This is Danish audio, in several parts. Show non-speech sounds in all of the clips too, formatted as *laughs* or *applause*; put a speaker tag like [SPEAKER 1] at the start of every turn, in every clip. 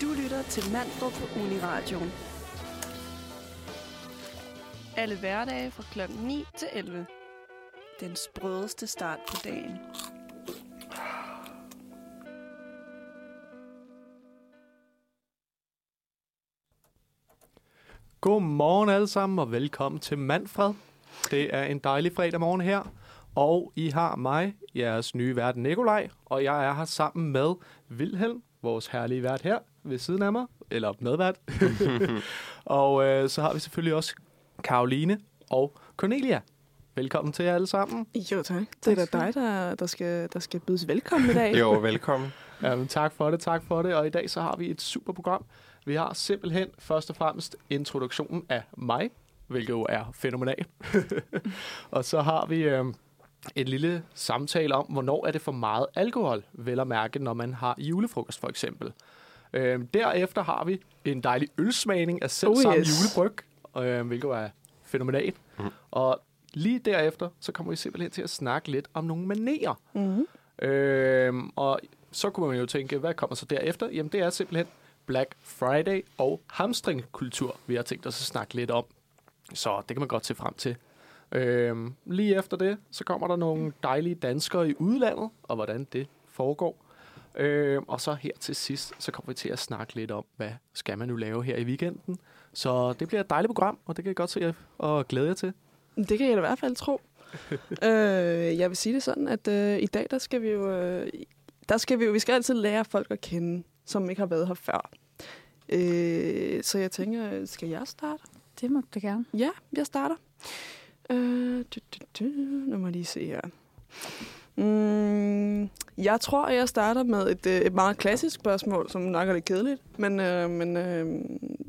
[SPEAKER 1] Du lytter til Mandrup på Uniradioen. Alle hverdage fra kl. 9 til 11. Den sprødeste start på dagen.
[SPEAKER 2] Godmorgen alle sammen, og velkommen til Manfred. Det er en dejlig fredag morgen her, og I har mig, jeres nye vært Nikolaj, og jeg er her sammen med Vilhelm, vores herlige vært her ved siden af mig, eller medvært. *laughs* og øh, så har vi selvfølgelig også Karoline og Cornelia. Velkommen til jer alle sammen.
[SPEAKER 3] Jo, tak. Det er da dig, der, der, skal, der skal bydes velkommen i dag.
[SPEAKER 4] *laughs* Jo, velkommen.
[SPEAKER 2] Jamen, tak for det, tak for det. Og i dag så har vi et super program. Vi har simpelthen først og fremmest introduktionen af mig, hvilket jo er fænomenal. og så har vi øh, et lille samtale om, hvornår er det for meget alkohol, vel at mærke, når man har julefrokost for eksempel. Øh, derefter har vi en dejlig ølsmagning af selv samme
[SPEAKER 3] Oh,
[SPEAKER 2] oh,
[SPEAKER 3] yes.
[SPEAKER 2] yes. julebryg, øh, hvilket jo er fænomenalt. Mm. Og lige derefter, så kommer vi simpelthen til at snakke lidt om nogle manerer. Øhm, og så kunne man jo tænke, hvad kommer så derefter? Jamen, det er simpelthen Black Friday og hamstringkultur, vi har tænkt os at snakke lidt om. Så det kan man godt se frem til. Øhm, lige efter det, så kommer der nogle dejlige danskere i udlandet, og hvordan det foregår. Øhm, og så her til sidst, så kommer vi til at snakke lidt om, hvad skal man nu lave her i weekenden. Så det bliver et dejligt program, og det kan jeg godt se jer og glæde jer til.
[SPEAKER 3] Det kan jeg da i hvert fald tro. øh, jeg vil sige det sådan, at øh, i dag, der skal vi jo... Øh, der skal vi jo... Vi skal altid lære folk at kende, som ikke har været her før. Øh, så jeg tænker, skal jeg starte?
[SPEAKER 5] Det må du gerne.
[SPEAKER 3] Ja, jeg starter. Øh, du, du, du. Nu må jeg lige se her. Mm, jeg tror, jeg starter med et, øh, et meget klassisk spørgsmål, som nok er lidt kedeligt. Men, øh, men øh,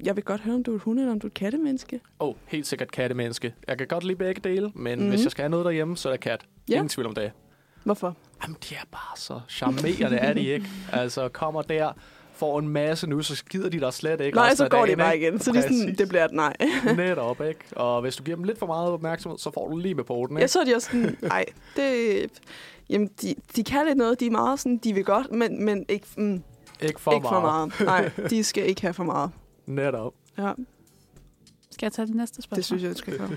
[SPEAKER 3] jeg vil godt høre, om du er et hunde eller om du er et kattemenneske.
[SPEAKER 2] Åh, oh, helt sikkert kattemenneske. Jeg kan godt lide begge dele, men mm-hmm.
[SPEAKER 3] Mhm.
[SPEAKER 2] hvis jeg skal have noget derhjemme, så er der kat.
[SPEAKER 3] Ja.
[SPEAKER 2] Ja. Ingen tvivl om det.
[SPEAKER 3] Hvorfor?
[SPEAKER 2] Jamen, de er bare så charmerende, er de ikke? Altså, kommer der, får en masse nu, så skider de der slet ikke.
[SPEAKER 3] Nej,
[SPEAKER 2] resten
[SPEAKER 3] så
[SPEAKER 2] af
[SPEAKER 3] går det
[SPEAKER 2] dagen,
[SPEAKER 3] bare
[SPEAKER 2] ikke?
[SPEAKER 3] igen. Så det, er sådan,
[SPEAKER 2] Præcis.
[SPEAKER 3] det bliver et nej. *laughs*
[SPEAKER 2] Netop, ikke? Og hvis du giver dem lidt for meget opmærksomhed, så får du lige med på den, ikke?
[SPEAKER 3] Jeg så de også sådan, nej, det... Jamen, de, de kan lidt noget. De er meget sådan, de vil godt, men, men ikke, mm,
[SPEAKER 2] Ikke for,
[SPEAKER 3] ikke for meget.
[SPEAKER 2] *laughs*
[SPEAKER 3] Nej, de skal ikke have for meget.
[SPEAKER 2] Netop.
[SPEAKER 3] Ja,
[SPEAKER 5] Skal jeg tage det næste spørgsmål?
[SPEAKER 3] det synes jeg, det skal gøre.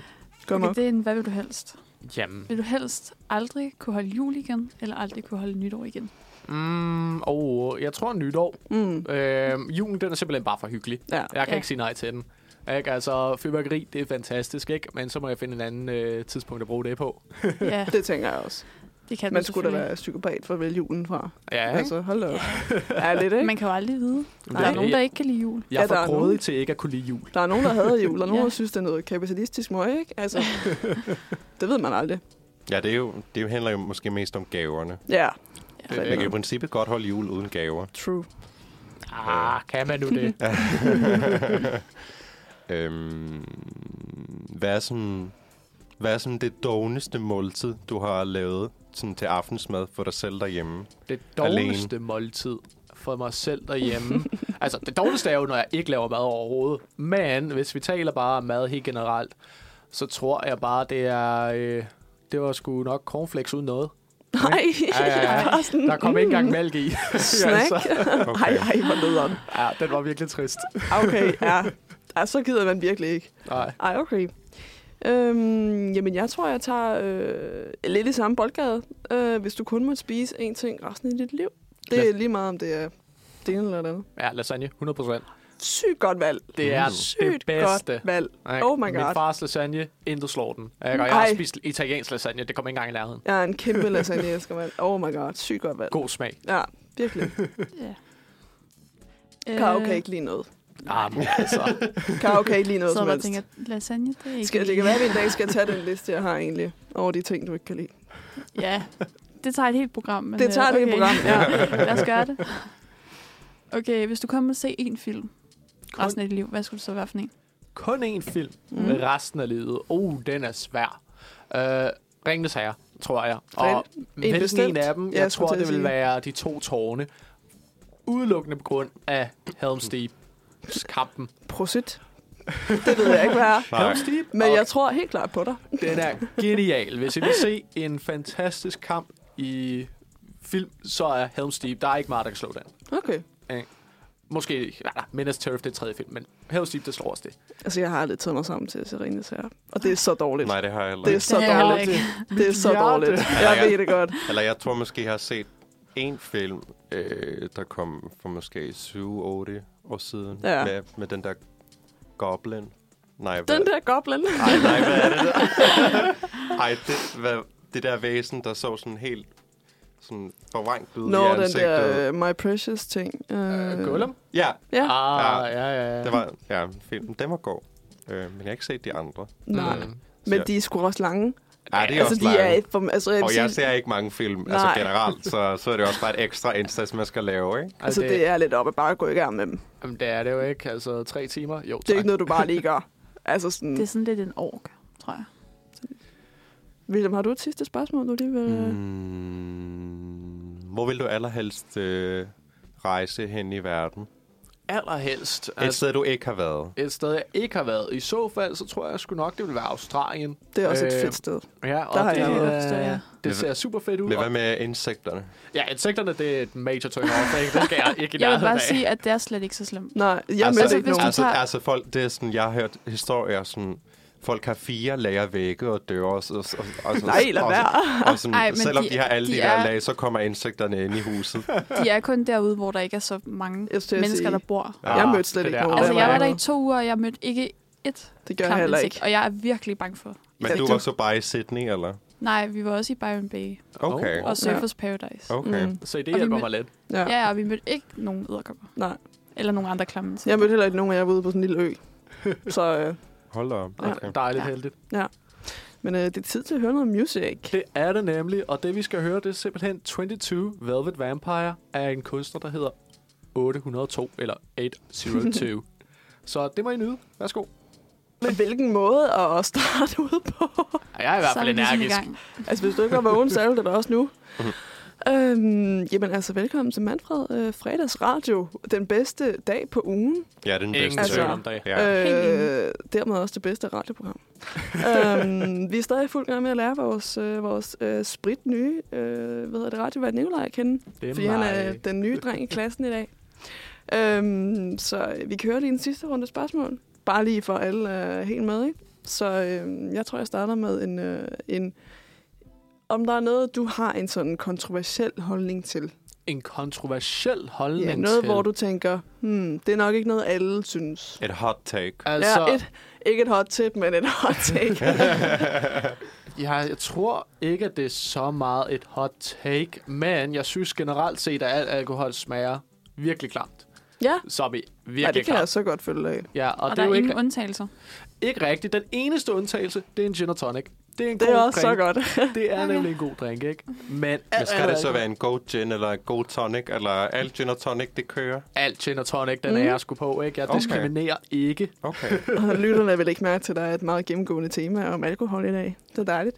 [SPEAKER 3] Kom
[SPEAKER 5] Okay,
[SPEAKER 3] op.
[SPEAKER 5] det er en, hvad vil du helst?
[SPEAKER 2] Jamen.
[SPEAKER 5] Vil du helst aldrig kunne holde jul igen, eller aldrig kunne holde nytår igen?
[SPEAKER 2] Mm, oh, jeg tror nytår.
[SPEAKER 3] Mm.
[SPEAKER 2] Øh, julen, den er simpelthen bare for hyggelig.
[SPEAKER 3] Ja.
[SPEAKER 2] Jeg kan
[SPEAKER 5] Ja.
[SPEAKER 2] ikke sige nej til den. Ikke? Altså, fyrværkeri, det er fantastisk, ikke? Men så må jeg finde en anden øh, tidspunkt at bruge det på.
[SPEAKER 5] Ja,
[SPEAKER 3] *laughs* Det tænker jeg også.
[SPEAKER 5] det kan
[SPEAKER 3] Man
[SPEAKER 5] du
[SPEAKER 3] skulle da
[SPEAKER 5] selvfølgelig.
[SPEAKER 3] være psykopat for at vælge julen fra.
[SPEAKER 2] Ja, ikke?
[SPEAKER 3] Altså, hold da op. Ja, lidt, ikke?
[SPEAKER 5] Man kan jo aldrig vide.
[SPEAKER 2] Jamen,
[SPEAKER 5] Der
[SPEAKER 2] det
[SPEAKER 5] er nogen, der ikke kan lide jul.
[SPEAKER 2] Jeg
[SPEAKER 3] Ja,
[SPEAKER 2] er
[SPEAKER 3] der
[SPEAKER 2] for
[SPEAKER 3] er nogen.
[SPEAKER 2] grådig til ikke at kunne lide jul.
[SPEAKER 3] Der er nogen, der hader jul, og nogen,
[SPEAKER 5] *laughs* Ja.
[SPEAKER 3] der synes, det er noget kapitalistisk møg, ikke?
[SPEAKER 2] *laughs*
[SPEAKER 3] Altså, det ved man aldrig.
[SPEAKER 4] Ja, det, er jo, det handler jo måske mest om gaverne.
[SPEAKER 3] Ja,
[SPEAKER 2] Det er
[SPEAKER 4] Man kan i
[SPEAKER 2] det.
[SPEAKER 4] princippet godt holde jul uden
[SPEAKER 3] *laughs*
[SPEAKER 4] gaver.
[SPEAKER 3] true.
[SPEAKER 2] Ah, kan
[SPEAKER 3] *laughs*
[SPEAKER 2] man nu det?
[SPEAKER 4] øhm, hvad, er sådan, hvad er sådan det dogneste måltid, du har lavet sådan til aftensmad for dig selv derhjemme?
[SPEAKER 2] Det dårligste måltid for mig selv
[SPEAKER 3] *laughs*
[SPEAKER 2] derhjemme. altså, det dårligste er jo, når jeg ikke laver mad overhovedet. Men hvis vi taler bare om mad helt generelt, så tror jeg bare, det er... Øh, det var sgu nok cornflakes uden noget.
[SPEAKER 3] Nej, *laughs*
[SPEAKER 2] Ja, ja, ja.
[SPEAKER 3] Bare sådan, hmm,
[SPEAKER 2] Der kom ikke engang altså. mælk
[SPEAKER 3] *laughs*
[SPEAKER 2] i. *laughs*
[SPEAKER 3] Snack. Ej, ej, hvor nederen.
[SPEAKER 2] ja, den var virkelig trist.
[SPEAKER 3] Okay, ja. ja. så gider man virkelig ikke.
[SPEAKER 2] Nej.
[SPEAKER 3] Ej, okay. Øhm, jamen, jeg tror, jeg tager øh, lidt i samme boldgade, øh, hvis du kun må spise én ting resten af dit liv. Det
[SPEAKER 2] Lad-
[SPEAKER 3] er lige meget, om det er det ene eller det andet.
[SPEAKER 2] Ja, lasagne, 100%.
[SPEAKER 3] Sygt godt valg. Mm.
[SPEAKER 2] Det er det
[SPEAKER 3] Sygt
[SPEAKER 2] bedste.
[SPEAKER 3] godt valg.
[SPEAKER 2] Ikke?
[SPEAKER 3] Oh my
[SPEAKER 2] Min
[SPEAKER 3] God.
[SPEAKER 2] fars lasagne, intet slår den. Ikke? Og jeg har
[SPEAKER 3] Ej.
[SPEAKER 2] spist italiensk lasagne, det kommer ikke engang i nærheden.
[SPEAKER 3] Jeg er en kæmpe lasagne, elsker mand. Oh my god, sygt godt valg.
[SPEAKER 2] God smag. *laughs*
[SPEAKER 3] Ja, virkelig.
[SPEAKER 5] Ja.
[SPEAKER 3] Karo kan
[SPEAKER 5] Øh,
[SPEAKER 3] ikke lide noget.
[SPEAKER 2] Ah, men altså.
[SPEAKER 3] Karo kan ikke lide noget
[SPEAKER 5] Så
[SPEAKER 3] som
[SPEAKER 5] jeg bare
[SPEAKER 3] helst.
[SPEAKER 5] tænker, lasagne, det er ikke...
[SPEAKER 3] Skal, det
[SPEAKER 5] lige-
[SPEAKER 3] kan være, at vi en dag skal tage den liste, jeg har egentlig, over de ting, du ikke kan lide.
[SPEAKER 5] Ja, det tager et helt program. Men
[SPEAKER 3] Det
[SPEAKER 5] øh,
[SPEAKER 3] tager et helt program, ja.
[SPEAKER 5] *laughs* Lad os gøre det. Okay, hvis du kun måtte se én film resten af dit liv, hvad skulle det så være for en?
[SPEAKER 2] Mm. kun én film
[SPEAKER 3] Mm.
[SPEAKER 2] mm. resten af livet. Oh, den er svær. Øh, Ringenes Herre, tror jeg. Og hvilken
[SPEAKER 3] bestemt.
[SPEAKER 2] en af dem,
[SPEAKER 3] Ja,
[SPEAKER 2] jeg,
[SPEAKER 3] jeg skulle
[SPEAKER 2] tror,
[SPEAKER 3] til at
[SPEAKER 2] det vil
[SPEAKER 3] sige.
[SPEAKER 2] være de to tårne. Udelukkende på grund af Helm's Deep-kampen.
[SPEAKER 3] Prosit. Det ved jeg ikke, *laughs* hvad er.
[SPEAKER 4] Nej.
[SPEAKER 2] Helm's Deep?
[SPEAKER 3] Men jeg tror helt klart på dig.
[SPEAKER 2] Den er genial. Hvis I vil se en fantastisk kamp i film, så er Helm's Deep. Der er ikke meget, der kan slå den.
[SPEAKER 3] Okay.
[SPEAKER 2] Måske, ja, Menace Turf, det er tredje film, men Hell's Deep, det slår os det.
[SPEAKER 3] Altså, jeg har aldrig taget mig sammen til Serenes her. Og det er så dårligt.
[SPEAKER 4] Nej, det har jeg heller
[SPEAKER 3] Det er
[SPEAKER 4] ikke.
[SPEAKER 3] så
[SPEAKER 5] Det har jeg
[SPEAKER 3] dårligt.
[SPEAKER 5] heller
[SPEAKER 3] Det er så
[SPEAKER 2] Ja, det-
[SPEAKER 3] dårligt. Jeg ved det godt.
[SPEAKER 4] Eller jeg tror måske, jeg har set en film, øh, der kom for måske 7-8 år siden.
[SPEAKER 3] Ja.
[SPEAKER 4] Med, med den der goblin. Nej, hvad?
[SPEAKER 3] Den der goblin.
[SPEAKER 4] Ej, nej, hvad er det der? *laughs* Ej, det, hvad, det der væsen, der så sådan helt sådan forvrængt ud
[SPEAKER 3] Nå,
[SPEAKER 4] i
[SPEAKER 3] den
[SPEAKER 4] ansigtet.
[SPEAKER 3] der uh, My Precious ting. Uh,
[SPEAKER 2] Øh, Gollum?
[SPEAKER 4] Ja,
[SPEAKER 3] Ja.
[SPEAKER 2] Ah, ja, ja. ja.
[SPEAKER 4] det var, ja, filmen, den var god. Øh, men jeg har ikke set de andre.
[SPEAKER 3] Nej.
[SPEAKER 2] Mm.
[SPEAKER 3] Men de er sgu også lange.
[SPEAKER 4] Ja, det er
[SPEAKER 3] altså,
[SPEAKER 4] også
[SPEAKER 3] de
[SPEAKER 4] lange.
[SPEAKER 3] er... For, altså, jeg vil
[SPEAKER 4] Og
[SPEAKER 3] sige,
[SPEAKER 4] jeg ser ikke mange film, Nej.
[SPEAKER 3] Nej.
[SPEAKER 4] altså
[SPEAKER 3] *laughs*
[SPEAKER 4] generelt, så, så er det også bare et ekstra indsats, man skal lave, ikke?
[SPEAKER 3] altså,
[SPEAKER 2] det,
[SPEAKER 3] det er lidt op at bare gå i gang med dem.
[SPEAKER 2] Jamen, det er det jo ikke. Altså, tre timer? Jo,
[SPEAKER 3] Det er
[SPEAKER 2] tak.
[SPEAKER 3] ikke noget, du bare lige
[SPEAKER 4] *laughs*
[SPEAKER 3] gør. Altså sådan,
[SPEAKER 5] Det er sådan lidt en ork, tror jeg.
[SPEAKER 3] William, har du et sidste spørgsmål, du lige vil... Mm.
[SPEAKER 4] Mm, hvor vil du allerhelst øh, rejse hen i verden? Et
[SPEAKER 2] *laughs* Allerhelst. Altså,
[SPEAKER 4] sted, du ikke har været.
[SPEAKER 2] et sted, jeg ikke har været. I så fald, så tror jeg sgu nok, det ville være Australien.
[SPEAKER 3] Det er også
[SPEAKER 2] Øh,
[SPEAKER 3] et fedt sted.
[SPEAKER 2] Ja, og
[SPEAKER 3] Der har
[SPEAKER 2] det,
[SPEAKER 3] jeg
[SPEAKER 5] været, forstår
[SPEAKER 2] øh,
[SPEAKER 5] jeg.
[SPEAKER 2] det ser super fedt ud.
[SPEAKER 4] Men hvad
[SPEAKER 2] Og,
[SPEAKER 4] med insekterne?
[SPEAKER 2] ja, insekterne, det er et major turn off, ikke? Det skal jeg ikke i
[SPEAKER 5] Jeg vil
[SPEAKER 2] nærheden
[SPEAKER 5] bare
[SPEAKER 2] af.
[SPEAKER 5] sige, at det er slet ikke så slemt.
[SPEAKER 3] Nej, jeg altså,
[SPEAKER 5] Altså,
[SPEAKER 3] mødte ikke
[SPEAKER 5] hvis du
[SPEAKER 3] nogen.
[SPEAKER 4] altså,
[SPEAKER 5] tager-
[SPEAKER 4] altså folk, det er sådan, jeg har hørt historier, sådan, folk har fire lag vægge og døre. Og, og, og, og,
[SPEAKER 3] Nej, lad
[SPEAKER 4] og,
[SPEAKER 3] være.
[SPEAKER 4] og sådan,
[SPEAKER 5] Ej,
[SPEAKER 4] Ej,
[SPEAKER 5] men
[SPEAKER 4] selvom
[SPEAKER 5] de-
[SPEAKER 4] de, de har alle de,
[SPEAKER 5] de
[SPEAKER 4] de der
[SPEAKER 5] er-
[SPEAKER 4] lag, så kommer insekterne ind i huset.
[SPEAKER 5] De er kun derude, hvor der ikke er så mange
[SPEAKER 3] Jeg skulle til at
[SPEAKER 5] mennesker,
[SPEAKER 3] sige.
[SPEAKER 5] der bor.
[SPEAKER 2] Ja,
[SPEAKER 3] Jeg mødte slet
[SPEAKER 2] det
[SPEAKER 3] ikke
[SPEAKER 2] der
[SPEAKER 3] nogen.
[SPEAKER 5] Altså,
[SPEAKER 2] Australien.
[SPEAKER 5] jeg var der i to uger, og jeg mødte ikke et
[SPEAKER 3] Det gør jeg heller
[SPEAKER 5] klamt
[SPEAKER 3] ikke.
[SPEAKER 5] og jeg er virkelig bange for.
[SPEAKER 4] Men
[SPEAKER 3] Ja,
[SPEAKER 4] du
[SPEAKER 3] du-
[SPEAKER 4] var så bare i Sydney, eller?
[SPEAKER 5] Nej, vi var også i Byron Bay
[SPEAKER 4] Okay.
[SPEAKER 2] Åh.
[SPEAKER 5] og Surfers Paradise.
[SPEAKER 4] Okay.
[SPEAKER 3] Mm.
[SPEAKER 2] Så det
[SPEAKER 5] Og vi
[SPEAKER 2] hjælper
[SPEAKER 5] mød-
[SPEAKER 2] mig lidt.
[SPEAKER 3] Ja.
[SPEAKER 5] Ja, ja, og vi mødte ikke nogen æderkopper.
[SPEAKER 3] Nej.
[SPEAKER 5] Eller nogen andre klamme. insekter.
[SPEAKER 3] Jeg mødte heller ikke nogen af jer ude på sådan en lille ø. Så, øh,
[SPEAKER 4] Hold da op.
[SPEAKER 2] Okay.
[SPEAKER 4] Okay.
[SPEAKER 2] Dejligt
[SPEAKER 5] Ja.
[SPEAKER 2] heldigt.
[SPEAKER 3] men øh, det er tid til at høre noget music.
[SPEAKER 2] Det er det nemlig, og det vi skal høre, det er simpelthen 22 Velvet Vampire af en kunstner, der hedder 802, eller
[SPEAKER 3] *laughs*
[SPEAKER 2] 802. Så det må I nyde. Værsgo.
[SPEAKER 3] Men hvilken måde at starte ud på?
[SPEAKER 2] Jeg er i hvert
[SPEAKER 5] Så
[SPEAKER 2] fald
[SPEAKER 5] er vi ligesom i
[SPEAKER 2] energisk.
[SPEAKER 5] gang.
[SPEAKER 3] altså, hvis du ikke var vågen, så er du det da også nu. øhm, jamen altså, velkommen til Manfred øh, Fredags Radio. Den bedste dag på ugen.
[SPEAKER 4] Ja, den
[SPEAKER 2] Ingen
[SPEAKER 4] bedste.
[SPEAKER 3] Altså-
[SPEAKER 2] tvivl om det.
[SPEAKER 4] Ja.
[SPEAKER 5] Helt enig.
[SPEAKER 3] Øh, dermed også det bedste radioprogram. øhm, vi er stadig i fuld gang med at lære vores, øh, vores øh, sprit nye øh, hvad hedder det, radiovært Nikolaj at kende.
[SPEAKER 2] Det er
[SPEAKER 3] Fordi han er
[SPEAKER 2] mig.
[SPEAKER 3] den nye dreng i klassen i dag. Øhm, så vi kører lige en sidste runde spørgsmål. Bare lige for alle øh, helt med, ikke? Så øh, jeg tror, jeg starter med en, øh, en... Om der er noget, du har en sådan kontroversiel holdning til.
[SPEAKER 2] En kontroversiel holdning
[SPEAKER 3] Ja, noget,
[SPEAKER 2] til.
[SPEAKER 3] hvor du tænker, hmm, det er nok ikke noget, alle synes.
[SPEAKER 4] Et hot take.
[SPEAKER 2] Altså,
[SPEAKER 3] Altså... Ja, et, ikke et hot tip, men et hot
[SPEAKER 2] *laughs*
[SPEAKER 3] take.
[SPEAKER 2] Ja, jeg tror ikke, at det er så meget et hot take, men jeg synes generelt set, at al alkohol smager virkelig klamt.
[SPEAKER 3] ja,
[SPEAKER 2] Som i virkelig
[SPEAKER 3] Ej, det kan jeg
[SPEAKER 2] klamt.
[SPEAKER 3] så godt følge af.
[SPEAKER 2] Ja, og,
[SPEAKER 5] Og,
[SPEAKER 2] og det
[SPEAKER 5] der
[SPEAKER 2] er
[SPEAKER 5] er
[SPEAKER 2] jo
[SPEAKER 5] ingen
[SPEAKER 2] ikke,
[SPEAKER 5] undtagelser.
[SPEAKER 2] ikke rigtigt. Den eneste undtagelse, det er en gin og tonic. Det er en
[SPEAKER 3] Det
[SPEAKER 2] god
[SPEAKER 3] er også
[SPEAKER 2] drink.
[SPEAKER 3] så godt. *laughs*
[SPEAKER 2] Det er
[SPEAKER 5] Okay.
[SPEAKER 2] nemlig en god drink, ikke? Men
[SPEAKER 4] Men
[SPEAKER 2] alt,
[SPEAKER 4] skal det så
[SPEAKER 2] alkohol-
[SPEAKER 4] være en god gin, eller en god tonic, eller alt gin og tonic, det kører?
[SPEAKER 2] alt gin og tonic, den er
[SPEAKER 3] Mm.
[SPEAKER 2] jeg sgu på, ikke? Jeg
[SPEAKER 4] Okay.
[SPEAKER 2] diskriminerer ikke.
[SPEAKER 4] Okay.
[SPEAKER 3] Og lytterne vil ikke mærke til, at der er et meget gennemgående tema om alkohol i dag. Det er dejligt.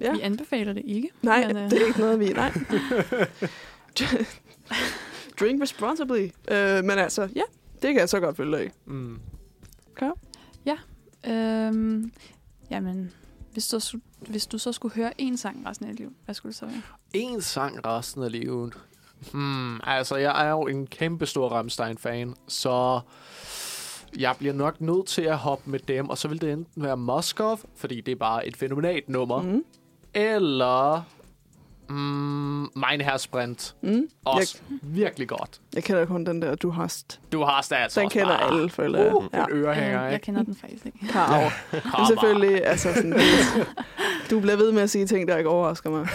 [SPEAKER 3] Ja.
[SPEAKER 5] Vi anbefaler det ikke.
[SPEAKER 3] Nej,
[SPEAKER 5] Men, øh,
[SPEAKER 3] det er ikke noget, vi...
[SPEAKER 5] *laughs*
[SPEAKER 3] Nej. Drink responsibly. Øh, men altså, ja, det kan jeg så godt følge af.
[SPEAKER 2] Mm.
[SPEAKER 5] Øhm, jamen, hvis du, su- hvis du så skulle høre én sang resten af dit liv, hvad skulle det så være?
[SPEAKER 2] En sang resten af livet. Hmm, altså, jeg er jo en kæmpe stor Rammstein-fan, så jeg bliver nok nødt til at hoppe med dem, og så vil det enten være Moskov, fordi det er bare et fænomenalt nummer, mm.
[SPEAKER 3] Mm.
[SPEAKER 2] eller mm, Mein Herr Sprint.
[SPEAKER 3] Mm.
[SPEAKER 2] Også virkelig godt.
[SPEAKER 3] Jeg kender kun den der, du hast.
[SPEAKER 2] Du har stadig altså
[SPEAKER 3] Den
[SPEAKER 2] også
[SPEAKER 3] kender
[SPEAKER 2] bare
[SPEAKER 3] alle, føler jeg.
[SPEAKER 2] Uh,
[SPEAKER 3] Ja.
[SPEAKER 2] ja. en ørehænger,
[SPEAKER 5] Øh, jeg
[SPEAKER 2] ikke?
[SPEAKER 5] kender den
[SPEAKER 3] *laughs*
[SPEAKER 5] faktisk ikke.
[SPEAKER 3] Karv. Men selvfølgelig, altså sådan, det- du bliver ved med at sige ting, der ikke
[SPEAKER 2] *laughs*
[SPEAKER 3] overrasker mig.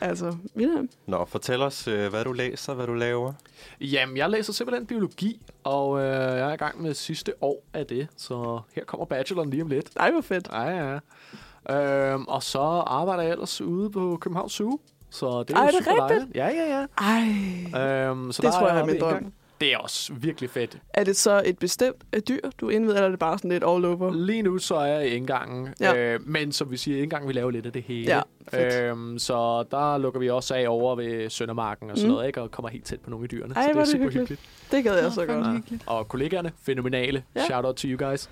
[SPEAKER 3] altså, William,
[SPEAKER 4] Nå, fortæl os, øh, hvad du læser, hvad du laver.
[SPEAKER 2] Jamen, jeg læser simpelthen biologi, og øh, jeg er i gang med sidste år af det, så her kommer bacheloren lige om lidt.
[SPEAKER 3] ej hvor fedt.
[SPEAKER 2] Ja, ja. Øhm, og så arbejder jeg ellers ude på Københavns Zoo. Så det er
[SPEAKER 3] Ej,
[SPEAKER 2] jo
[SPEAKER 3] er det
[SPEAKER 2] super
[SPEAKER 3] rigtigt?
[SPEAKER 2] dejligt. Ja, ja,
[SPEAKER 3] Ej,
[SPEAKER 2] ja. Øhm, så
[SPEAKER 3] det
[SPEAKER 2] der
[SPEAKER 3] tror jeg er
[SPEAKER 2] oppe
[SPEAKER 3] min
[SPEAKER 2] en
[SPEAKER 3] drøm.
[SPEAKER 2] gang. Det er også virkelig fedt.
[SPEAKER 3] Er det så et bestemt øh, dyr, du indveder, eller er det bare sådan lidt all over?
[SPEAKER 2] Lige nu så er jeg i indgangen.
[SPEAKER 3] Ja.
[SPEAKER 2] Ja. Øh, men som vi siger, indgangen vi laver lidt af det hele.
[SPEAKER 3] Ja, fedt.
[SPEAKER 2] øhm, så der lukker vi også af over ved Søndermarken og sådan
[SPEAKER 3] Mm.
[SPEAKER 2] mm. noget, ikke? Og kommer helt tæt på nogle af dyrene.
[SPEAKER 3] Ej,
[SPEAKER 2] så det er
[SPEAKER 3] hvor er det
[SPEAKER 2] super
[SPEAKER 3] hyggeligt.
[SPEAKER 2] hyggeligt.
[SPEAKER 3] Det gad jeg
[SPEAKER 5] Nå,
[SPEAKER 3] så
[SPEAKER 5] fucking
[SPEAKER 3] godt.
[SPEAKER 5] hyggeligt.
[SPEAKER 2] Og kollegaerne, fænomenale.
[SPEAKER 3] Ja.
[SPEAKER 2] Ja. Shout out to you guys.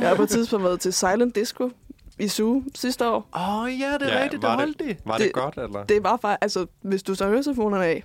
[SPEAKER 3] Jeg har på et tidspunkt været til Silent Disco i Zoo sidste år.
[SPEAKER 2] Åh oh, ja, det er
[SPEAKER 4] Ja,
[SPEAKER 2] ja, rigtigt,
[SPEAKER 4] var
[SPEAKER 2] det
[SPEAKER 4] det-
[SPEAKER 2] holdt det.
[SPEAKER 4] Var det,
[SPEAKER 3] Det-
[SPEAKER 4] det godt, eller?
[SPEAKER 3] Det var faktisk, altså hvis du tager høretelefonerne af,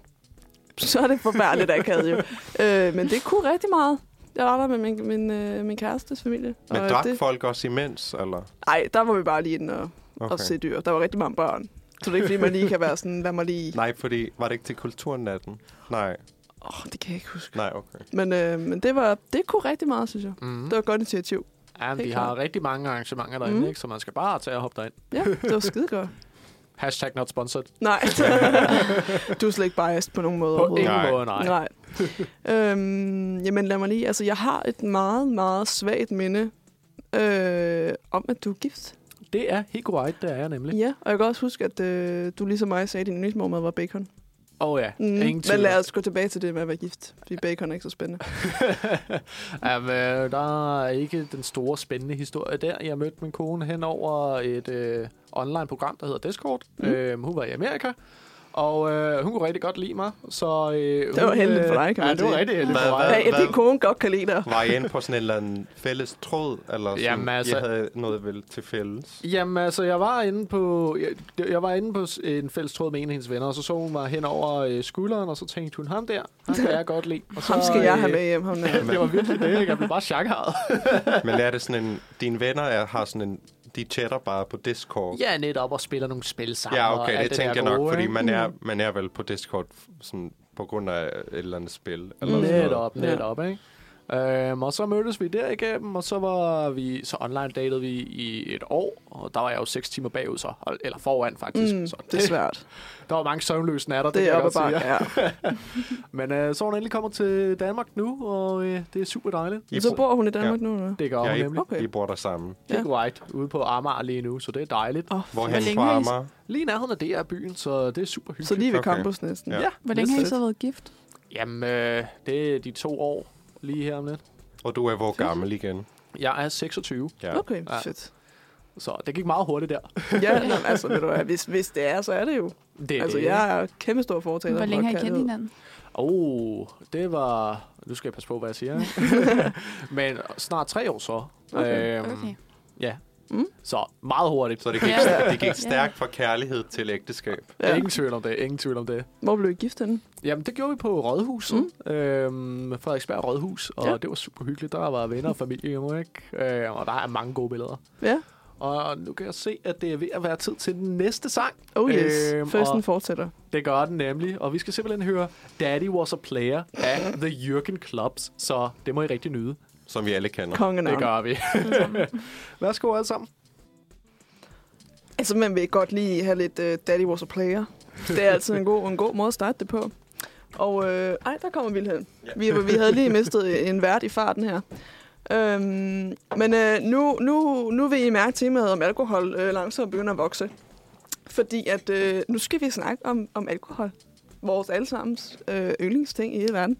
[SPEAKER 3] så er det forfærdeligt akavet
[SPEAKER 4] *laughs*
[SPEAKER 3] jo. Øh, men det kunne rigtig meget. Jeg var der med min, min, øh, min kærestes familie.
[SPEAKER 4] Men
[SPEAKER 3] og
[SPEAKER 4] drak
[SPEAKER 3] det-
[SPEAKER 4] folk også imens, eller?
[SPEAKER 3] Nej, der var vi bare lige inde og, okay. og
[SPEAKER 4] Okay.
[SPEAKER 3] se dyr. Der var rigtig mange børn. Så det er ikke, fordi man lige kan være sådan, lad mig lige...
[SPEAKER 4] Nej, fordi var det ikke til kulturnatten? Nej,
[SPEAKER 3] Åh, oh, det kan jeg ikke huske.
[SPEAKER 4] nej, okay.
[SPEAKER 3] Men, øh, men det, var, det kunne rigtig meget, synes jeg.
[SPEAKER 2] Mm.
[SPEAKER 3] Det var et godt initiativ.
[SPEAKER 2] Ja, men
[SPEAKER 3] helt
[SPEAKER 2] de har
[SPEAKER 3] klart.
[SPEAKER 2] rigtig mange arrangementer derinde,
[SPEAKER 3] Mm.
[SPEAKER 2] mm. ikke? så man skal bare tage og hoppe derind.
[SPEAKER 3] Ja, det var skide
[SPEAKER 4] *laughs*
[SPEAKER 3] godt.
[SPEAKER 2] Hashtag not sponsored.
[SPEAKER 3] Nej, *laughs* du er slet ikke biased på nogen måde
[SPEAKER 2] På ingen
[SPEAKER 3] overhovedet.
[SPEAKER 4] Nej.
[SPEAKER 2] måde, nej.
[SPEAKER 3] Nej. øhm, jamen lad mig lige, altså jeg har et meget, meget svagt minde øh, om, at du er gift.
[SPEAKER 2] Det er helt korrekt, det er jeg nemlig.
[SPEAKER 3] Ja, og jeg kan også huske, at øh, du ligesom mig sagde, at din yndlingsmormad var bacon.
[SPEAKER 2] Åh oh, ja,
[SPEAKER 3] Mm.
[SPEAKER 2] ingen
[SPEAKER 3] Men
[SPEAKER 2] tvivl.
[SPEAKER 3] lad os gå tilbage til det med at være gift, fordi bacon er ikke så spændende.
[SPEAKER 2] *laughs* Jamen, øh, der er ikke den store spændende historie der. Jeg mødte min kone hen over et øh, online-program, der hedder Discord.
[SPEAKER 3] Mm.
[SPEAKER 2] Mm. Øh, hun var i Amerika, og øh, hun kunne rigtig godt lide mig. Så, øh,
[SPEAKER 3] Det var
[SPEAKER 2] hun,
[SPEAKER 3] heldigt for dig, kan
[SPEAKER 2] ja,
[SPEAKER 3] man
[SPEAKER 2] det var
[SPEAKER 3] sige.
[SPEAKER 2] rigtig heldigt
[SPEAKER 4] Hvad-
[SPEAKER 2] for mig.
[SPEAKER 4] hvad-
[SPEAKER 3] Ja, at din kone godt kan lide dig.
[SPEAKER 4] Var I inde på sådan en eller anden fælles tråd, eller sådan,
[SPEAKER 2] Jamen, altså-
[SPEAKER 4] I havde noget vel til fælles?
[SPEAKER 2] Jamen, altså, jeg var inde på, jeg, jeg var inde på s- en fælles tråd med en af hendes venner, og så så hun mig hen over øh, skulderen, og så tænkte hun, ham der, ham kan jeg godt lide. Og så,
[SPEAKER 3] Ham skal jeg
[SPEAKER 2] øh,
[SPEAKER 3] have med hjem,
[SPEAKER 2] *laughs*
[SPEAKER 3] ham der.
[SPEAKER 2] Det var virkelig det, ikke? Jeg blev bare *laughs* chakret.
[SPEAKER 4] Men er det sådan en... Dine venner er, har sådan en... De chatter bare på Discord.
[SPEAKER 2] Jeg er netop og spiller nogle spil sammen.
[SPEAKER 4] ja
[SPEAKER 2] og
[SPEAKER 4] okay,
[SPEAKER 2] alt
[SPEAKER 4] det
[SPEAKER 2] der
[SPEAKER 4] tænkte jeg
[SPEAKER 2] gode,
[SPEAKER 4] nok, fordi
[SPEAKER 2] ikke?
[SPEAKER 4] man er, man er vel på Discord f- sådan, på grund af et eller andet spil. Eller sådan noget.
[SPEAKER 2] Mm. Netop, netop, ikke? Øhm, og så mødtes vi derigennem, og så var vi, så online datede vi i et år, og der var jeg jo seks timer bagud så, og- eller foran faktisk.
[SPEAKER 3] Mm,
[SPEAKER 2] så
[SPEAKER 3] det er svært.
[SPEAKER 2] *laughs* Der var mange søvnløse natter, det,
[SPEAKER 3] Det
[SPEAKER 2] kan
[SPEAKER 3] er
[SPEAKER 2] jeg
[SPEAKER 3] op ad
[SPEAKER 2] godt sige.
[SPEAKER 3] bakke, ja.
[SPEAKER 2] Men øh, så er hun endelig kommet til Danmark nu, og øh, det er super dejligt.
[SPEAKER 4] I
[SPEAKER 3] Så
[SPEAKER 4] bor-
[SPEAKER 3] bor hun i Danmark nu, eller?
[SPEAKER 2] Det gør
[SPEAKER 4] Ja,
[SPEAKER 2] hun
[SPEAKER 4] I,
[SPEAKER 2] nemlig.
[SPEAKER 3] Okay.
[SPEAKER 4] I bor der sammen.
[SPEAKER 2] Det er right, ude på Amager lige nu, så det er dejligt.
[SPEAKER 3] Oh,
[SPEAKER 4] Hvorhen
[SPEAKER 5] længe
[SPEAKER 4] på
[SPEAKER 5] har I-
[SPEAKER 4] Amager?
[SPEAKER 2] Lige i nærheden af det er byen, så det er super hyggeligt.
[SPEAKER 3] så lige ved
[SPEAKER 4] Okay.
[SPEAKER 3] campus næsten.
[SPEAKER 4] Ja.
[SPEAKER 2] ja.
[SPEAKER 5] Hvor længe har I
[SPEAKER 2] lidt.
[SPEAKER 5] så været gift?
[SPEAKER 2] Jamen, øh, det er de to år lige her om lidt.
[SPEAKER 4] Og du er hvor gammel igen?
[SPEAKER 2] Jeg er 26,
[SPEAKER 4] Ja.
[SPEAKER 3] Okay,
[SPEAKER 2] Ja.
[SPEAKER 3] fedt.
[SPEAKER 2] så det gik meget
[SPEAKER 3] *laughs*
[SPEAKER 2] hurtigt der.
[SPEAKER 3] Ja, nå, men altså, ved du hvad, hvis, hvis det er, så er det jo.
[SPEAKER 2] Det er
[SPEAKER 3] Altså,
[SPEAKER 2] det.
[SPEAKER 3] jeg er kæmpe stor fortaler.
[SPEAKER 5] Hvor
[SPEAKER 3] for
[SPEAKER 5] længe har I kendt
[SPEAKER 3] kærlighed.
[SPEAKER 5] hinanden?
[SPEAKER 2] Oh, det var... Nu skal jeg passe på, hvad jeg siger.
[SPEAKER 3] *laughs*
[SPEAKER 2] ikke? Men snart tre år så.
[SPEAKER 3] Okay,
[SPEAKER 2] Øhm,
[SPEAKER 5] Okay.
[SPEAKER 2] Ja.
[SPEAKER 3] Mm.
[SPEAKER 2] Så meget hurtigt.
[SPEAKER 4] Så det gik,
[SPEAKER 5] Ja.
[SPEAKER 4] det gik stærkt fra kærlighed til ægteskab.
[SPEAKER 2] Ja. Ingen tvivl om det, ingen tvivl om det.
[SPEAKER 3] Hvor blev I gift henne?
[SPEAKER 2] Jamen, det gjorde vi på Rådhuset, mm. øhm, Frederiksberg Rådhus, og
[SPEAKER 3] Ja.
[SPEAKER 2] ja. det var super hyggeligt. Der var venner og familie hjemme, ikke? Øh, og der er mange gode billeder.
[SPEAKER 3] Ja.
[SPEAKER 2] Og nu kan jeg se, at det er ved at være tid til den næste sang.
[SPEAKER 3] Oh yes,
[SPEAKER 2] Øhm,
[SPEAKER 3] førsten
[SPEAKER 2] og-
[SPEAKER 3] fortsætter.
[SPEAKER 2] Det gør den nemlig, og vi skal simpelthen høre Daddy Was A Player af The Jürgen Clubs, så det må I rigtig nyde.
[SPEAKER 4] Som vi alle kender.
[SPEAKER 3] Kongen
[SPEAKER 2] Det gør vi.
[SPEAKER 5] Alle sammen.
[SPEAKER 2] *laughs* Værsgo alle sammen.
[SPEAKER 3] Altså, man vil godt lige have lidt uh, Daddy was a player. Det er altid en god, en god måde at starte det på. Og øh, ej, der kommer Vilhelm.
[SPEAKER 4] Ja.
[SPEAKER 3] Vi, vi havde lige mistet øh, en vært i farten her. Øhm, men øh, nu, nu, nu vil I mærke temaet om alkohol øh, langsomt begynder at vokse. Fordi at øh, nu skal vi snakke om, om alkohol. Vores allesammens øh, yndlingsting i hele verden.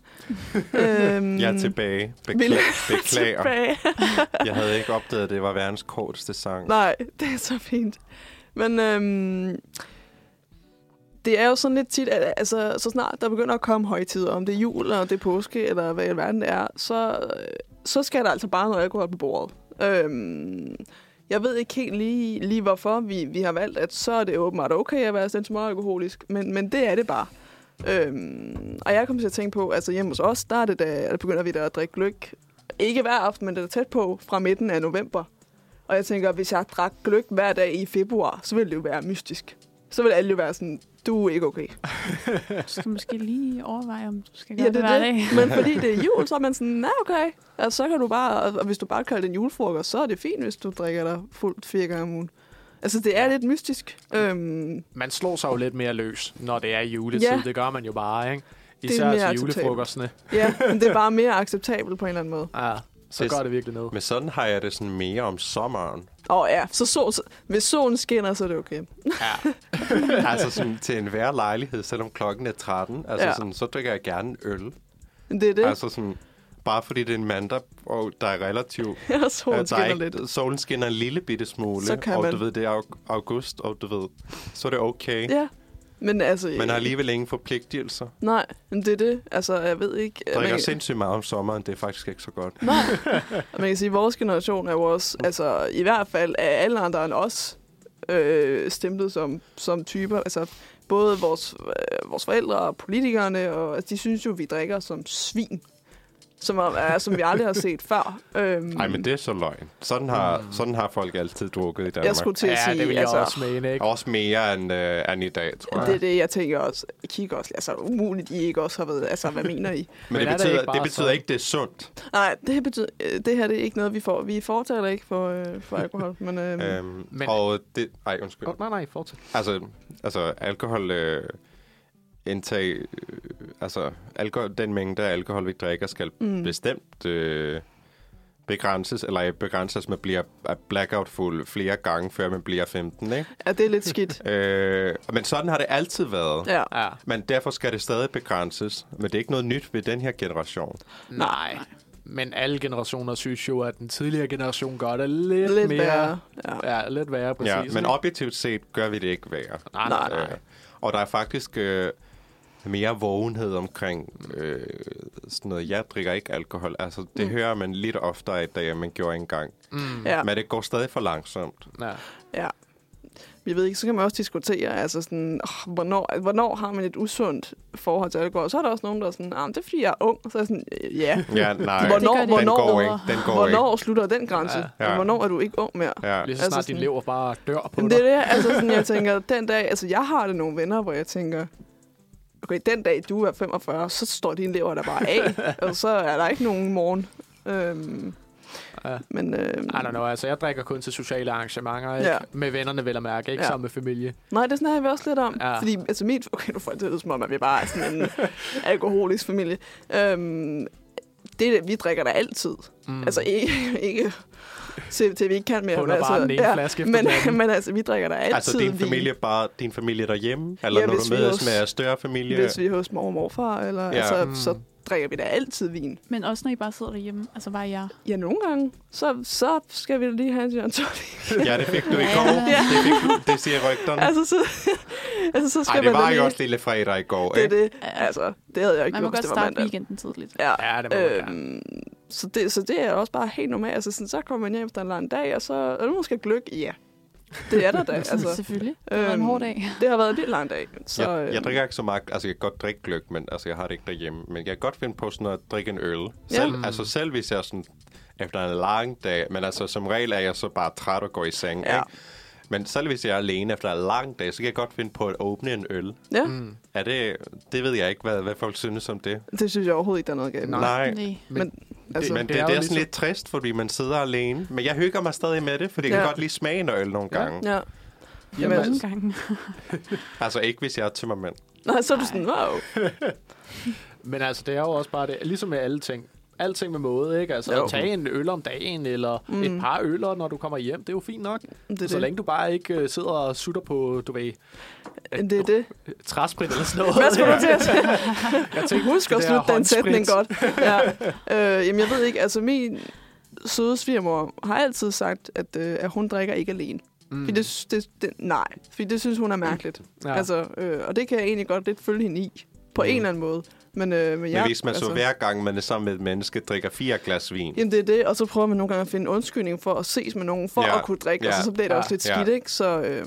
[SPEAKER 3] øhm,
[SPEAKER 4] Jeg er tilbage.
[SPEAKER 3] Vil-
[SPEAKER 4] Bekla- beklager.
[SPEAKER 3] *laughs* tilbage.
[SPEAKER 4] Jeg havde ikke opdaget, at det var verdens korteste sang.
[SPEAKER 3] Nej, *laughs* det er så fint. Men øhm, det er jo sådan lidt tit, at altså, så snart der begynder at komme højtider, om det er jul, eller om det er påske, eller hvad i verden det er, så, øh, så skal der altså bare noget alkohol på bordet. Øhm, jeg ved ikke helt lige, lige hvorfor vi, vi har valgt, at så er det åbenbart okay at være sådan småalkoholisk, men, men det er det bare. Øhm, og jeg kom til at tænke på, altså hjemme hos os, der er det da, eller begynder vi da at drikke gløk. Ikke hver aften, men det er tæt på fra midten af november. Og jeg tænker, hvis jeg drak gløk hver dag i februar, så ville det jo være mystisk. Så ville alle jo være sådan, du er ikke okay.
[SPEAKER 5] Du skal måske lige overveje, om du skal gøre ja, det, det hver
[SPEAKER 3] er
[SPEAKER 5] dag.
[SPEAKER 3] Men fordi det er jul, så er man sådan, nej okay. Og så kan du bare, og hvis du bare kalder det en julefrokost, så er det fint, hvis du drikker dig fuldt fire gange om ugen. Altså, det er lidt mystisk. Øhm,
[SPEAKER 2] man slår sig jo lidt mere løs, når det er juletid.
[SPEAKER 3] Ja.
[SPEAKER 2] Ja. Det gør man jo bare, ikke?
[SPEAKER 3] er
[SPEAKER 2] Især
[SPEAKER 3] mere
[SPEAKER 2] til julefrokostene.
[SPEAKER 3] ja, men det er bare mere acceptabelt på en eller anden måde.
[SPEAKER 2] Ja, så
[SPEAKER 4] Det-
[SPEAKER 2] gør det virkelig noget.
[SPEAKER 4] Men sådan har jeg det sådan mere om
[SPEAKER 3] *laughs*
[SPEAKER 4] sommeren.
[SPEAKER 3] Og ja, så, sol, så hvis solen skinner, så er det okay.
[SPEAKER 2] Ja.
[SPEAKER 4] altså sådan til enhver lejlighed, selvom klokken er 13. Altså
[SPEAKER 3] Ja.
[SPEAKER 4] ja. sådan, så drikker jeg gerne en øl.
[SPEAKER 3] Men det er det. Altså, *laughs*
[SPEAKER 4] Altså sådan, bare fordi det er en mandag, og der er relativt...
[SPEAKER 3] og solen
[SPEAKER 4] at altså, der er
[SPEAKER 3] skinner
[SPEAKER 4] ikke,
[SPEAKER 3] lidt.
[SPEAKER 4] Solen skinner en lille bitte smule,
[SPEAKER 3] Så kan
[SPEAKER 4] og
[SPEAKER 3] man.
[SPEAKER 4] du ved, det er aug- august, og du ved, så er det okay.
[SPEAKER 3] Ja, men altså...
[SPEAKER 4] Man har alligevel ingen forpligtelser.
[SPEAKER 3] Nej, men det er det. Altså, jeg ved ikke... man
[SPEAKER 4] Drikker
[SPEAKER 3] kan-
[SPEAKER 4] sindssygt meget om sommeren, det er faktisk ikke så godt.
[SPEAKER 3] Nej. Og man kan sige, at vores generation er jo også, altså i hvert fald af alle andre end os, øh, stemplet som, som typer. Altså, både vores, øh, vores forældre og politikerne, og altså, de synes jo, vi drikker som svin, som, er, er, som vi aldrig har set før. Øhm,
[SPEAKER 4] Nej, men det er så løgn. Sådan har, sådan har folk altid drukket i Danmark.
[SPEAKER 3] Mm. jeg skulle *laughs* til at
[SPEAKER 2] ja,
[SPEAKER 3] sige,
[SPEAKER 2] det vil jeg
[SPEAKER 3] altså,
[SPEAKER 2] også mene, ikke?
[SPEAKER 4] Også mere end, øh, end i dag, tror jeg.
[SPEAKER 3] det er det, jeg tænker også. Kig også, altså umuligt, I ikke også har været, altså hvad mener I?
[SPEAKER 4] Men,
[SPEAKER 2] Men er
[SPEAKER 4] det
[SPEAKER 2] det
[SPEAKER 4] betyder,
[SPEAKER 2] ikke
[SPEAKER 4] det,
[SPEAKER 2] bare
[SPEAKER 4] betyder
[SPEAKER 2] så-
[SPEAKER 4] ikke, det er sundt.
[SPEAKER 3] Nej, det, her betyder, øh, det her det er ikke noget, vi får. Vi foretaler ikke for, øh, for alkohol, men øh, øh.
[SPEAKER 4] Øhm,
[SPEAKER 2] Men-
[SPEAKER 4] Og det... Ej, undskyld.
[SPEAKER 2] Oh, nej, nej, fortsæt.
[SPEAKER 4] Altså, altså alkohol... Øh, indtag... Øh, altså, alkohol, den mængde af alkohol, vi drikker, skal
[SPEAKER 3] Mm.
[SPEAKER 4] mm. bestemt øh, begrænses, eller øh, begrænses, man bliver blackout fuld flere gange, før man bliver 15, ikke?
[SPEAKER 3] Ja, det er lidt
[SPEAKER 2] *laughs*
[SPEAKER 3] skidt.
[SPEAKER 4] Øh, men sådan har det altid været.
[SPEAKER 3] Ja.
[SPEAKER 2] Ja.
[SPEAKER 4] Men derfor skal det stadig begrænses. Men det er ikke noget nyt ved den her generation.
[SPEAKER 2] Nej. Men alle generationer synes jo, at den tidligere generation gør det lidt,
[SPEAKER 3] Lidt
[SPEAKER 2] mere...
[SPEAKER 3] værre. Ja.
[SPEAKER 2] Ja, lidt værre, præcis.
[SPEAKER 4] Ja, men
[SPEAKER 2] ikke?
[SPEAKER 4] objektivt set gør vi det ikke værre.
[SPEAKER 2] Nej,
[SPEAKER 3] Nej,
[SPEAKER 2] nej,
[SPEAKER 3] nej.
[SPEAKER 2] nej.
[SPEAKER 4] Øh, og der er faktisk øh, mere vågenhed omkring øh, sådan noget. Jeg drikker ikke alkohol. Altså, det mm. hører man lidt oftere i dag, end man gjorde engang.
[SPEAKER 2] Mm,
[SPEAKER 3] Ja.
[SPEAKER 4] Ja. Men det går stadig for langsomt.
[SPEAKER 2] ja.
[SPEAKER 3] Ja. Jeg ved ikke, så kan man også diskutere, altså sådan, oh, hvornår, hvornår har man et usundt forhold til alkohol? Så er der også nogen, der er sådan, ah, men det er fordi, jeg er ung. Så er jeg sådan, "Øh, ja,
[SPEAKER 4] Ja, nej.
[SPEAKER 3] Hvornår-
[SPEAKER 5] det gør det
[SPEAKER 4] den
[SPEAKER 3] hvornår-
[SPEAKER 4] går ikke. Den går
[SPEAKER 3] hvornår
[SPEAKER 4] ikke.
[SPEAKER 3] slutter den grænse?
[SPEAKER 2] Ja.
[SPEAKER 3] Ja.
[SPEAKER 4] Ja.
[SPEAKER 3] Hvornår er du ikke ung mere?
[SPEAKER 4] Ja.
[SPEAKER 2] Lige så
[SPEAKER 3] Altså
[SPEAKER 2] snart altså,
[SPEAKER 3] sådan-
[SPEAKER 2] din lever bare dør på
[SPEAKER 3] Jamen, det
[SPEAKER 2] dig.
[SPEAKER 3] er det, altså sådan, jeg tænker, den dag, altså jeg har det nogle venner, hvor jeg tænker, okay, den dag du er 45, så står din lever der bare af, og så er der ikke nogen morgen. Øhm,
[SPEAKER 2] Ja.
[SPEAKER 3] men øhm,
[SPEAKER 2] I don't know, altså jeg drikker kun til sociale arrangementer, ikke?
[SPEAKER 3] Ja.
[SPEAKER 2] Ja. med vennerne vel at mærke, ikke
[SPEAKER 3] Ja.
[SPEAKER 2] ja. sammen med familie.
[SPEAKER 3] nej, det snakker vi også lidt om. Ja.
[SPEAKER 2] Ja.
[SPEAKER 3] Fordi altså mit, okay, nu får jeg det til at lyde, som om, at vi bare er sådan en alkoholisk familie. Øhm, det, er det, vi drikker der altid. Mm. Altså ikke, ikke til, til, vi ikke kan mere.
[SPEAKER 2] Putter
[SPEAKER 3] men
[SPEAKER 2] bare den ene flaske efter den
[SPEAKER 3] *laughs* men,
[SPEAKER 2] anden.
[SPEAKER 3] men altså, vi drikker der altid
[SPEAKER 4] Altså, din familie, bare, din familie derhjemme? Eller
[SPEAKER 3] Ja,
[SPEAKER 4] når
[SPEAKER 3] hvis
[SPEAKER 4] du
[SPEAKER 3] vi
[SPEAKER 4] med
[SPEAKER 3] også-
[SPEAKER 4] med en større familie?
[SPEAKER 3] vin, hvis vi er hos mor og morfar, eller, ja.
[SPEAKER 4] Ja.
[SPEAKER 3] altså,
[SPEAKER 2] Mm.
[SPEAKER 3] så drikker vi da altid vin.
[SPEAKER 5] Men også når I bare sidder derhjemme, altså bare jer.
[SPEAKER 3] Ja, nogle gange, så, så skal vi da lige have en gin tonic.
[SPEAKER 4] Ja, det fik du i
[SPEAKER 5] Ja.
[SPEAKER 4] går.
[SPEAKER 5] Ja.
[SPEAKER 4] Det, fik du, det siger rygterne.
[SPEAKER 3] *laughs* Altså, så, altså, så skal
[SPEAKER 4] Ej, det
[SPEAKER 3] man da
[SPEAKER 4] var
[SPEAKER 3] lige...
[SPEAKER 4] jo også lille fredag i går,
[SPEAKER 3] Det er
[SPEAKER 4] ikke?
[SPEAKER 3] det. Altså, det havde jeg ikke
[SPEAKER 5] Man må
[SPEAKER 3] gjort, hvis det
[SPEAKER 5] godt
[SPEAKER 3] var
[SPEAKER 5] starte
[SPEAKER 3] mandag.
[SPEAKER 5] weekenden tidligt.
[SPEAKER 3] Ja,
[SPEAKER 2] Ja, det må man gerne.
[SPEAKER 3] øhm, så, det, så det er også bare helt normalt. Altså, sådan, så kommer man hjem efter en lang dag, og så er det måske gløk. Ja, det
[SPEAKER 2] *laughs*
[SPEAKER 3] er der da.
[SPEAKER 5] Altså,
[SPEAKER 3] Altså,
[SPEAKER 5] Selvfølgelig. Det var en
[SPEAKER 3] øhm,
[SPEAKER 5] hård dag.
[SPEAKER 3] det har været en lidt lang dag. Så,
[SPEAKER 4] Så, jeg,
[SPEAKER 3] øhm,
[SPEAKER 4] jeg drikker ikke så meget, altså jeg kan godt drikke gløk, men altså jeg har det ikke derhjemme. Men jeg kan godt finde på sådan at drikke en øl.
[SPEAKER 3] Ja.
[SPEAKER 4] Selv, Altså selv hvis jeg er sådan efter en lang dag, men altså som regel er jeg så bare træt og går i seng,
[SPEAKER 3] Ja.
[SPEAKER 4] ja. ikke? Men selv hvis jeg er alene efter en lang dag, så kan jeg godt finde på at åbne en øl.
[SPEAKER 3] Ja,
[SPEAKER 4] Er det, det ved jeg ikke, hvad, hvad folk synes om det.
[SPEAKER 3] det synes jeg overhovedet ikke, der er noget galt. med.
[SPEAKER 4] Nej.
[SPEAKER 5] Nej.
[SPEAKER 3] Men, altså,
[SPEAKER 4] Men det, det
[SPEAKER 2] jo
[SPEAKER 4] er, det er sådan
[SPEAKER 2] ligesom-
[SPEAKER 4] lidt trist, fordi man sidder alene. Men jeg hygger mig stadig med det, fordi jeg
[SPEAKER 3] Ja.
[SPEAKER 4] kan godt lide smagen af øl nogle
[SPEAKER 2] Ja.
[SPEAKER 4] gange.
[SPEAKER 3] ja.
[SPEAKER 5] Jamen,
[SPEAKER 3] Jamen,
[SPEAKER 5] Nogle
[SPEAKER 3] altså,
[SPEAKER 5] gange.
[SPEAKER 4] Altså ikke, hvis jeg er tømmermænd.
[SPEAKER 3] nej, så er du sådan, wow.
[SPEAKER 2] Men altså, det er jo også bare det, ligesom med alle ting. Alting med måde, ikke? Altså,
[SPEAKER 3] Jo.
[SPEAKER 2] at tage en øl om dagen, eller mm. et par øller, når du kommer hjem, det er jo fint nok.
[SPEAKER 3] Det er
[SPEAKER 2] så
[SPEAKER 3] det.
[SPEAKER 2] længe du bare ikke øh, sidder og sutter på, du ved,
[SPEAKER 3] Det er
[SPEAKER 2] *laughs*
[SPEAKER 3] det.
[SPEAKER 2] træsprit eller sådan noget.
[SPEAKER 3] Hvad skulle du til at
[SPEAKER 2] *laughs*
[SPEAKER 3] sige?
[SPEAKER 2] Jeg tænkte,
[SPEAKER 3] Husk
[SPEAKER 2] det
[SPEAKER 3] at
[SPEAKER 2] der
[SPEAKER 3] slutte den
[SPEAKER 2] håndsprit. *laughs*
[SPEAKER 3] sætning godt. Ja. Øh, jamen, jeg ved ikke, altså min søde svigermor har altid sagt, at, øh, at hun drikker ikke alene. Mm. Fordi det, sy- det, det, nej, fordi det synes hun er mærkeligt. Ja.
[SPEAKER 2] Ja.
[SPEAKER 3] Altså, øh, og det kan jeg egentlig godt lidt følge hende i, på mm. en eller anden måde. Men, øh, men, jeg,
[SPEAKER 4] Men hvis man
[SPEAKER 3] altså,
[SPEAKER 4] så hver gang, man er sammen med et menneske, drikker fire glas vin.
[SPEAKER 3] Jamen det er det, og så prøver man nogle gange at finde undskyldning for at ses med nogen, for ja.
[SPEAKER 4] Ja.
[SPEAKER 3] at kunne drikke, ja.
[SPEAKER 4] Ja.
[SPEAKER 3] og så, så bliver det
[SPEAKER 2] Ja.
[SPEAKER 3] også lidt
[SPEAKER 4] Ja.
[SPEAKER 3] skidt, ikke? Så, øh,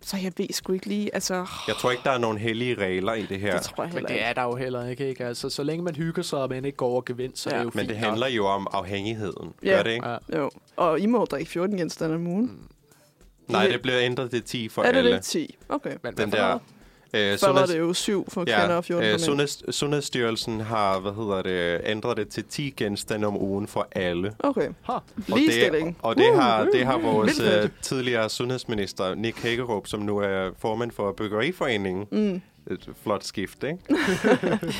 [SPEAKER 3] så jeg ved sgu ikke lige, altså,
[SPEAKER 4] Jeg tror ikke, der er nogen hellige regler i det her.
[SPEAKER 3] det tror jeg
[SPEAKER 2] Men
[SPEAKER 3] heller
[SPEAKER 2] det
[SPEAKER 3] ikke.
[SPEAKER 2] er der jo heller ikke, ikke? Altså, så længe man hygger sig, og man ikke går over gevind, så
[SPEAKER 3] Ja.
[SPEAKER 2] ja. er det jo
[SPEAKER 4] Men
[SPEAKER 2] fint
[SPEAKER 4] det handler
[SPEAKER 2] nok.
[SPEAKER 4] jo om afhængigheden.
[SPEAKER 3] Ja.
[SPEAKER 4] Ja. Gør det ikke?
[SPEAKER 2] Ja.
[SPEAKER 3] Jo. Og I må drikke 14 genstande om ugen.
[SPEAKER 2] Mm.
[SPEAKER 4] Nej, det bliver ændret til 10 for
[SPEAKER 3] er det
[SPEAKER 4] alle.
[SPEAKER 3] det 10? Okay.
[SPEAKER 2] Men
[SPEAKER 4] Den
[SPEAKER 2] hvad
[SPEAKER 4] der... Øh,
[SPEAKER 3] Før var det jo 7 for kvinder og 14 for
[SPEAKER 4] øh,
[SPEAKER 3] mænd.
[SPEAKER 4] Sundheds, Sundhedsstyrelsen har, hvad hedder det, ændret det til 10 genstande om ugen for alle.
[SPEAKER 3] Okay.
[SPEAKER 2] Ha.
[SPEAKER 3] Ligestilling. Uh,
[SPEAKER 4] Og det, og det, har, det har vores
[SPEAKER 3] Vildt fedt.
[SPEAKER 4] øh, tidligere sundhedsminister, Nick Hækkerup, som nu er formand for Byggeriforeningen. Mm. Et flot
[SPEAKER 3] *laughs*
[SPEAKER 4] skift, ikke?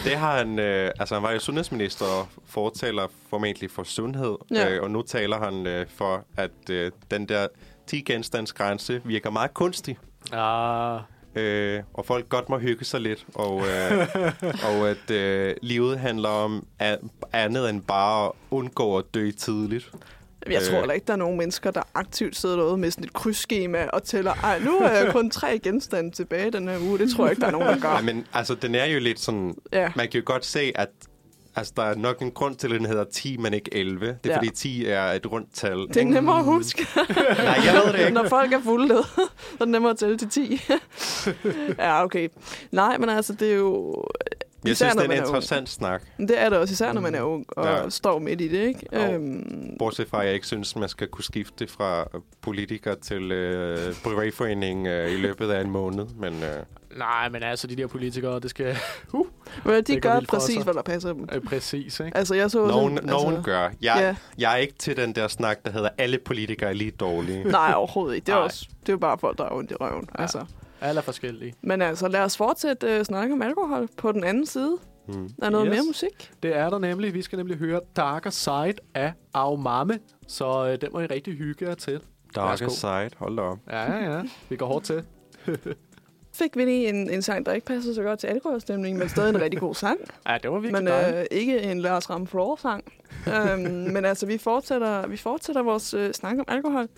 [SPEAKER 4] det har han... Øh, altså, han var jo sundhedsminister og fortaler formentlig for sundhed.
[SPEAKER 3] Ja.
[SPEAKER 4] Ja. Øh, og nu taler han øh, for, at øh, den der 10-genstandsgrænse virker meget kunstig.
[SPEAKER 2] Ah,
[SPEAKER 4] Øh, og folk godt må hygge sig lidt, og,
[SPEAKER 3] *laughs*
[SPEAKER 4] øh, og at øh, livet handler om a- andet end bare at undgå at dø tidligt.
[SPEAKER 3] Jamen, Jeg tror
[SPEAKER 4] Øh.
[SPEAKER 3] heller ikke, der er nogen mennesker, der aktivt sidder derude med sådan et krydsskema og tæller, ej, nu er jeg kun tre genstande tilbage den her uge. Det tror jeg ikke, der er nogen, der gør.
[SPEAKER 4] Ja, men altså, den er jo lidt sådan...
[SPEAKER 3] Ja.
[SPEAKER 4] Man kan jo godt se, at Altså, der er nok en grund til, at den hedder 10, men ikke 11. Det er,
[SPEAKER 3] Ja.
[SPEAKER 4] ja. fordi 10 er et rundt tal.
[SPEAKER 3] Det er nemmere at huske.
[SPEAKER 4] *laughs* Nej, jeg ved det ikke.
[SPEAKER 3] Når folk er fulde, så er det nemmere at tælle til 10. *laughs* ja, okay. Nej, men altså, det er jo...
[SPEAKER 4] Jeg
[SPEAKER 3] især
[SPEAKER 4] synes,
[SPEAKER 3] når
[SPEAKER 4] det er
[SPEAKER 3] man
[SPEAKER 4] en
[SPEAKER 3] ung.
[SPEAKER 4] interessant snak.
[SPEAKER 3] Det er det også, især når man er ung og ja.
[SPEAKER 4] Ja.
[SPEAKER 3] står midt i det, ikke?
[SPEAKER 4] Jo.
[SPEAKER 3] Øhm,
[SPEAKER 4] Bortset fra, at jeg ikke synes, man skal kunne skifte fra øh, politiker til øh, privatforening øh, i løbet af en måned. Men øh,
[SPEAKER 2] Nej, men altså, de der politikere, det skal... *laughs*
[SPEAKER 3] men
[SPEAKER 2] går
[SPEAKER 3] de gør
[SPEAKER 2] vildt for
[SPEAKER 3] præcis,
[SPEAKER 2] sig.
[SPEAKER 3] hvad der passer dem.
[SPEAKER 2] Øh, præcis, ikke?
[SPEAKER 3] Altså, jeg så... også
[SPEAKER 4] nogen,
[SPEAKER 3] en- altså-
[SPEAKER 4] nogen gør. Jeg,
[SPEAKER 3] Ja.
[SPEAKER 4] jeg er ikke til den der snak, der hedder, alle politikere er lige
[SPEAKER 3] *laughs*
[SPEAKER 4] dårlige.
[SPEAKER 3] Nej, overhovedet ikke. Det er,
[SPEAKER 2] Nej.
[SPEAKER 3] også, det er jo bare folk, der er ondt i røven. Ja.
[SPEAKER 2] Ja.
[SPEAKER 3] Altså.
[SPEAKER 2] Alle er forskellige.
[SPEAKER 3] Men altså, lad os fortsætte øh, snakke om alkohol på den anden side.
[SPEAKER 4] Mm.
[SPEAKER 3] Der er noget yes.
[SPEAKER 2] Yes.
[SPEAKER 3] mere musik.
[SPEAKER 2] Det er der nemlig. Vi skal nemlig høre Darker Side af Aumame. Så øh, den må I rigtig hygge jer til.
[SPEAKER 4] Darker
[SPEAKER 2] Værsgo.
[SPEAKER 4] side, hold da op.
[SPEAKER 2] Ja, ja, ja. Vi går hårdt til.
[SPEAKER 3] Fik vi lige en, en sang, der ikke passer så godt til alkoholstemningen, men stadig en rigtig god sang.
[SPEAKER 2] Ja, det var virkelig
[SPEAKER 3] men
[SPEAKER 2] dejligt.
[SPEAKER 3] øh, ikke en Lars Ramme Flore-sang. øhm, men altså, vi fortsætter, vi fortsætter vores øh, snak om alkohol.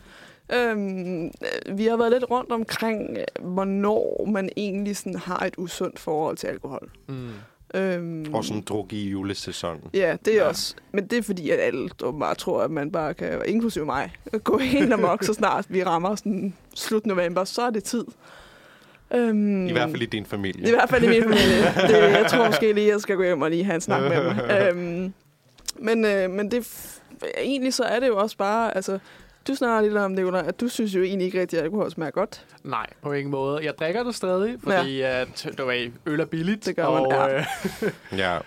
[SPEAKER 3] Øhm, øh, vi har været lidt rundt omkring, øh, hvornår man egentlig sådan har et usundt forhold til alkohol.
[SPEAKER 2] Mm.
[SPEAKER 3] Øhm,
[SPEAKER 4] Og sådan druk i julesæsonen.
[SPEAKER 3] Ja, det er ja.
[SPEAKER 2] Ja.
[SPEAKER 3] også. Men det er fordi, at alle bare tror, at man bare kan, inklusive mig, gå helt amok, så snart vi rammer sådan slut november, så er det tid. Øhm,
[SPEAKER 4] I hvert fald i din familie.
[SPEAKER 3] i hvert fald i min familie. Det, jeg tror måske lige, jeg skal gå hjem og lige have en snak med dem. Øhm, men, øh, men det, f- egentlig så er det jo også bare, altså, du snakker lidt om det, Ulla, at du synes jo egentlig ikke rigtig, at alkohol smager godt.
[SPEAKER 2] Nej, på ingen måde. Jeg drikker det stadig, fordi ja. at, du ved, øl er billigt.
[SPEAKER 3] Det gør
[SPEAKER 2] og,
[SPEAKER 3] man, ja.
[SPEAKER 2] øh,
[SPEAKER 4] Ja.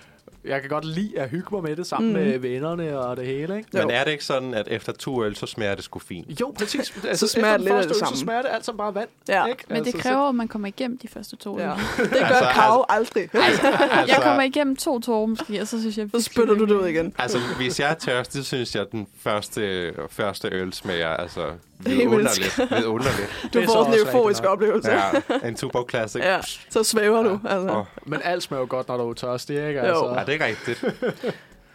[SPEAKER 2] jeg kan godt lide at hygge mig med det sammen
[SPEAKER 3] Mm.
[SPEAKER 2] mm. med vennerne og det hele, ikke?
[SPEAKER 3] Jo.
[SPEAKER 4] Men er det ikke sådan, at efter to øl, så smager det sgu fint?
[SPEAKER 2] Jo,
[SPEAKER 3] *laughs*
[SPEAKER 2] præcis. Altså,
[SPEAKER 3] smager
[SPEAKER 2] efter
[SPEAKER 3] det
[SPEAKER 2] den
[SPEAKER 3] lidt af
[SPEAKER 2] første
[SPEAKER 3] det
[SPEAKER 2] øl,
[SPEAKER 3] samme.
[SPEAKER 2] Så smager det alt sammen bare vand.
[SPEAKER 3] Ja.
[SPEAKER 2] Ikke? Altså,
[SPEAKER 5] Men det
[SPEAKER 2] så-
[SPEAKER 5] kræver, at man kommer igennem de første to. *laughs*
[SPEAKER 3] ja.
[SPEAKER 5] Ja.
[SPEAKER 3] Det gør
[SPEAKER 4] Altså,
[SPEAKER 3] kav aldrig.
[SPEAKER 4] Altså,
[SPEAKER 5] Jeg kommer igennem to tårer måske, og så synes jeg...
[SPEAKER 3] Så spytter du det ud igen.
[SPEAKER 4] Altså, hvis jeg er tørstig, synes jeg, at den første, første øl smager
[SPEAKER 3] *laughs*
[SPEAKER 4] altså,
[SPEAKER 3] Himmelsk.
[SPEAKER 4] vidunderligt.
[SPEAKER 3] *laughs*
[SPEAKER 4] vidunderligt.
[SPEAKER 3] Du
[SPEAKER 2] Det er så
[SPEAKER 3] får sådan
[SPEAKER 2] også
[SPEAKER 3] en
[SPEAKER 2] rigtigt
[SPEAKER 3] euforisk
[SPEAKER 2] nok.
[SPEAKER 3] oplevelse. Ja.
[SPEAKER 4] Ja, en Tuborg Classic.
[SPEAKER 3] ja. Så svæver du. Altså.
[SPEAKER 4] Åh,
[SPEAKER 2] Men alt smager jo godt, når du er tørstig, ikke? Altså,
[SPEAKER 3] Jo.
[SPEAKER 4] er det ikke rigtigt?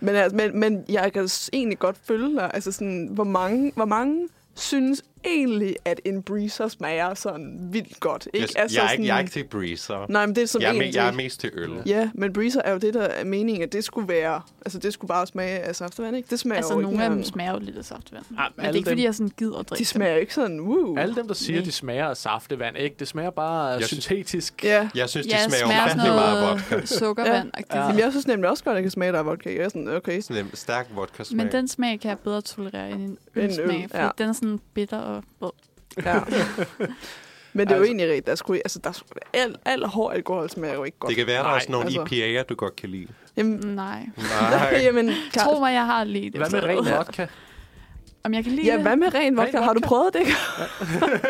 [SPEAKER 3] Men, altså, men, men jeg kan s- egentlig godt følge dig. Altså sådan, hvor mange, hvor mange synes egentlig, at en breezer smager sådan vildt godt. Ikke?
[SPEAKER 4] Jeg,
[SPEAKER 3] altså
[SPEAKER 4] jeg, er
[SPEAKER 3] sådan,
[SPEAKER 4] ikke, jeg er ikke til breezer.
[SPEAKER 3] Nej, men det er som
[SPEAKER 4] Jeg er,
[SPEAKER 3] en
[SPEAKER 4] me, jeg er mest til øl.
[SPEAKER 3] Ja, men breezer er jo det, der er meningen, at det skulle være... Altså, det skulle bare smage af saftevand, ikke? Det smager
[SPEAKER 5] Altså,
[SPEAKER 3] jo ikke
[SPEAKER 5] nogle af dem
[SPEAKER 3] engang-
[SPEAKER 5] smager jo lidt af saftvand. Men
[SPEAKER 2] Ah,
[SPEAKER 5] det er ikke, fordi jeg sådan gider at drikke
[SPEAKER 3] De smager jo ikke sådan, woo.
[SPEAKER 2] Alle dem, der siger,
[SPEAKER 3] Mm.
[SPEAKER 2] at de smager af saftevand, ikke? Det smager bare jeg
[SPEAKER 4] Jeg synes-
[SPEAKER 2] syntetisk.
[SPEAKER 3] Ja.
[SPEAKER 4] Jeg synes,
[SPEAKER 5] dem.
[SPEAKER 4] de
[SPEAKER 5] Ja,
[SPEAKER 4] smager
[SPEAKER 5] smager sådan
[SPEAKER 4] ufattelig meget af
[SPEAKER 5] noget
[SPEAKER 4] vodka.
[SPEAKER 5] *laughs* sukkervand.
[SPEAKER 2] Ja.
[SPEAKER 3] Jamen, jeg synes nemlig også godt, at det kan smage der er vodka. Jeg er sådan, okay.
[SPEAKER 4] Sådan en stærk vodka smag.
[SPEAKER 5] Men den smag kan jeg bedre tolerere end en
[SPEAKER 3] øl,
[SPEAKER 5] ølsmag, fordi
[SPEAKER 3] ja.
[SPEAKER 5] ja. den er sådan bitter og våd.
[SPEAKER 4] *laughs*
[SPEAKER 3] Ja. men det er jo
[SPEAKER 2] Altså-
[SPEAKER 3] egentlig rigtigt. Der skulle, altså, der skulle, al, al hård alkohol smager jo ikke godt.
[SPEAKER 4] det kan være, der er
[SPEAKER 2] Nej,
[SPEAKER 4] sådan nogle
[SPEAKER 3] altså.
[SPEAKER 4] IPA'er, du godt kan
[SPEAKER 3] *laughs*
[SPEAKER 4] lide.
[SPEAKER 3] Jamen,
[SPEAKER 5] Mm, Nej.
[SPEAKER 4] Nej.
[SPEAKER 3] *laughs* jamen, klart.
[SPEAKER 5] Tro mig, jeg har lidt.
[SPEAKER 2] Hvad med ren vodka?
[SPEAKER 5] Om jeg kan lide
[SPEAKER 3] Ja, hvad med ren vodka? Har du prøvet det? *laughs*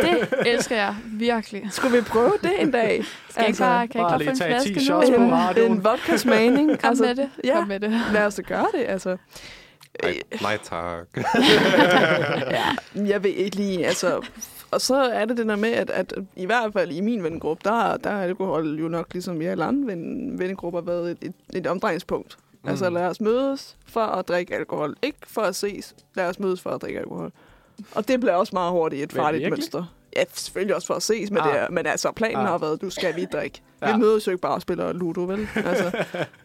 [SPEAKER 5] det? Det elsker jeg virkelig.
[SPEAKER 3] Skulle vi prøve det en dag?
[SPEAKER 5] Skal altså, jeg ikke bare,
[SPEAKER 2] bare
[SPEAKER 5] kan jeg ikke bare
[SPEAKER 2] lige
[SPEAKER 5] få en
[SPEAKER 2] tage
[SPEAKER 5] flaske
[SPEAKER 2] 10
[SPEAKER 5] nu?
[SPEAKER 2] shots på
[SPEAKER 5] Kom
[SPEAKER 2] radioen.
[SPEAKER 3] en vodka-smagning.
[SPEAKER 5] med det.
[SPEAKER 3] Altså, ja.
[SPEAKER 5] Kom med det.
[SPEAKER 3] Lad os da gøre det, altså.
[SPEAKER 4] Nej, nej tak.
[SPEAKER 3] Jeg ved ikke lige, altså... Og så er det det der med, at, at i hvert fald i min vennegruppe, der, der har alkohol jo nok ligesom i alle andre ven, vennegrupper været et, et, et omdrejningspunkt. Mm. Altså lad os mødes for at drikke alkohol. Ikke for at ses, lad os mødes for at drikke alkohol. Og det bliver også meget hurtigt et
[SPEAKER 2] Men
[SPEAKER 3] farligt
[SPEAKER 2] virkelig?
[SPEAKER 3] mønster. Ja, selvfølgelig også for at ses, men, ah.
[SPEAKER 2] Ah.
[SPEAKER 3] det er, men altså planen ah.
[SPEAKER 2] Ah.
[SPEAKER 3] har været, du skal vi drikke. Ja. Vi
[SPEAKER 2] Ja.
[SPEAKER 3] mødes jo ikke bare og spiller Ludo, vel? *laughs* Altså,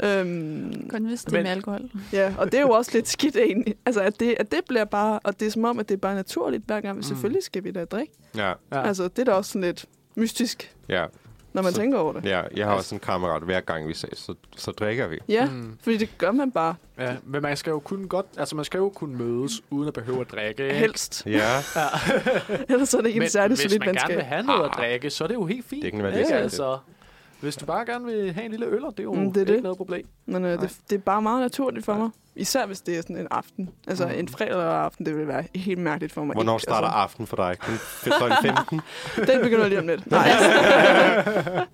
[SPEAKER 3] øhm,
[SPEAKER 5] Kun hvis det er med
[SPEAKER 2] Men-
[SPEAKER 5] alkohol.
[SPEAKER 3] Ja, og det er jo også lidt skidt egentlig. Altså, at det, at det bliver bare, og det er som om, at det er bare naturligt hver gang. Mm. Selvfølgelig skal vi da drikke.
[SPEAKER 4] Ja,
[SPEAKER 2] Ja.
[SPEAKER 3] Ja. Altså, det er da også sådan lidt mystisk,
[SPEAKER 4] ja,
[SPEAKER 3] når man så,
[SPEAKER 4] Så-
[SPEAKER 3] tænker over det. Ja,
[SPEAKER 4] ja. Jeg har også en kammerat, hver gang vi ses, så, så drikker vi.
[SPEAKER 3] ja mm.
[SPEAKER 2] Mm.
[SPEAKER 3] fordi det gør man bare
[SPEAKER 2] Ja, men man skal jo kun godt, altså man skal jo kunne mødes uden at behøve at drikke. ikke?
[SPEAKER 3] helst.
[SPEAKER 4] Ja,
[SPEAKER 3] *laughs* Ellers er det ikke
[SPEAKER 2] Men
[SPEAKER 3] en særlig
[SPEAKER 2] hvis
[SPEAKER 3] solid
[SPEAKER 2] man gerne vil
[SPEAKER 3] venskab.
[SPEAKER 2] have noget at drikke, så er det jo helt fint.
[SPEAKER 4] Ah. det kan være
[SPEAKER 2] Ikke,
[SPEAKER 4] det. Altså.
[SPEAKER 2] altså, hvis du bare gerne vil have en lille øl, det er jo
[SPEAKER 3] Mm,
[SPEAKER 2] mm,
[SPEAKER 3] det er
[SPEAKER 2] det ikke
[SPEAKER 3] det.
[SPEAKER 2] noget problem.
[SPEAKER 3] Men øh, det, det er bare meget naturligt for mig. Især hvis det er sådan en aften. Altså, mm.
[SPEAKER 2] Mm.
[SPEAKER 3] en fredag aften, det vil være helt mærkeligt for mig.
[SPEAKER 4] Hvornår
[SPEAKER 3] Ikke,
[SPEAKER 4] starter
[SPEAKER 3] altså,
[SPEAKER 4] aften for dig? Klokken
[SPEAKER 3] *laughs*
[SPEAKER 4] 15?
[SPEAKER 3] Den begynder lige om
[SPEAKER 4] *laughs*
[SPEAKER 3] lidt. Nej,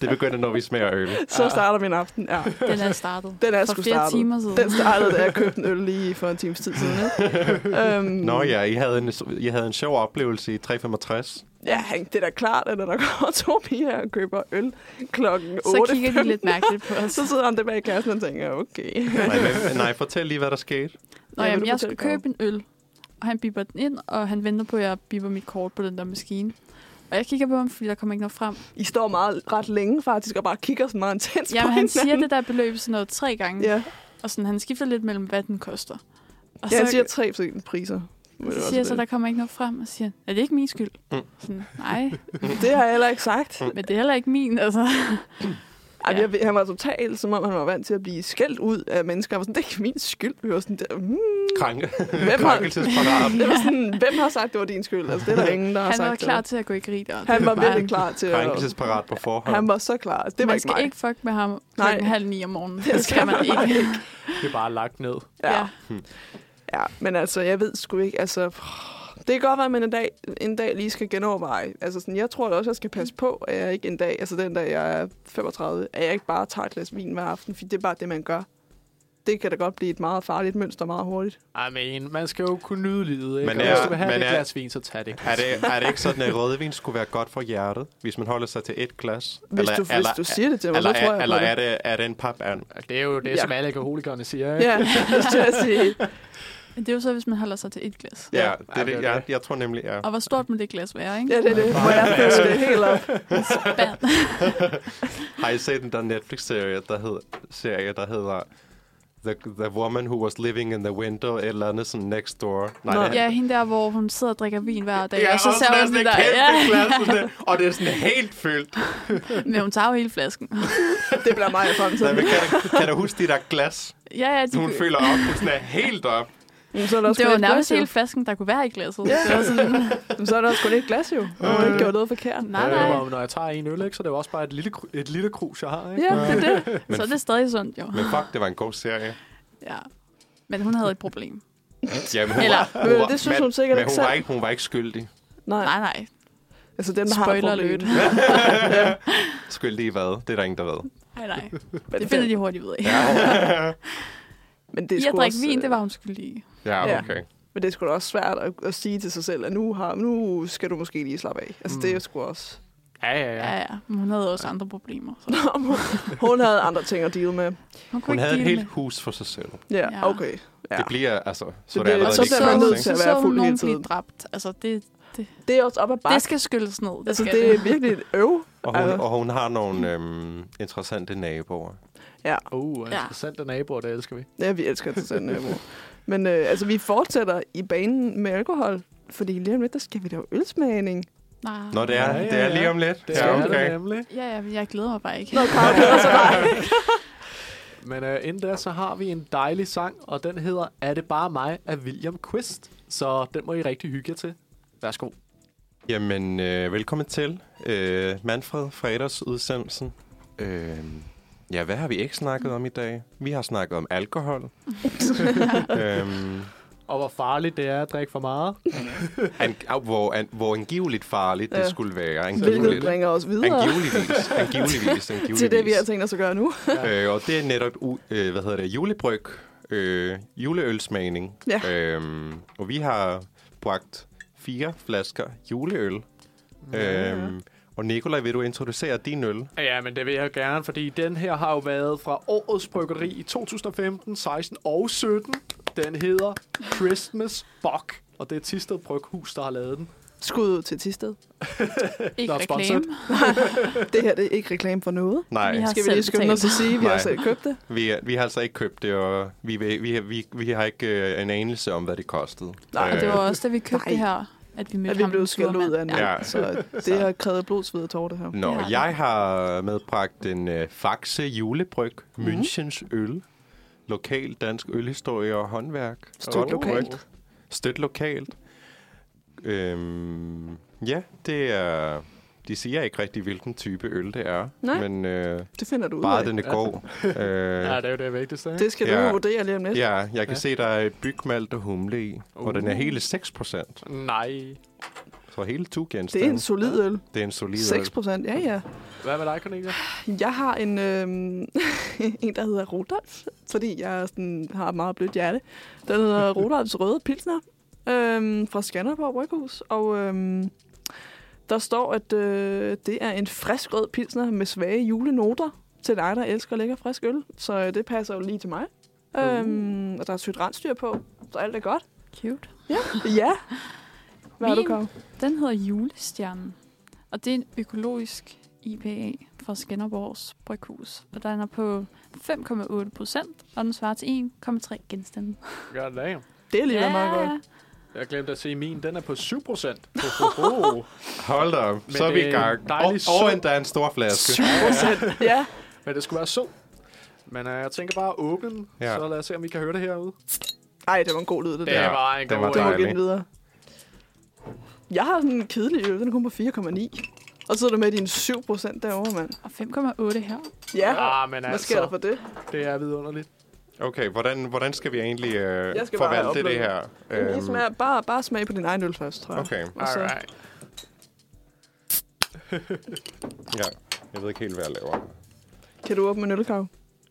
[SPEAKER 4] Det begynder, når vi smager øl.
[SPEAKER 3] *laughs* så starter min aften. Ja.
[SPEAKER 5] Den er startet.
[SPEAKER 3] *laughs* Den er
[SPEAKER 5] For
[SPEAKER 3] sgu
[SPEAKER 5] flere
[SPEAKER 3] startet.
[SPEAKER 5] timer siden.
[SPEAKER 3] Den startede, da jeg købte en øl lige for en times tid siden.
[SPEAKER 4] *laughs*
[SPEAKER 3] Ikke? Øhm,
[SPEAKER 4] Nå ja, I havde en, I havde en sjov oplevelse i 365.
[SPEAKER 3] Ja, Hank, det er da klart, at når der kommer to piger og køber øl klokken 8.
[SPEAKER 5] Så kigger de lidt mærkeligt på os.
[SPEAKER 3] så sidder han tilbage i kassen og tænker, okay.
[SPEAKER 4] Nej, men, nej, fortæl lige, hvad der skete.
[SPEAKER 3] Ja,
[SPEAKER 5] Nå,
[SPEAKER 3] vil
[SPEAKER 5] jamen,
[SPEAKER 3] du
[SPEAKER 5] jeg
[SPEAKER 3] fortælle,
[SPEAKER 5] skulle købe en øl, og han biber den ind, og han venter på, at jeg biber mit kort på den der maskine. Og jeg kigger på ham, fordi der kommer ikke noget frem.
[SPEAKER 3] I står meget ret længe faktisk og bare kigger så meget intens
[SPEAKER 5] Jamen,
[SPEAKER 3] på
[SPEAKER 5] han
[SPEAKER 3] hinanden.
[SPEAKER 5] siger det der beløb sådan noget tre gange.
[SPEAKER 3] Ja,
[SPEAKER 5] Og sådan, han skifter lidt mellem, hvad den koster. Og
[SPEAKER 3] Ja, jeg siger tre forskellige priser. Men det
[SPEAKER 5] så
[SPEAKER 3] var
[SPEAKER 5] siger jeg så,
[SPEAKER 3] sådan
[SPEAKER 5] der kommer ikke noget frem, og siger, er det ikke min skyld?
[SPEAKER 4] Mm.
[SPEAKER 5] Sådan, nej,
[SPEAKER 3] lidt. Det har jeg heller ikke sagt.
[SPEAKER 5] men det er heller ikke min, altså.
[SPEAKER 3] Ej,
[SPEAKER 5] Ja.
[SPEAKER 3] jeg, ved- han var totalt, som om han var vant til at blive skældt ud af mennesker. Jeg var sådan, det er ikke min skyld. Vi var sådan, der, mm.
[SPEAKER 4] *laughs* Krænke.
[SPEAKER 3] har- *laughs*
[SPEAKER 4] Krænkelsesparat.
[SPEAKER 3] det var sådan, hvem har sagt, det var din skyld? Altså, det
[SPEAKER 4] *laughs*
[SPEAKER 3] er der ingen, der har
[SPEAKER 5] Han
[SPEAKER 3] sagt
[SPEAKER 5] var klar
[SPEAKER 3] det.
[SPEAKER 5] til at gå i grid. og
[SPEAKER 3] Han
[SPEAKER 5] det
[SPEAKER 3] var virkelig
[SPEAKER 5] han.
[SPEAKER 3] klar til at...
[SPEAKER 4] Krænkelsesparat på forhånd.
[SPEAKER 3] Han var så klar. Det var
[SPEAKER 5] man
[SPEAKER 3] ikke
[SPEAKER 5] skal
[SPEAKER 3] mig.
[SPEAKER 5] ikke *laughs* fuck med ham
[SPEAKER 3] Nej.
[SPEAKER 5] klokken halv ni om morgenen.
[SPEAKER 3] Det
[SPEAKER 5] Det skal man ikke.
[SPEAKER 2] Det er bare lagt ned.
[SPEAKER 3] Ja. ja, men altså, jeg ved sgu ikke, altså... Det kan godt være, at man en dag, en dag lige skal genoverveje. Altså sådan, jeg tror da også, jeg skal passe på, at jeg ikke en dag, altså den dag, jeg er 35, at jeg ikke bare tager et glas vin hver aften, for det er bare det, man gør. Det kan da godt blive et meget farligt mønster meget hurtigt.
[SPEAKER 2] Ej, men man skal jo kunne nyde livet, ikke?
[SPEAKER 4] Men
[SPEAKER 2] Men er,
[SPEAKER 4] er-
[SPEAKER 2] hvis du vil have
[SPEAKER 4] men
[SPEAKER 2] et
[SPEAKER 4] er-
[SPEAKER 2] glas vin, så tag det.
[SPEAKER 4] Er det, er det ikke sådan, at rødvin skulle være godt for hjertet, hvis man holder sig til et glas?
[SPEAKER 3] Hvis, eller, du, hvis du siger det til mig,
[SPEAKER 4] eller,
[SPEAKER 3] så tror jeg
[SPEAKER 4] eller,
[SPEAKER 3] på det.
[SPEAKER 4] er, det, er det en papand?
[SPEAKER 2] Altså, Det er jo det,
[SPEAKER 3] Ja.
[SPEAKER 2] ja. som alle alkoholikerne siger, ikke?
[SPEAKER 3] Ja, *laughs* det skal jeg sige.
[SPEAKER 5] Men det er jo så, hvis man holder sig til et glas.
[SPEAKER 4] Ja, ja,
[SPEAKER 2] Ja,
[SPEAKER 4] det,
[SPEAKER 2] det
[SPEAKER 4] det,
[SPEAKER 2] er
[SPEAKER 4] jeg,
[SPEAKER 2] det.
[SPEAKER 4] jeg tror nemlig, ja.
[SPEAKER 5] Og hvor stort må det glas være, ikke?
[SPEAKER 3] Ja, det er det. Må jeg følge det helt op?
[SPEAKER 5] Bam.
[SPEAKER 4] Har I set den der Netflix-serie, der, hed, serie, der hedder the, the Woman Who Was Living in the Window, et eller andet sådan next door? Nej,
[SPEAKER 3] Nå,
[SPEAKER 4] det,
[SPEAKER 5] Ja, hende der, hvor hun sidder og drikker vin hver dag.
[SPEAKER 4] det er
[SPEAKER 5] og så
[SPEAKER 4] også
[SPEAKER 5] ser
[SPEAKER 4] næsten
[SPEAKER 5] hun
[SPEAKER 4] et
[SPEAKER 5] det der.
[SPEAKER 4] kæmpe
[SPEAKER 5] Ja,
[SPEAKER 4] glas, sådan der, og det er sådan helt fyldt.
[SPEAKER 5] *laughs* men hun tager jo hele flasken.
[SPEAKER 3] Det bliver mig i
[SPEAKER 4] Nej,
[SPEAKER 3] fremtiden.
[SPEAKER 4] men kan, du, kan du huske de der glas?
[SPEAKER 5] Ja, ja, de,
[SPEAKER 4] Hun
[SPEAKER 5] kunne-
[SPEAKER 4] fylder op, hun sådan er helt op.
[SPEAKER 3] Men så er der også
[SPEAKER 5] det var
[SPEAKER 3] kun et
[SPEAKER 5] nærmest
[SPEAKER 3] glas, jo.
[SPEAKER 5] hele flasken, der kunne være i glasset.
[SPEAKER 3] Ja.
[SPEAKER 5] Det var sådan, *laughs*
[SPEAKER 3] Men så er der også kun et glas, jo. Og man ikke gjort noget forkert.
[SPEAKER 5] nej, nej.
[SPEAKER 2] Og når jeg tager en øl, ikke, så er det jo også bare et lille, kru- et lille krus, jeg har, ikke?
[SPEAKER 3] Ja, det *laughs* er det.
[SPEAKER 5] Så er det stadig sundt, jo.
[SPEAKER 4] Men fuck, det var en god serie.
[SPEAKER 5] Ja. Men hun havde et problem.
[SPEAKER 4] Jamen, hun
[SPEAKER 5] Eller-
[SPEAKER 4] var,
[SPEAKER 3] Men
[SPEAKER 4] hun var,
[SPEAKER 3] det synes
[SPEAKER 4] men,
[SPEAKER 3] hun sikkert
[SPEAKER 4] men
[SPEAKER 3] ikke
[SPEAKER 4] hun
[SPEAKER 3] selv.
[SPEAKER 4] var ikke, hun var ikke skyldig.
[SPEAKER 3] Nej,
[SPEAKER 5] Nej, nej.
[SPEAKER 3] altså den, der
[SPEAKER 5] Spoiler
[SPEAKER 3] har problemet.
[SPEAKER 5] alert.
[SPEAKER 4] Skyldig i hvad? Det er der ingen, der ved.
[SPEAKER 5] Nej, nej.
[SPEAKER 3] Men
[SPEAKER 5] Det finder de hurtigt ud af.
[SPEAKER 3] Men det er
[SPEAKER 5] I at
[SPEAKER 3] sgu
[SPEAKER 5] drikke
[SPEAKER 3] også,
[SPEAKER 5] vin,
[SPEAKER 3] øh,
[SPEAKER 5] det var hun skulle lide.
[SPEAKER 4] Ja,
[SPEAKER 3] Ja.
[SPEAKER 4] okay.
[SPEAKER 3] Men det er sgu da også svært at, at sige til sig selv, at nu, har, nu skal du måske lige slappe af. Altså, mm. det er sgu også...
[SPEAKER 2] Ja, ja, ja.
[SPEAKER 5] Ja, ja. Men hun havde også andre problemer. Så.
[SPEAKER 3] Hun havde andre ting at deal med.
[SPEAKER 5] Hun kunne
[SPEAKER 4] Hun
[SPEAKER 5] ikke
[SPEAKER 4] havde et
[SPEAKER 5] deale
[SPEAKER 4] helt
[SPEAKER 5] med-
[SPEAKER 4] hus for sig selv.
[SPEAKER 3] Ja,
[SPEAKER 5] Ja.
[SPEAKER 3] okay. Ja.
[SPEAKER 4] Det bliver, altså, så
[SPEAKER 3] Det
[SPEAKER 4] det er
[SPEAKER 3] bliver-
[SPEAKER 5] Og
[SPEAKER 4] allerede
[SPEAKER 5] så
[SPEAKER 3] det
[SPEAKER 4] lidt
[SPEAKER 5] så,
[SPEAKER 3] man
[SPEAKER 5] hun,
[SPEAKER 3] nødt til
[SPEAKER 4] klamt,
[SPEAKER 5] så,
[SPEAKER 3] at
[SPEAKER 5] så
[SPEAKER 3] være
[SPEAKER 5] hun
[SPEAKER 3] fuld hele
[SPEAKER 5] nogen
[SPEAKER 3] tiden.
[SPEAKER 5] blive dræbt. Altså, det, det,
[SPEAKER 3] Det er også op ad bakke.
[SPEAKER 5] det skal skyldes ned. Det
[SPEAKER 3] altså,
[SPEAKER 5] skal
[SPEAKER 3] det er virkelig et øv.
[SPEAKER 4] ikke? Og hun,
[SPEAKER 3] Altså.
[SPEAKER 4] og hun har nogle øhm, interessante naboer.
[SPEAKER 2] Uh, og
[SPEAKER 5] Ja.
[SPEAKER 2] interessante naboer, det elsker vi.
[SPEAKER 3] Ja, vi elsker det sådan niveau. Men øh, altså, vi fortsætter i banen med alkohol. Fordi lige om lidt, der skal vi lave ølsmagning.
[SPEAKER 5] Nej.
[SPEAKER 4] Nå, det er,
[SPEAKER 2] Ja, ja,
[SPEAKER 4] det er
[SPEAKER 2] ja.
[SPEAKER 4] lige om lidt.
[SPEAKER 2] Det
[SPEAKER 4] ja,
[SPEAKER 2] er det
[SPEAKER 4] okay.
[SPEAKER 2] nemlig.
[SPEAKER 5] Ja, ja, men jeg glæder mig bare ikke.
[SPEAKER 3] Nå,
[SPEAKER 5] *laughs*
[SPEAKER 3] Karl, det er så dig.
[SPEAKER 2] *laughs* Men øh, inden da, så har vi en dejlig sang, og den hedder Er det bare mig af William Quist. Så den må I rigtig hygge jer til. Værsgo.
[SPEAKER 4] Jamen, øh, velkommen til øh, Manfred Fredags udsendelsen. Øh, ja, hvad har vi ikke snakket om i dag? Vi har snakket om
[SPEAKER 3] *laughs*
[SPEAKER 4] alkohol. øhm,
[SPEAKER 2] Og hvor farligt det er at drikke for
[SPEAKER 4] *laughs*
[SPEAKER 2] meget.
[SPEAKER 4] an, au, hvor, an, hvor angiveligt farligt det
[SPEAKER 3] Ja.
[SPEAKER 4] skulle være.
[SPEAKER 3] Hvilket
[SPEAKER 4] Angiveligt.
[SPEAKER 3] bringer os videre
[SPEAKER 4] Angiveligvis. Angiveligvis.
[SPEAKER 3] *laughs*
[SPEAKER 4] Angiveligvis.
[SPEAKER 3] til det, vi har tænkt os at gøre nu.
[SPEAKER 4] Øh, og det er netop, u- øh, hvad hedder det, julebryg, øh, juleølsmagning.
[SPEAKER 3] Ja.
[SPEAKER 4] Øhm, og vi har bragt fire flasker juleøl. Øhm, og Nikolaj, vil du introducere din øl?
[SPEAKER 2] Ja, men det vil jeg gerne, fordi den her har jo været fra årets bryggeri i 2015, 16 og 17. Den hedder Christmas Bock, og det er Tisted Bryghus, der har lavet den.
[SPEAKER 3] Skud ud til Tisted.
[SPEAKER 5] Ikke
[SPEAKER 2] Nå,
[SPEAKER 5] reklame.
[SPEAKER 3] Det her det er ikke reklame for noget.
[SPEAKER 5] Vi
[SPEAKER 4] Nej,
[SPEAKER 5] har-
[SPEAKER 3] Skal vi
[SPEAKER 5] selv
[SPEAKER 3] lige skynde
[SPEAKER 5] betalt.
[SPEAKER 3] os at sige, at vi har
[SPEAKER 4] Nej.
[SPEAKER 3] selv købt det?
[SPEAKER 4] vi, vi har altså ikke købt det, og vi, vi, vi, vi, vi har ikke øh, en anelse om, hvad det kostede.
[SPEAKER 3] Nej,
[SPEAKER 5] Og det var også, da vi købte
[SPEAKER 3] Nej.
[SPEAKER 5] det her, at vi mødte
[SPEAKER 3] Øh, at vi
[SPEAKER 5] ham,
[SPEAKER 3] blev
[SPEAKER 5] den store
[SPEAKER 3] skældt ud
[SPEAKER 5] mand.
[SPEAKER 3] af en
[SPEAKER 5] Ja.
[SPEAKER 3] ja. Så det har krævet blodsved og tårer, det her.
[SPEAKER 4] Nå,
[SPEAKER 5] Ja.
[SPEAKER 4] jeg har medbragt en øh, Faxe julebryg, Münchens øl, lokal dansk ølhistorie og håndværk.
[SPEAKER 3] Støt lokalt.
[SPEAKER 4] Støt lokalt. Øhm, ja, det er... De siger ikke rigtig, hvilken type øl det er,
[SPEAKER 3] Nej.
[SPEAKER 4] men øh,
[SPEAKER 3] Det finder du ud
[SPEAKER 4] bare
[SPEAKER 3] af.
[SPEAKER 4] den er
[SPEAKER 2] *laughs*
[SPEAKER 4] god.
[SPEAKER 2] Ja,
[SPEAKER 4] øh,
[SPEAKER 2] det er jo det vigtigste, ikke?
[SPEAKER 3] Det skal
[SPEAKER 4] Ja.
[SPEAKER 3] du vurdere lige om lidt.
[SPEAKER 4] ja, jeg kan
[SPEAKER 2] Ja.
[SPEAKER 4] se, der er bygmalt og humle i, og den er
[SPEAKER 2] Uh.
[SPEAKER 4] hele 6 procent.
[SPEAKER 2] Nej.
[SPEAKER 4] Så hele to
[SPEAKER 3] Det
[SPEAKER 4] genstande.
[SPEAKER 3] er en solid øl.
[SPEAKER 4] det er en solid
[SPEAKER 3] 6 procent, ja ja.
[SPEAKER 2] Hvad med dig, Cornelia?
[SPEAKER 3] Jeg har en, øhm, *laughs* en der hedder Rudolf, fordi jeg er sådan, har et meget blødt hjerte. Den hedder Rudolfs Røde Pilsner øhm, fra Skanderborg Bryghus. Og øhm, der står, at øh, det er en frisk rød pilsner med svage julenoter til dig, der elsker lækker frisk øl. Så øh, det passer jo lige til mig. Øhm, og der er sødt rensdyr på, så alt er godt.
[SPEAKER 5] Cute.
[SPEAKER 3] Ja. Hvad har du
[SPEAKER 5] Min-
[SPEAKER 3] kommet?
[SPEAKER 5] Den hedder Julestjernen. Og det er en økologisk IPA fra Skanderborgs Bryghus, og den er på 5,8 procent, og den svarer til 1,3 genstande.
[SPEAKER 2] God damn.
[SPEAKER 3] Det er lige yeah. meget godt.
[SPEAKER 1] *laughs*
[SPEAKER 2] Jeg glemte at sige, min den er på 7 procent.
[SPEAKER 4] Hold da op.
[SPEAKER 2] Men
[SPEAKER 4] Så er vi i
[SPEAKER 2] det er
[SPEAKER 4] gang.
[SPEAKER 2] dejlig
[SPEAKER 4] Og, og
[SPEAKER 2] sol.
[SPEAKER 4] endda en stor flaske.
[SPEAKER 3] 7 procent. ja.
[SPEAKER 2] Men det skulle være så. Men øh, jeg tænker bare at åbne den,
[SPEAKER 4] Ja.
[SPEAKER 2] ja. så lad os se, om vi kan høre det herude.
[SPEAKER 3] Ej, det var en god lyd, det der.
[SPEAKER 4] Ja,
[SPEAKER 2] var en
[SPEAKER 4] den
[SPEAKER 2] god
[SPEAKER 4] var
[SPEAKER 2] idé.
[SPEAKER 3] Det må vi
[SPEAKER 4] Dejligt.
[SPEAKER 3] den videre. Jeg har sådan en kedelig øl, den er kun på 4,9. Og så er du med din 7 procent derovre, mand.
[SPEAKER 5] Og 5,8 her.
[SPEAKER 3] Ja,
[SPEAKER 2] Ah, men
[SPEAKER 3] hvad sker der
[SPEAKER 2] altså,
[SPEAKER 3] for det?
[SPEAKER 2] det er vidunderligt.
[SPEAKER 4] Okay, hvordan, hvordan skal vi egentlig øh,
[SPEAKER 3] Jeg skal bare
[SPEAKER 4] forvalte det
[SPEAKER 3] opleve
[SPEAKER 4] her?
[SPEAKER 3] Øhm. Ligesom er bare, bare smag på din egen øl først, tror jeg.
[SPEAKER 4] okay,
[SPEAKER 3] Og så,
[SPEAKER 2] Alright.
[SPEAKER 4] ja. Jeg ved ikke helt, hvad jeg laver.
[SPEAKER 3] Kan du åbne en ølkav?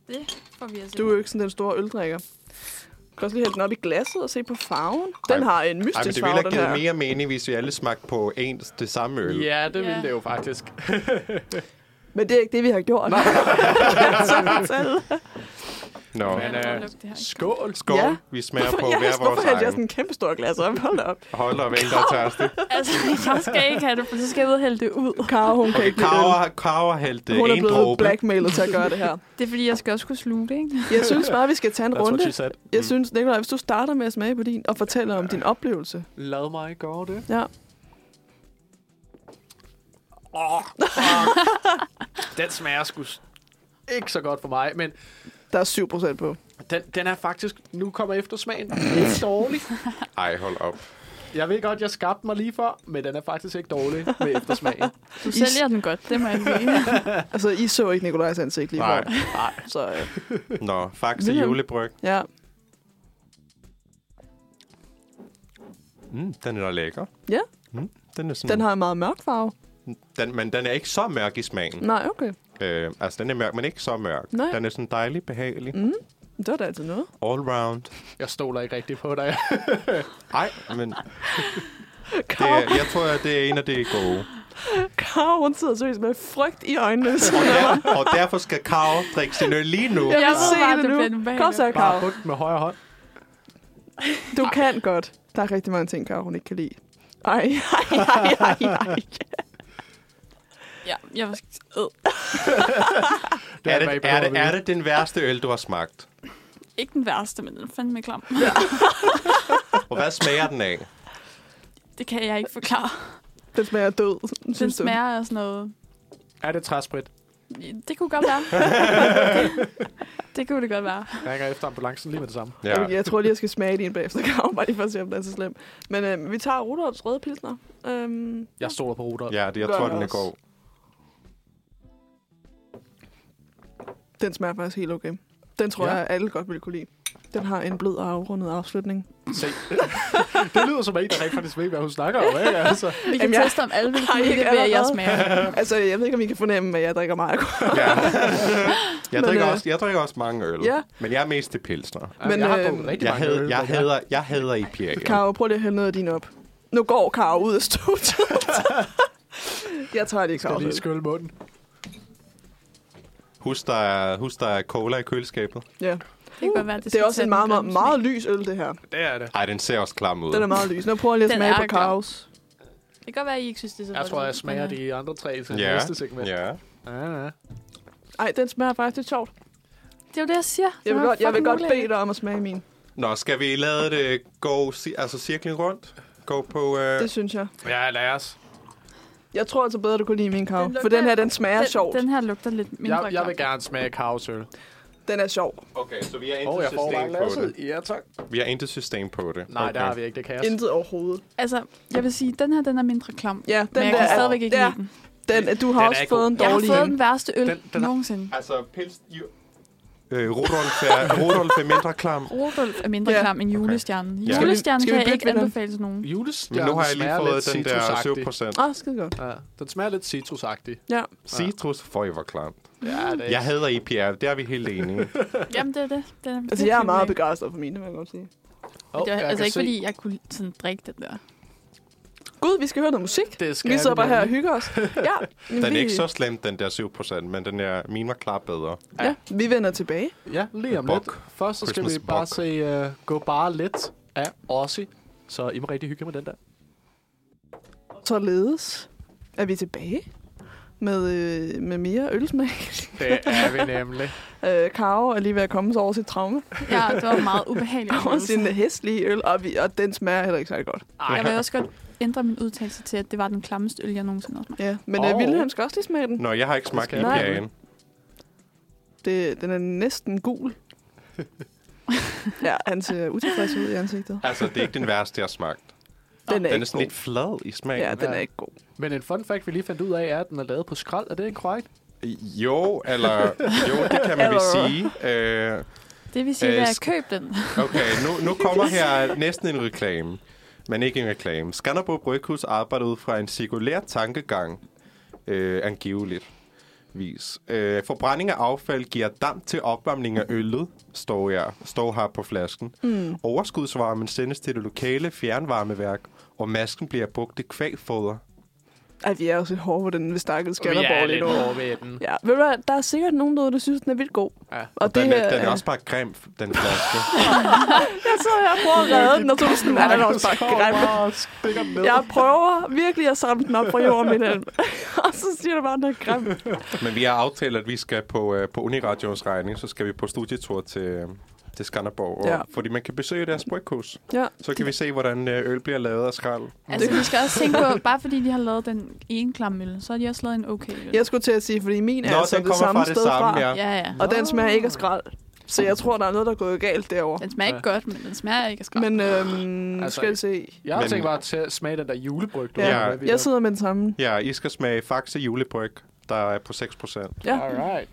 [SPEAKER 5] Det får vi altså.
[SPEAKER 3] Du er jo ikke sådan den store øldrikker. Du kan også lige hælde den op i glasset og se på farven. Den
[SPEAKER 4] Ej,
[SPEAKER 3] har en
[SPEAKER 4] Ej, men
[SPEAKER 3] mystisk
[SPEAKER 4] det
[SPEAKER 3] farve,
[SPEAKER 4] ville have
[SPEAKER 3] den
[SPEAKER 4] givet
[SPEAKER 3] her.
[SPEAKER 4] mere mening, hvis vi alle smagte på ens det samme øl.
[SPEAKER 2] Ja, det ville
[SPEAKER 5] Ja.
[SPEAKER 2] det jo faktisk.
[SPEAKER 3] Men det er ikke det, vi har gjort. *laughs* Nej.
[SPEAKER 4] *laughs* Nå,
[SPEAKER 2] Men,
[SPEAKER 5] Jeg prøver at
[SPEAKER 2] øh,
[SPEAKER 5] lukke det her.
[SPEAKER 2] skål.
[SPEAKER 4] skål.
[SPEAKER 3] Ja.
[SPEAKER 4] Vi smager
[SPEAKER 3] Hvorfor,
[SPEAKER 4] på
[SPEAKER 3] jeg,
[SPEAKER 4] hver
[SPEAKER 3] hvorfor
[SPEAKER 4] vores
[SPEAKER 3] hældte jeg
[SPEAKER 4] egen.
[SPEAKER 3] sådan en kæmpe stor glas op? Hold da op.
[SPEAKER 4] Hold op, en der er tørstig.
[SPEAKER 3] *laughs*
[SPEAKER 5] *laughs* Altså, jeg skal ikke have det, for så skal jeg ud og hælde det ud.
[SPEAKER 3] Karo, hun kan
[SPEAKER 4] Okay,
[SPEAKER 3] ikke lide øl.
[SPEAKER 4] Kara, Kara hældte
[SPEAKER 3] Hun er
[SPEAKER 4] en
[SPEAKER 3] blevet
[SPEAKER 4] dråbe.
[SPEAKER 3] blackmailet til at gøre det her.
[SPEAKER 5] Det er fordi, jeg skal også kunne sluge det, ikke?
[SPEAKER 3] Jeg synes bare, vi skal tage en
[SPEAKER 2] That's what
[SPEAKER 3] runde.
[SPEAKER 2] she said.
[SPEAKER 3] Jeg synes, Nicolaj, hvis du starter med at smage på din, og fortæller om din oplevelse.
[SPEAKER 2] Lad mig gøre det.
[SPEAKER 3] Ja.
[SPEAKER 2] Den smager sgu s- ikke så godt for mig, men
[SPEAKER 3] Der er 7 procent på.
[SPEAKER 2] den, den er faktisk, nu kommer efter smagen, ikke dårlig.
[SPEAKER 4] Ej, hold op.
[SPEAKER 2] Jeg ved godt, jeg skabte mig lige før, men den er faktisk ikke dårlig med eftersmagen.
[SPEAKER 5] Du sælger den godt, det må jeg sige.
[SPEAKER 3] *laughs* Altså, I så ikke Nikolajs ansigt lige
[SPEAKER 4] Nej.
[SPEAKER 3] før. Så øh,
[SPEAKER 4] Nå, faktisk
[SPEAKER 3] Wilhelm.
[SPEAKER 4] julebryg.
[SPEAKER 3] ja.
[SPEAKER 4] Mm, den er da lækker.
[SPEAKER 3] Ja.
[SPEAKER 4] Mm, den er sådan,
[SPEAKER 3] Den har en meget mørk farve.
[SPEAKER 4] den, men den er ikke så mørk i smagen.
[SPEAKER 3] Nej, okay.
[SPEAKER 4] Øh, altså, den er mørk, men ikke så mørk.
[SPEAKER 3] Nej.
[SPEAKER 4] Den er sådan dejlig, behagelig. Mm.
[SPEAKER 3] Det var da altid noget.
[SPEAKER 4] All round.
[SPEAKER 2] Jeg stoler ikke rigtig på dig.
[SPEAKER 4] Ej, men det,
[SPEAKER 3] Karo,
[SPEAKER 4] er- jeg tror, at det er en af de gode.
[SPEAKER 3] Karo, hun sidder seriøst med frygt i øjnene. ved siden
[SPEAKER 4] Og,
[SPEAKER 3] af mig.
[SPEAKER 4] der, og derfor skal Karo drikke sin øl lige nu.
[SPEAKER 3] Jeg
[SPEAKER 5] Jeg
[SPEAKER 3] vil
[SPEAKER 5] ved
[SPEAKER 3] se
[SPEAKER 5] bare,
[SPEAKER 3] det
[SPEAKER 5] det
[SPEAKER 3] nu.
[SPEAKER 5] bliver en ubehagelig
[SPEAKER 3] Kom så,
[SPEAKER 2] Bare
[SPEAKER 3] Karo.
[SPEAKER 2] bunden med højre hånd.
[SPEAKER 3] Du kan godt. Der er rigtig mange ting, Karo, hun ikke kan lide. Ej, ej, ej, ej, ej.
[SPEAKER 5] *laughs* Ja, jeg var øh,
[SPEAKER 4] Er
[SPEAKER 2] jeg
[SPEAKER 4] det,
[SPEAKER 2] bare i
[SPEAKER 4] er, det,
[SPEAKER 2] behov
[SPEAKER 4] er
[SPEAKER 2] af.
[SPEAKER 4] det den værste øl, du har smagt?
[SPEAKER 5] ikke den værste, men den er fandme klam.
[SPEAKER 4] Og hvad smager den af?
[SPEAKER 5] Det kan jeg ikke forklare.
[SPEAKER 3] Den smager af død,
[SPEAKER 5] Den
[SPEAKER 3] synes du.
[SPEAKER 5] smager af sådan noget...
[SPEAKER 2] Er det træsprit?
[SPEAKER 5] Det kunne godt
[SPEAKER 3] *laughs*
[SPEAKER 5] være. det, det kunne det godt være.
[SPEAKER 2] Jeg ringer efter ambulancen lige med det samme.
[SPEAKER 4] Ja.
[SPEAKER 3] Okay, jeg tror lige, jeg skal smage din bagefter, *laughs* Karo, bare lige for at se, om den er så slem. Men øh, vi tager Rudolfs røde pilsner. Øhm,
[SPEAKER 2] Jeg stoler på Rudolf.
[SPEAKER 4] Ja, det, jeg
[SPEAKER 3] Gør
[SPEAKER 4] tror,
[SPEAKER 3] jeg
[SPEAKER 4] den er
[SPEAKER 3] også.
[SPEAKER 4] *laughs* god.
[SPEAKER 3] Den smager faktisk helt okay. Den tror
[SPEAKER 2] Ja.
[SPEAKER 3] ja. jeg, alle godt ville kunne lide. Den har en blid og afrundet afslutning.
[SPEAKER 2] Se. *laughs* det lyder som en, der rent faktisk ved, hvad hun snakker om. Ikke? Altså,
[SPEAKER 5] Vi kan
[SPEAKER 3] Jamen, jeg-
[SPEAKER 5] teste, om alle
[SPEAKER 3] *laughs*
[SPEAKER 5] vil
[SPEAKER 3] Har I
[SPEAKER 5] kunne
[SPEAKER 3] ikke
[SPEAKER 5] det, ved at jeg
[SPEAKER 3] allerede?
[SPEAKER 5] smager.
[SPEAKER 3] altså, jeg ved ikke, om I kan fornemme, at jeg drikker meget alkohol.
[SPEAKER 4] Ja. Jeg,
[SPEAKER 3] Men,
[SPEAKER 4] drikker
[SPEAKER 3] øh,
[SPEAKER 4] også, jeg drikker også mange øl,
[SPEAKER 3] ja.
[SPEAKER 4] men jeg er mest til pilsner.
[SPEAKER 2] men, jeg har
[SPEAKER 3] øh,
[SPEAKER 2] drukket rigtig
[SPEAKER 4] Jeg,
[SPEAKER 2] mange
[SPEAKER 4] had,
[SPEAKER 2] øl,
[SPEAKER 4] jeg,
[SPEAKER 2] men
[SPEAKER 4] hader, jeg hader IPA.
[SPEAKER 3] Karo, prøv lige at hælde noget af din op. Nu går Karo ud af
[SPEAKER 2] *laughs*
[SPEAKER 3] studiet. jeg tager det ikke,
[SPEAKER 2] Jeg
[SPEAKER 3] Karo.
[SPEAKER 2] skal lige skylle munden.
[SPEAKER 4] Husk, der er, husk, der er cola i køleskabet.
[SPEAKER 3] Ja.
[SPEAKER 5] Det kan godt være, at det,
[SPEAKER 3] Det er
[SPEAKER 5] skal
[SPEAKER 3] også
[SPEAKER 5] tage
[SPEAKER 3] en
[SPEAKER 5] den
[SPEAKER 3] meget, meget,
[SPEAKER 5] grimme
[SPEAKER 3] meget lys øl, det her.
[SPEAKER 2] Det er det.
[SPEAKER 4] Ej, den ser også klam ud.
[SPEAKER 3] Den er meget lys. Nu prøver jeg lige at
[SPEAKER 5] Den
[SPEAKER 3] smage
[SPEAKER 5] er
[SPEAKER 3] på
[SPEAKER 5] klam.
[SPEAKER 3] Karos.
[SPEAKER 5] smag. Det kan godt være, at I ikke synes, det er så
[SPEAKER 2] Jeg
[SPEAKER 5] godt
[SPEAKER 2] tror,
[SPEAKER 5] ud,
[SPEAKER 2] jeg smager
[SPEAKER 5] men, øh,
[SPEAKER 2] de andre tre til
[SPEAKER 4] ja.
[SPEAKER 2] næste segment.
[SPEAKER 4] ja.
[SPEAKER 2] Ja, ja.
[SPEAKER 3] Ej, den smager faktisk lidt sjovt.
[SPEAKER 5] Det er jo det, jeg siger.
[SPEAKER 3] Jeg
[SPEAKER 5] Den
[SPEAKER 3] vil,
[SPEAKER 5] er
[SPEAKER 3] godt, jeg vil
[SPEAKER 5] fucking
[SPEAKER 3] godt bede
[SPEAKER 5] ulækker.
[SPEAKER 3] dig om at smage min.
[SPEAKER 4] Nå, skal vi lade det gå ci- altså cirklen rundt? Gå på... Øh,
[SPEAKER 3] Det synes jeg.
[SPEAKER 2] ja lad os.
[SPEAKER 3] Jeg tror altså bedre, du kunne lide min, Karo.
[SPEAKER 5] Den
[SPEAKER 3] For
[SPEAKER 5] lugter-
[SPEAKER 3] den her, den smager den, sjovt.
[SPEAKER 5] den,
[SPEAKER 3] Den,
[SPEAKER 5] den her lugter lidt mindre
[SPEAKER 2] Jeg, jeg
[SPEAKER 5] klam.
[SPEAKER 2] vil gerne smage kaosøl.
[SPEAKER 3] den er sjov.
[SPEAKER 4] Okay, så vi har
[SPEAKER 2] Og jeg
[SPEAKER 4] intet
[SPEAKER 2] får
[SPEAKER 4] system
[SPEAKER 2] bare
[SPEAKER 4] på
[SPEAKER 2] glasset.
[SPEAKER 4] det.
[SPEAKER 2] Ja, tak.
[SPEAKER 4] Vi har intet system på det.
[SPEAKER 2] Nej,
[SPEAKER 4] okay.
[SPEAKER 2] okay. der har vi ikke. Det kan jeg
[SPEAKER 3] Intet overhovedet.
[SPEAKER 5] Altså, jeg vil sige, den her den er mindre klam.
[SPEAKER 3] Ja, den
[SPEAKER 5] men jeg
[SPEAKER 3] der
[SPEAKER 5] kan
[SPEAKER 3] er-
[SPEAKER 5] stadigvæk ikke
[SPEAKER 3] der-
[SPEAKER 5] lide den.
[SPEAKER 3] Den, du har
[SPEAKER 2] Den er
[SPEAKER 3] også
[SPEAKER 2] ikke
[SPEAKER 3] fået
[SPEAKER 2] god.
[SPEAKER 3] en
[SPEAKER 5] Jeg har
[SPEAKER 3] dårlig
[SPEAKER 5] fået
[SPEAKER 3] en.
[SPEAKER 5] den værste øl
[SPEAKER 2] Den- den er-
[SPEAKER 5] nogensinde.
[SPEAKER 4] Altså, pils... Jo. Øh, Rudolf, er, Rudolf er mindre klam.
[SPEAKER 5] Rodolf er mindre
[SPEAKER 3] Ja.
[SPEAKER 5] klam end julestjernen.
[SPEAKER 4] Skal vi-
[SPEAKER 5] Julestjernen
[SPEAKER 3] skal vi
[SPEAKER 5] kan jeg
[SPEAKER 3] bytte
[SPEAKER 5] ikke
[SPEAKER 3] ved den?
[SPEAKER 5] anbefale til nogen.
[SPEAKER 4] Men
[SPEAKER 2] Julestjernen
[SPEAKER 4] nu har jeg lige
[SPEAKER 2] smager
[SPEAKER 4] fået
[SPEAKER 2] lidt
[SPEAKER 4] den der 7
[SPEAKER 2] citrusagtig.
[SPEAKER 4] procent.
[SPEAKER 3] Åh, oh, skide godt.
[SPEAKER 2] Ja, den smager lidt citrusagtig.
[SPEAKER 5] Mm.
[SPEAKER 3] Ja.
[SPEAKER 4] Citrus, for I var klam.
[SPEAKER 2] Ja, det er
[SPEAKER 4] Jeg hader E IPA, der er vi helt enige.
[SPEAKER 5] Jamen, det er det. Den er
[SPEAKER 3] Altså, jeg er
[SPEAKER 5] virkelig
[SPEAKER 3] meget
[SPEAKER 5] ulækker.
[SPEAKER 3] begejstret for mine, det vil jeg godt sige.
[SPEAKER 2] Åh,
[SPEAKER 5] Det var
[SPEAKER 2] jeg
[SPEAKER 5] altså
[SPEAKER 2] kan
[SPEAKER 5] ikke,
[SPEAKER 2] se.
[SPEAKER 5] fordi jeg kunne sådan drikke den der.
[SPEAKER 3] Gud, vi skal høre noget musik.
[SPEAKER 2] Det skal
[SPEAKER 3] Vi sidder bare her og
[SPEAKER 2] nemlig.
[SPEAKER 3] hygger os. Ja,
[SPEAKER 4] Den er
[SPEAKER 3] vi,
[SPEAKER 4] ikke så slem, den der 7 procent, men den er, min var klart bedre.
[SPEAKER 3] Ja, vi vender tilbage.
[SPEAKER 2] Ja, lige om
[SPEAKER 4] Bok.
[SPEAKER 2] lidt. Først så skal vi
[SPEAKER 4] Christmas
[SPEAKER 2] bare
[SPEAKER 4] bok.
[SPEAKER 2] se uh, Gå bare lidt af Ossi. Så I må rigtig hygge jer med den der.
[SPEAKER 3] Således er vi tilbage med, øh, med mere ølsmag.
[SPEAKER 2] Det er vi nemlig.
[SPEAKER 3] *laughs* Øh, Karo er lige ved at komme sig over sit traume
[SPEAKER 5] Ja, det var en meget
[SPEAKER 3] *laughs*
[SPEAKER 5] ubehageligt.
[SPEAKER 3] over sin hestlige øl, og, vi, og den smager heller ikke særlig godt.
[SPEAKER 5] Jeg vil også godt ændre min udtalelse til, at det var den klammeste øl, jeg nogensinde har smagt.
[SPEAKER 3] Ja, men
[SPEAKER 2] Og-
[SPEAKER 3] øh, Wilhelm skal også lige smage den.
[SPEAKER 4] Nå, jeg har ikke smagt E
[SPEAKER 2] Det skal
[SPEAKER 3] jeg.
[SPEAKER 4] IPA'en.
[SPEAKER 3] Det, den er næsten gul. *laughs* ja, han ser utilfreds ud i ansigtet.
[SPEAKER 4] Altså, det er ikke den værste, jeg har smagt.
[SPEAKER 3] Den er,
[SPEAKER 4] Den er
[SPEAKER 3] ikke
[SPEAKER 4] sådan
[SPEAKER 3] god.
[SPEAKER 4] lidt flad i smagen.
[SPEAKER 3] Ja, den er ikke god.
[SPEAKER 2] *laughs* Men en fun fact, vi lige fandt ud af, er, at den er lavet på skrald. Er det ikke korrekt?
[SPEAKER 4] Jo, eller... Jo, det kan man vel
[SPEAKER 3] Eller-
[SPEAKER 4] sige. Øh,
[SPEAKER 5] Det vil sige,
[SPEAKER 4] Øh,
[SPEAKER 5] at jeg
[SPEAKER 4] sk-
[SPEAKER 5] køb den.
[SPEAKER 4] Okay, nu, nu kommer her næsten en reklame. Men ikke en reklame. Skanderborg Bryghus arbejder ud fra en cirkulær tankegang, øh, angiveligt vis. Øh, forbrænding af affald giver damp til opvarmning af øllet, står, jeg, står her på flasken. Mm. Overskudsvarmen sendes til det lokale fjernvarmeværk, og masken bliver brugt til kvægfoder.
[SPEAKER 3] Ej, vi er også lidt hårde på den ved stakkels Skanderborg lige nu.
[SPEAKER 2] over ved den.
[SPEAKER 3] Ja, ved du hvad, der er sikkert nogen derude, der synes, den er vildt god.
[SPEAKER 2] Ja.
[SPEAKER 3] Og, og det
[SPEAKER 4] Den,
[SPEAKER 3] her,
[SPEAKER 4] er, den er
[SPEAKER 3] øh,
[SPEAKER 4] også bare grim, den flaske.
[SPEAKER 3] jeg sidder her og prøver at redde den, og så er du sådan, nej, den er *laughs* også bare grim.
[SPEAKER 2] stikker den ned.
[SPEAKER 3] Jeg prøver virkelig at samle den op fra jorden, Wilhelm. *laughs* og så siger du bare, den er grim.
[SPEAKER 4] Men vi har aftalt, at vi skal på, øh, på Uniradions regning, så skal vi på studietur til, øh, til Skanderborg.
[SPEAKER 3] Ja.
[SPEAKER 4] Ja. Fordi man kan besøge deres bryghus.
[SPEAKER 3] Ja,
[SPEAKER 4] Så kan vi se, hvordan øh, øl bliver lavet af skrald.
[SPEAKER 2] Mm.
[SPEAKER 5] Altså, vi skal også tænke på, bare fordi de har lavet den ene klamme øl, så har de også lavet en okay øl.
[SPEAKER 3] jeg skulle til at sige, fordi min er
[SPEAKER 4] Nå,
[SPEAKER 3] altså
[SPEAKER 4] den
[SPEAKER 3] det
[SPEAKER 4] kommer
[SPEAKER 3] samme
[SPEAKER 4] fra det
[SPEAKER 3] sted
[SPEAKER 4] samme,
[SPEAKER 3] fra.
[SPEAKER 4] ja.
[SPEAKER 5] Ja, ja.
[SPEAKER 3] Og den smager ikke af skrald. Så jeg tror, der er noget, der er gået galt derovre.
[SPEAKER 5] Den smager ikke godt, men den smager ikke af skrald.
[SPEAKER 3] Men øhm,
[SPEAKER 2] Altså,
[SPEAKER 3] skal vi se.
[SPEAKER 2] Jeg har
[SPEAKER 4] Men-
[SPEAKER 2] tænkt bare til at smage den der julebryg. du
[SPEAKER 3] Ja.
[SPEAKER 2] har med videre.
[SPEAKER 3] Jeg sidder med den samme.
[SPEAKER 4] Ja, I skal smage Faxe julebryg, der er på 6%.
[SPEAKER 3] Ja.
[SPEAKER 2] Alright.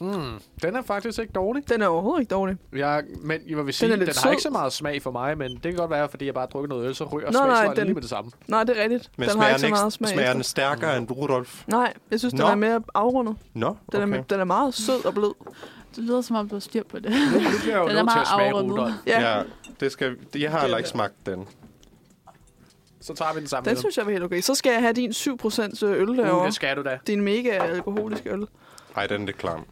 [SPEAKER 2] Mm, den er faktisk ikke dårlig.
[SPEAKER 3] Den er overhovedet ikke dårlig.
[SPEAKER 2] Jeg, men jeg vil sige,
[SPEAKER 3] lidt
[SPEAKER 2] den, den har
[SPEAKER 3] sød.
[SPEAKER 2] ikke så meget smag for mig, men det kan godt være, fordi jeg bare har drukket noget øl, så ryger
[SPEAKER 3] Nå, nej,
[SPEAKER 2] smagsvejen
[SPEAKER 3] den-
[SPEAKER 2] lige med det
[SPEAKER 5] *laughs*
[SPEAKER 2] samme.
[SPEAKER 3] Nej, det er rigtigt. den
[SPEAKER 4] Men
[SPEAKER 3] har
[SPEAKER 4] smager,
[SPEAKER 3] ikke så
[SPEAKER 4] den
[SPEAKER 3] meget
[SPEAKER 4] smag
[SPEAKER 3] smag.
[SPEAKER 4] smager den stærkere end Rudolf?
[SPEAKER 3] Nej, jeg synes, den
[SPEAKER 4] Nå.
[SPEAKER 3] er mere afrundet.
[SPEAKER 4] Nå,
[SPEAKER 3] Den,
[SPEAKER 4] okay.
[SPEAKER 3] okay. er, den er meget sød og blød.
[SPEAKER 5] Det lyder som om, du har styr på det. *laughs*
[SPEAKER 2] Nu nu bliver jeg jo
[SPEAKER 5] Den
[SPEAKER 2] nødt
[SPEAKER 5] er
[SPEAKER 2] til
[SPEAKER 5] meget
[SPEAKER 2] at smage
[SPEAKER 5] afrundet.
[SPEAKER 2] Rudolf.
[SPEAKER 3] Ja, ja.
[SPEAKER 4] Ja, det skal, jeg har heller ikke smagt den.
[SPEAKER 2] Så tager vi den sammen.
[SPEAKER 3] den synes jeg var helt okay. Så skal jeg have din 7% øl
[SPEAKER 2] jeg,
[SPEAKER 3] derovre.
[SPEAKER 2] det skal du da.
[SPEAKER 3] Din mega alkoholiske øl.
[SPEAKER 4] Ej, den er
[SPEAKER 3] *laughs*
[SPEAKER 4] lidt klam.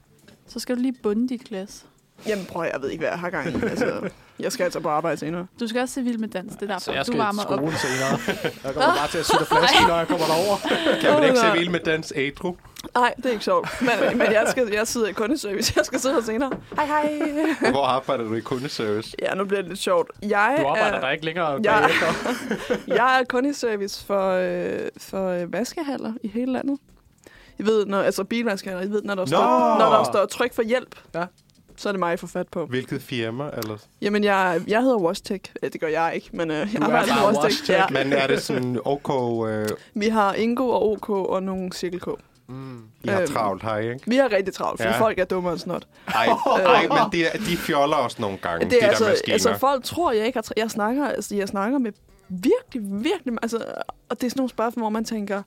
[SPEAKER 5] Så skal du lige bunde dit glas.
[SPEAKER 3] Jamen prøv, at- jeg ved ikke, hvad jeg har gang i. Altså, jeg skal altså på arbejde senere.
[SPEAKER 5] Du skal også se vild med dans, det er
[SPEAKER 2] Så
[SPEAKER 4] altså,
[SPEAKER 5] derfor,
[SPEAKER 2] jeg
[SPEAKER 5] du
[SPEAKER 2] skal i
[SPEAKER 5] varmer op.
[SPEAKER 2] skolen
[SPEAKER 5] *laughs*
[SPEAKER 2] senere. Jeg kommer bare til at sætte flasken, når jeg kommer derover.
[SPEAKER 4] Kan man ikke
[SPEAKER 3] Åh,
[SPEAKER 4] se
[SPEAKER 3] nej.
[SPEAKER 4] vild med dans ædru?
[SPEAKER 3] Nej, det er ikke sjovt. Men, men jeg, skal, jeg sidder i kundeservice. Jeg skal sidde her senere. Hej, hej.
[SPEAKER 4] Hvor arbejder du i kundeservice?
[SPEAKER 3] Ja, nu bliver det lidt sjovt. Jeg
[SPEAKER 2] Du arbejder
[SPEAKER 5] øh,
[SPEAKER 3] er,
[SPEAKER 2] der ikke længere
[SPEAKER 3] Ja.
[SPEAKER 2] bagefter.
[SPEAKER 3] Jeg er kundeservice for, øh, for øh, vaskehaller i hele landet. I ved, når, altså bilvaskehaller, I ved, når der,
[SPEAKER 4] Nå!
[SPEAKER 3] står, når der står tryk for hjælp,
[SPEAKER 2] Ja.
[SPEAKER 3] så er det mig, I får fat på.
[SPEAKER 4] Hvilket firma? Eller?
[SPEAKER 3] Jamen, jeg, jeg hedder WashTech. Eh, Det gør jeg ikke, men øh, jeg arbejder
[SPEAKER 2] bare
[SPEAKER 3] for WashTech.
[SPEAKER 2] WashTech.
[SPEAKER 3] Ja.
[SPEAKER 4] Men er det sådan OK, øh,
[SPEAKER 3] Vi har Ingo og OK og nogle Cirkel K.
[SPEAKER 2] Hmm.
[SPEAKER 4] I har
[SPEAKER 3] Øhm.
[SPEAKER 4] travlt her, ikke?
[SPEAKER 3] Vi har rigtig travlt, fordi
[SPEAKER 4] Ja.
[SPEAKER 3] ja. folk er dumme og snot.
[SPEAKER 4] Ej, ej men de, de fjoller også nogle gange,
[SPEAKER 3] Øh. Det
[SPEAKER 4] de
[SPEAKER 3] er altså,
[SPEAKER 4] altså, der maskiner.
[SPEAKER 3] altså, folk tror, jeg ikke har... Tra- jeg, snakker, altså, jeg snakker med virkelig, virkelig... Altså, og det er sådan nogle spørgsmål, hvor man tænker...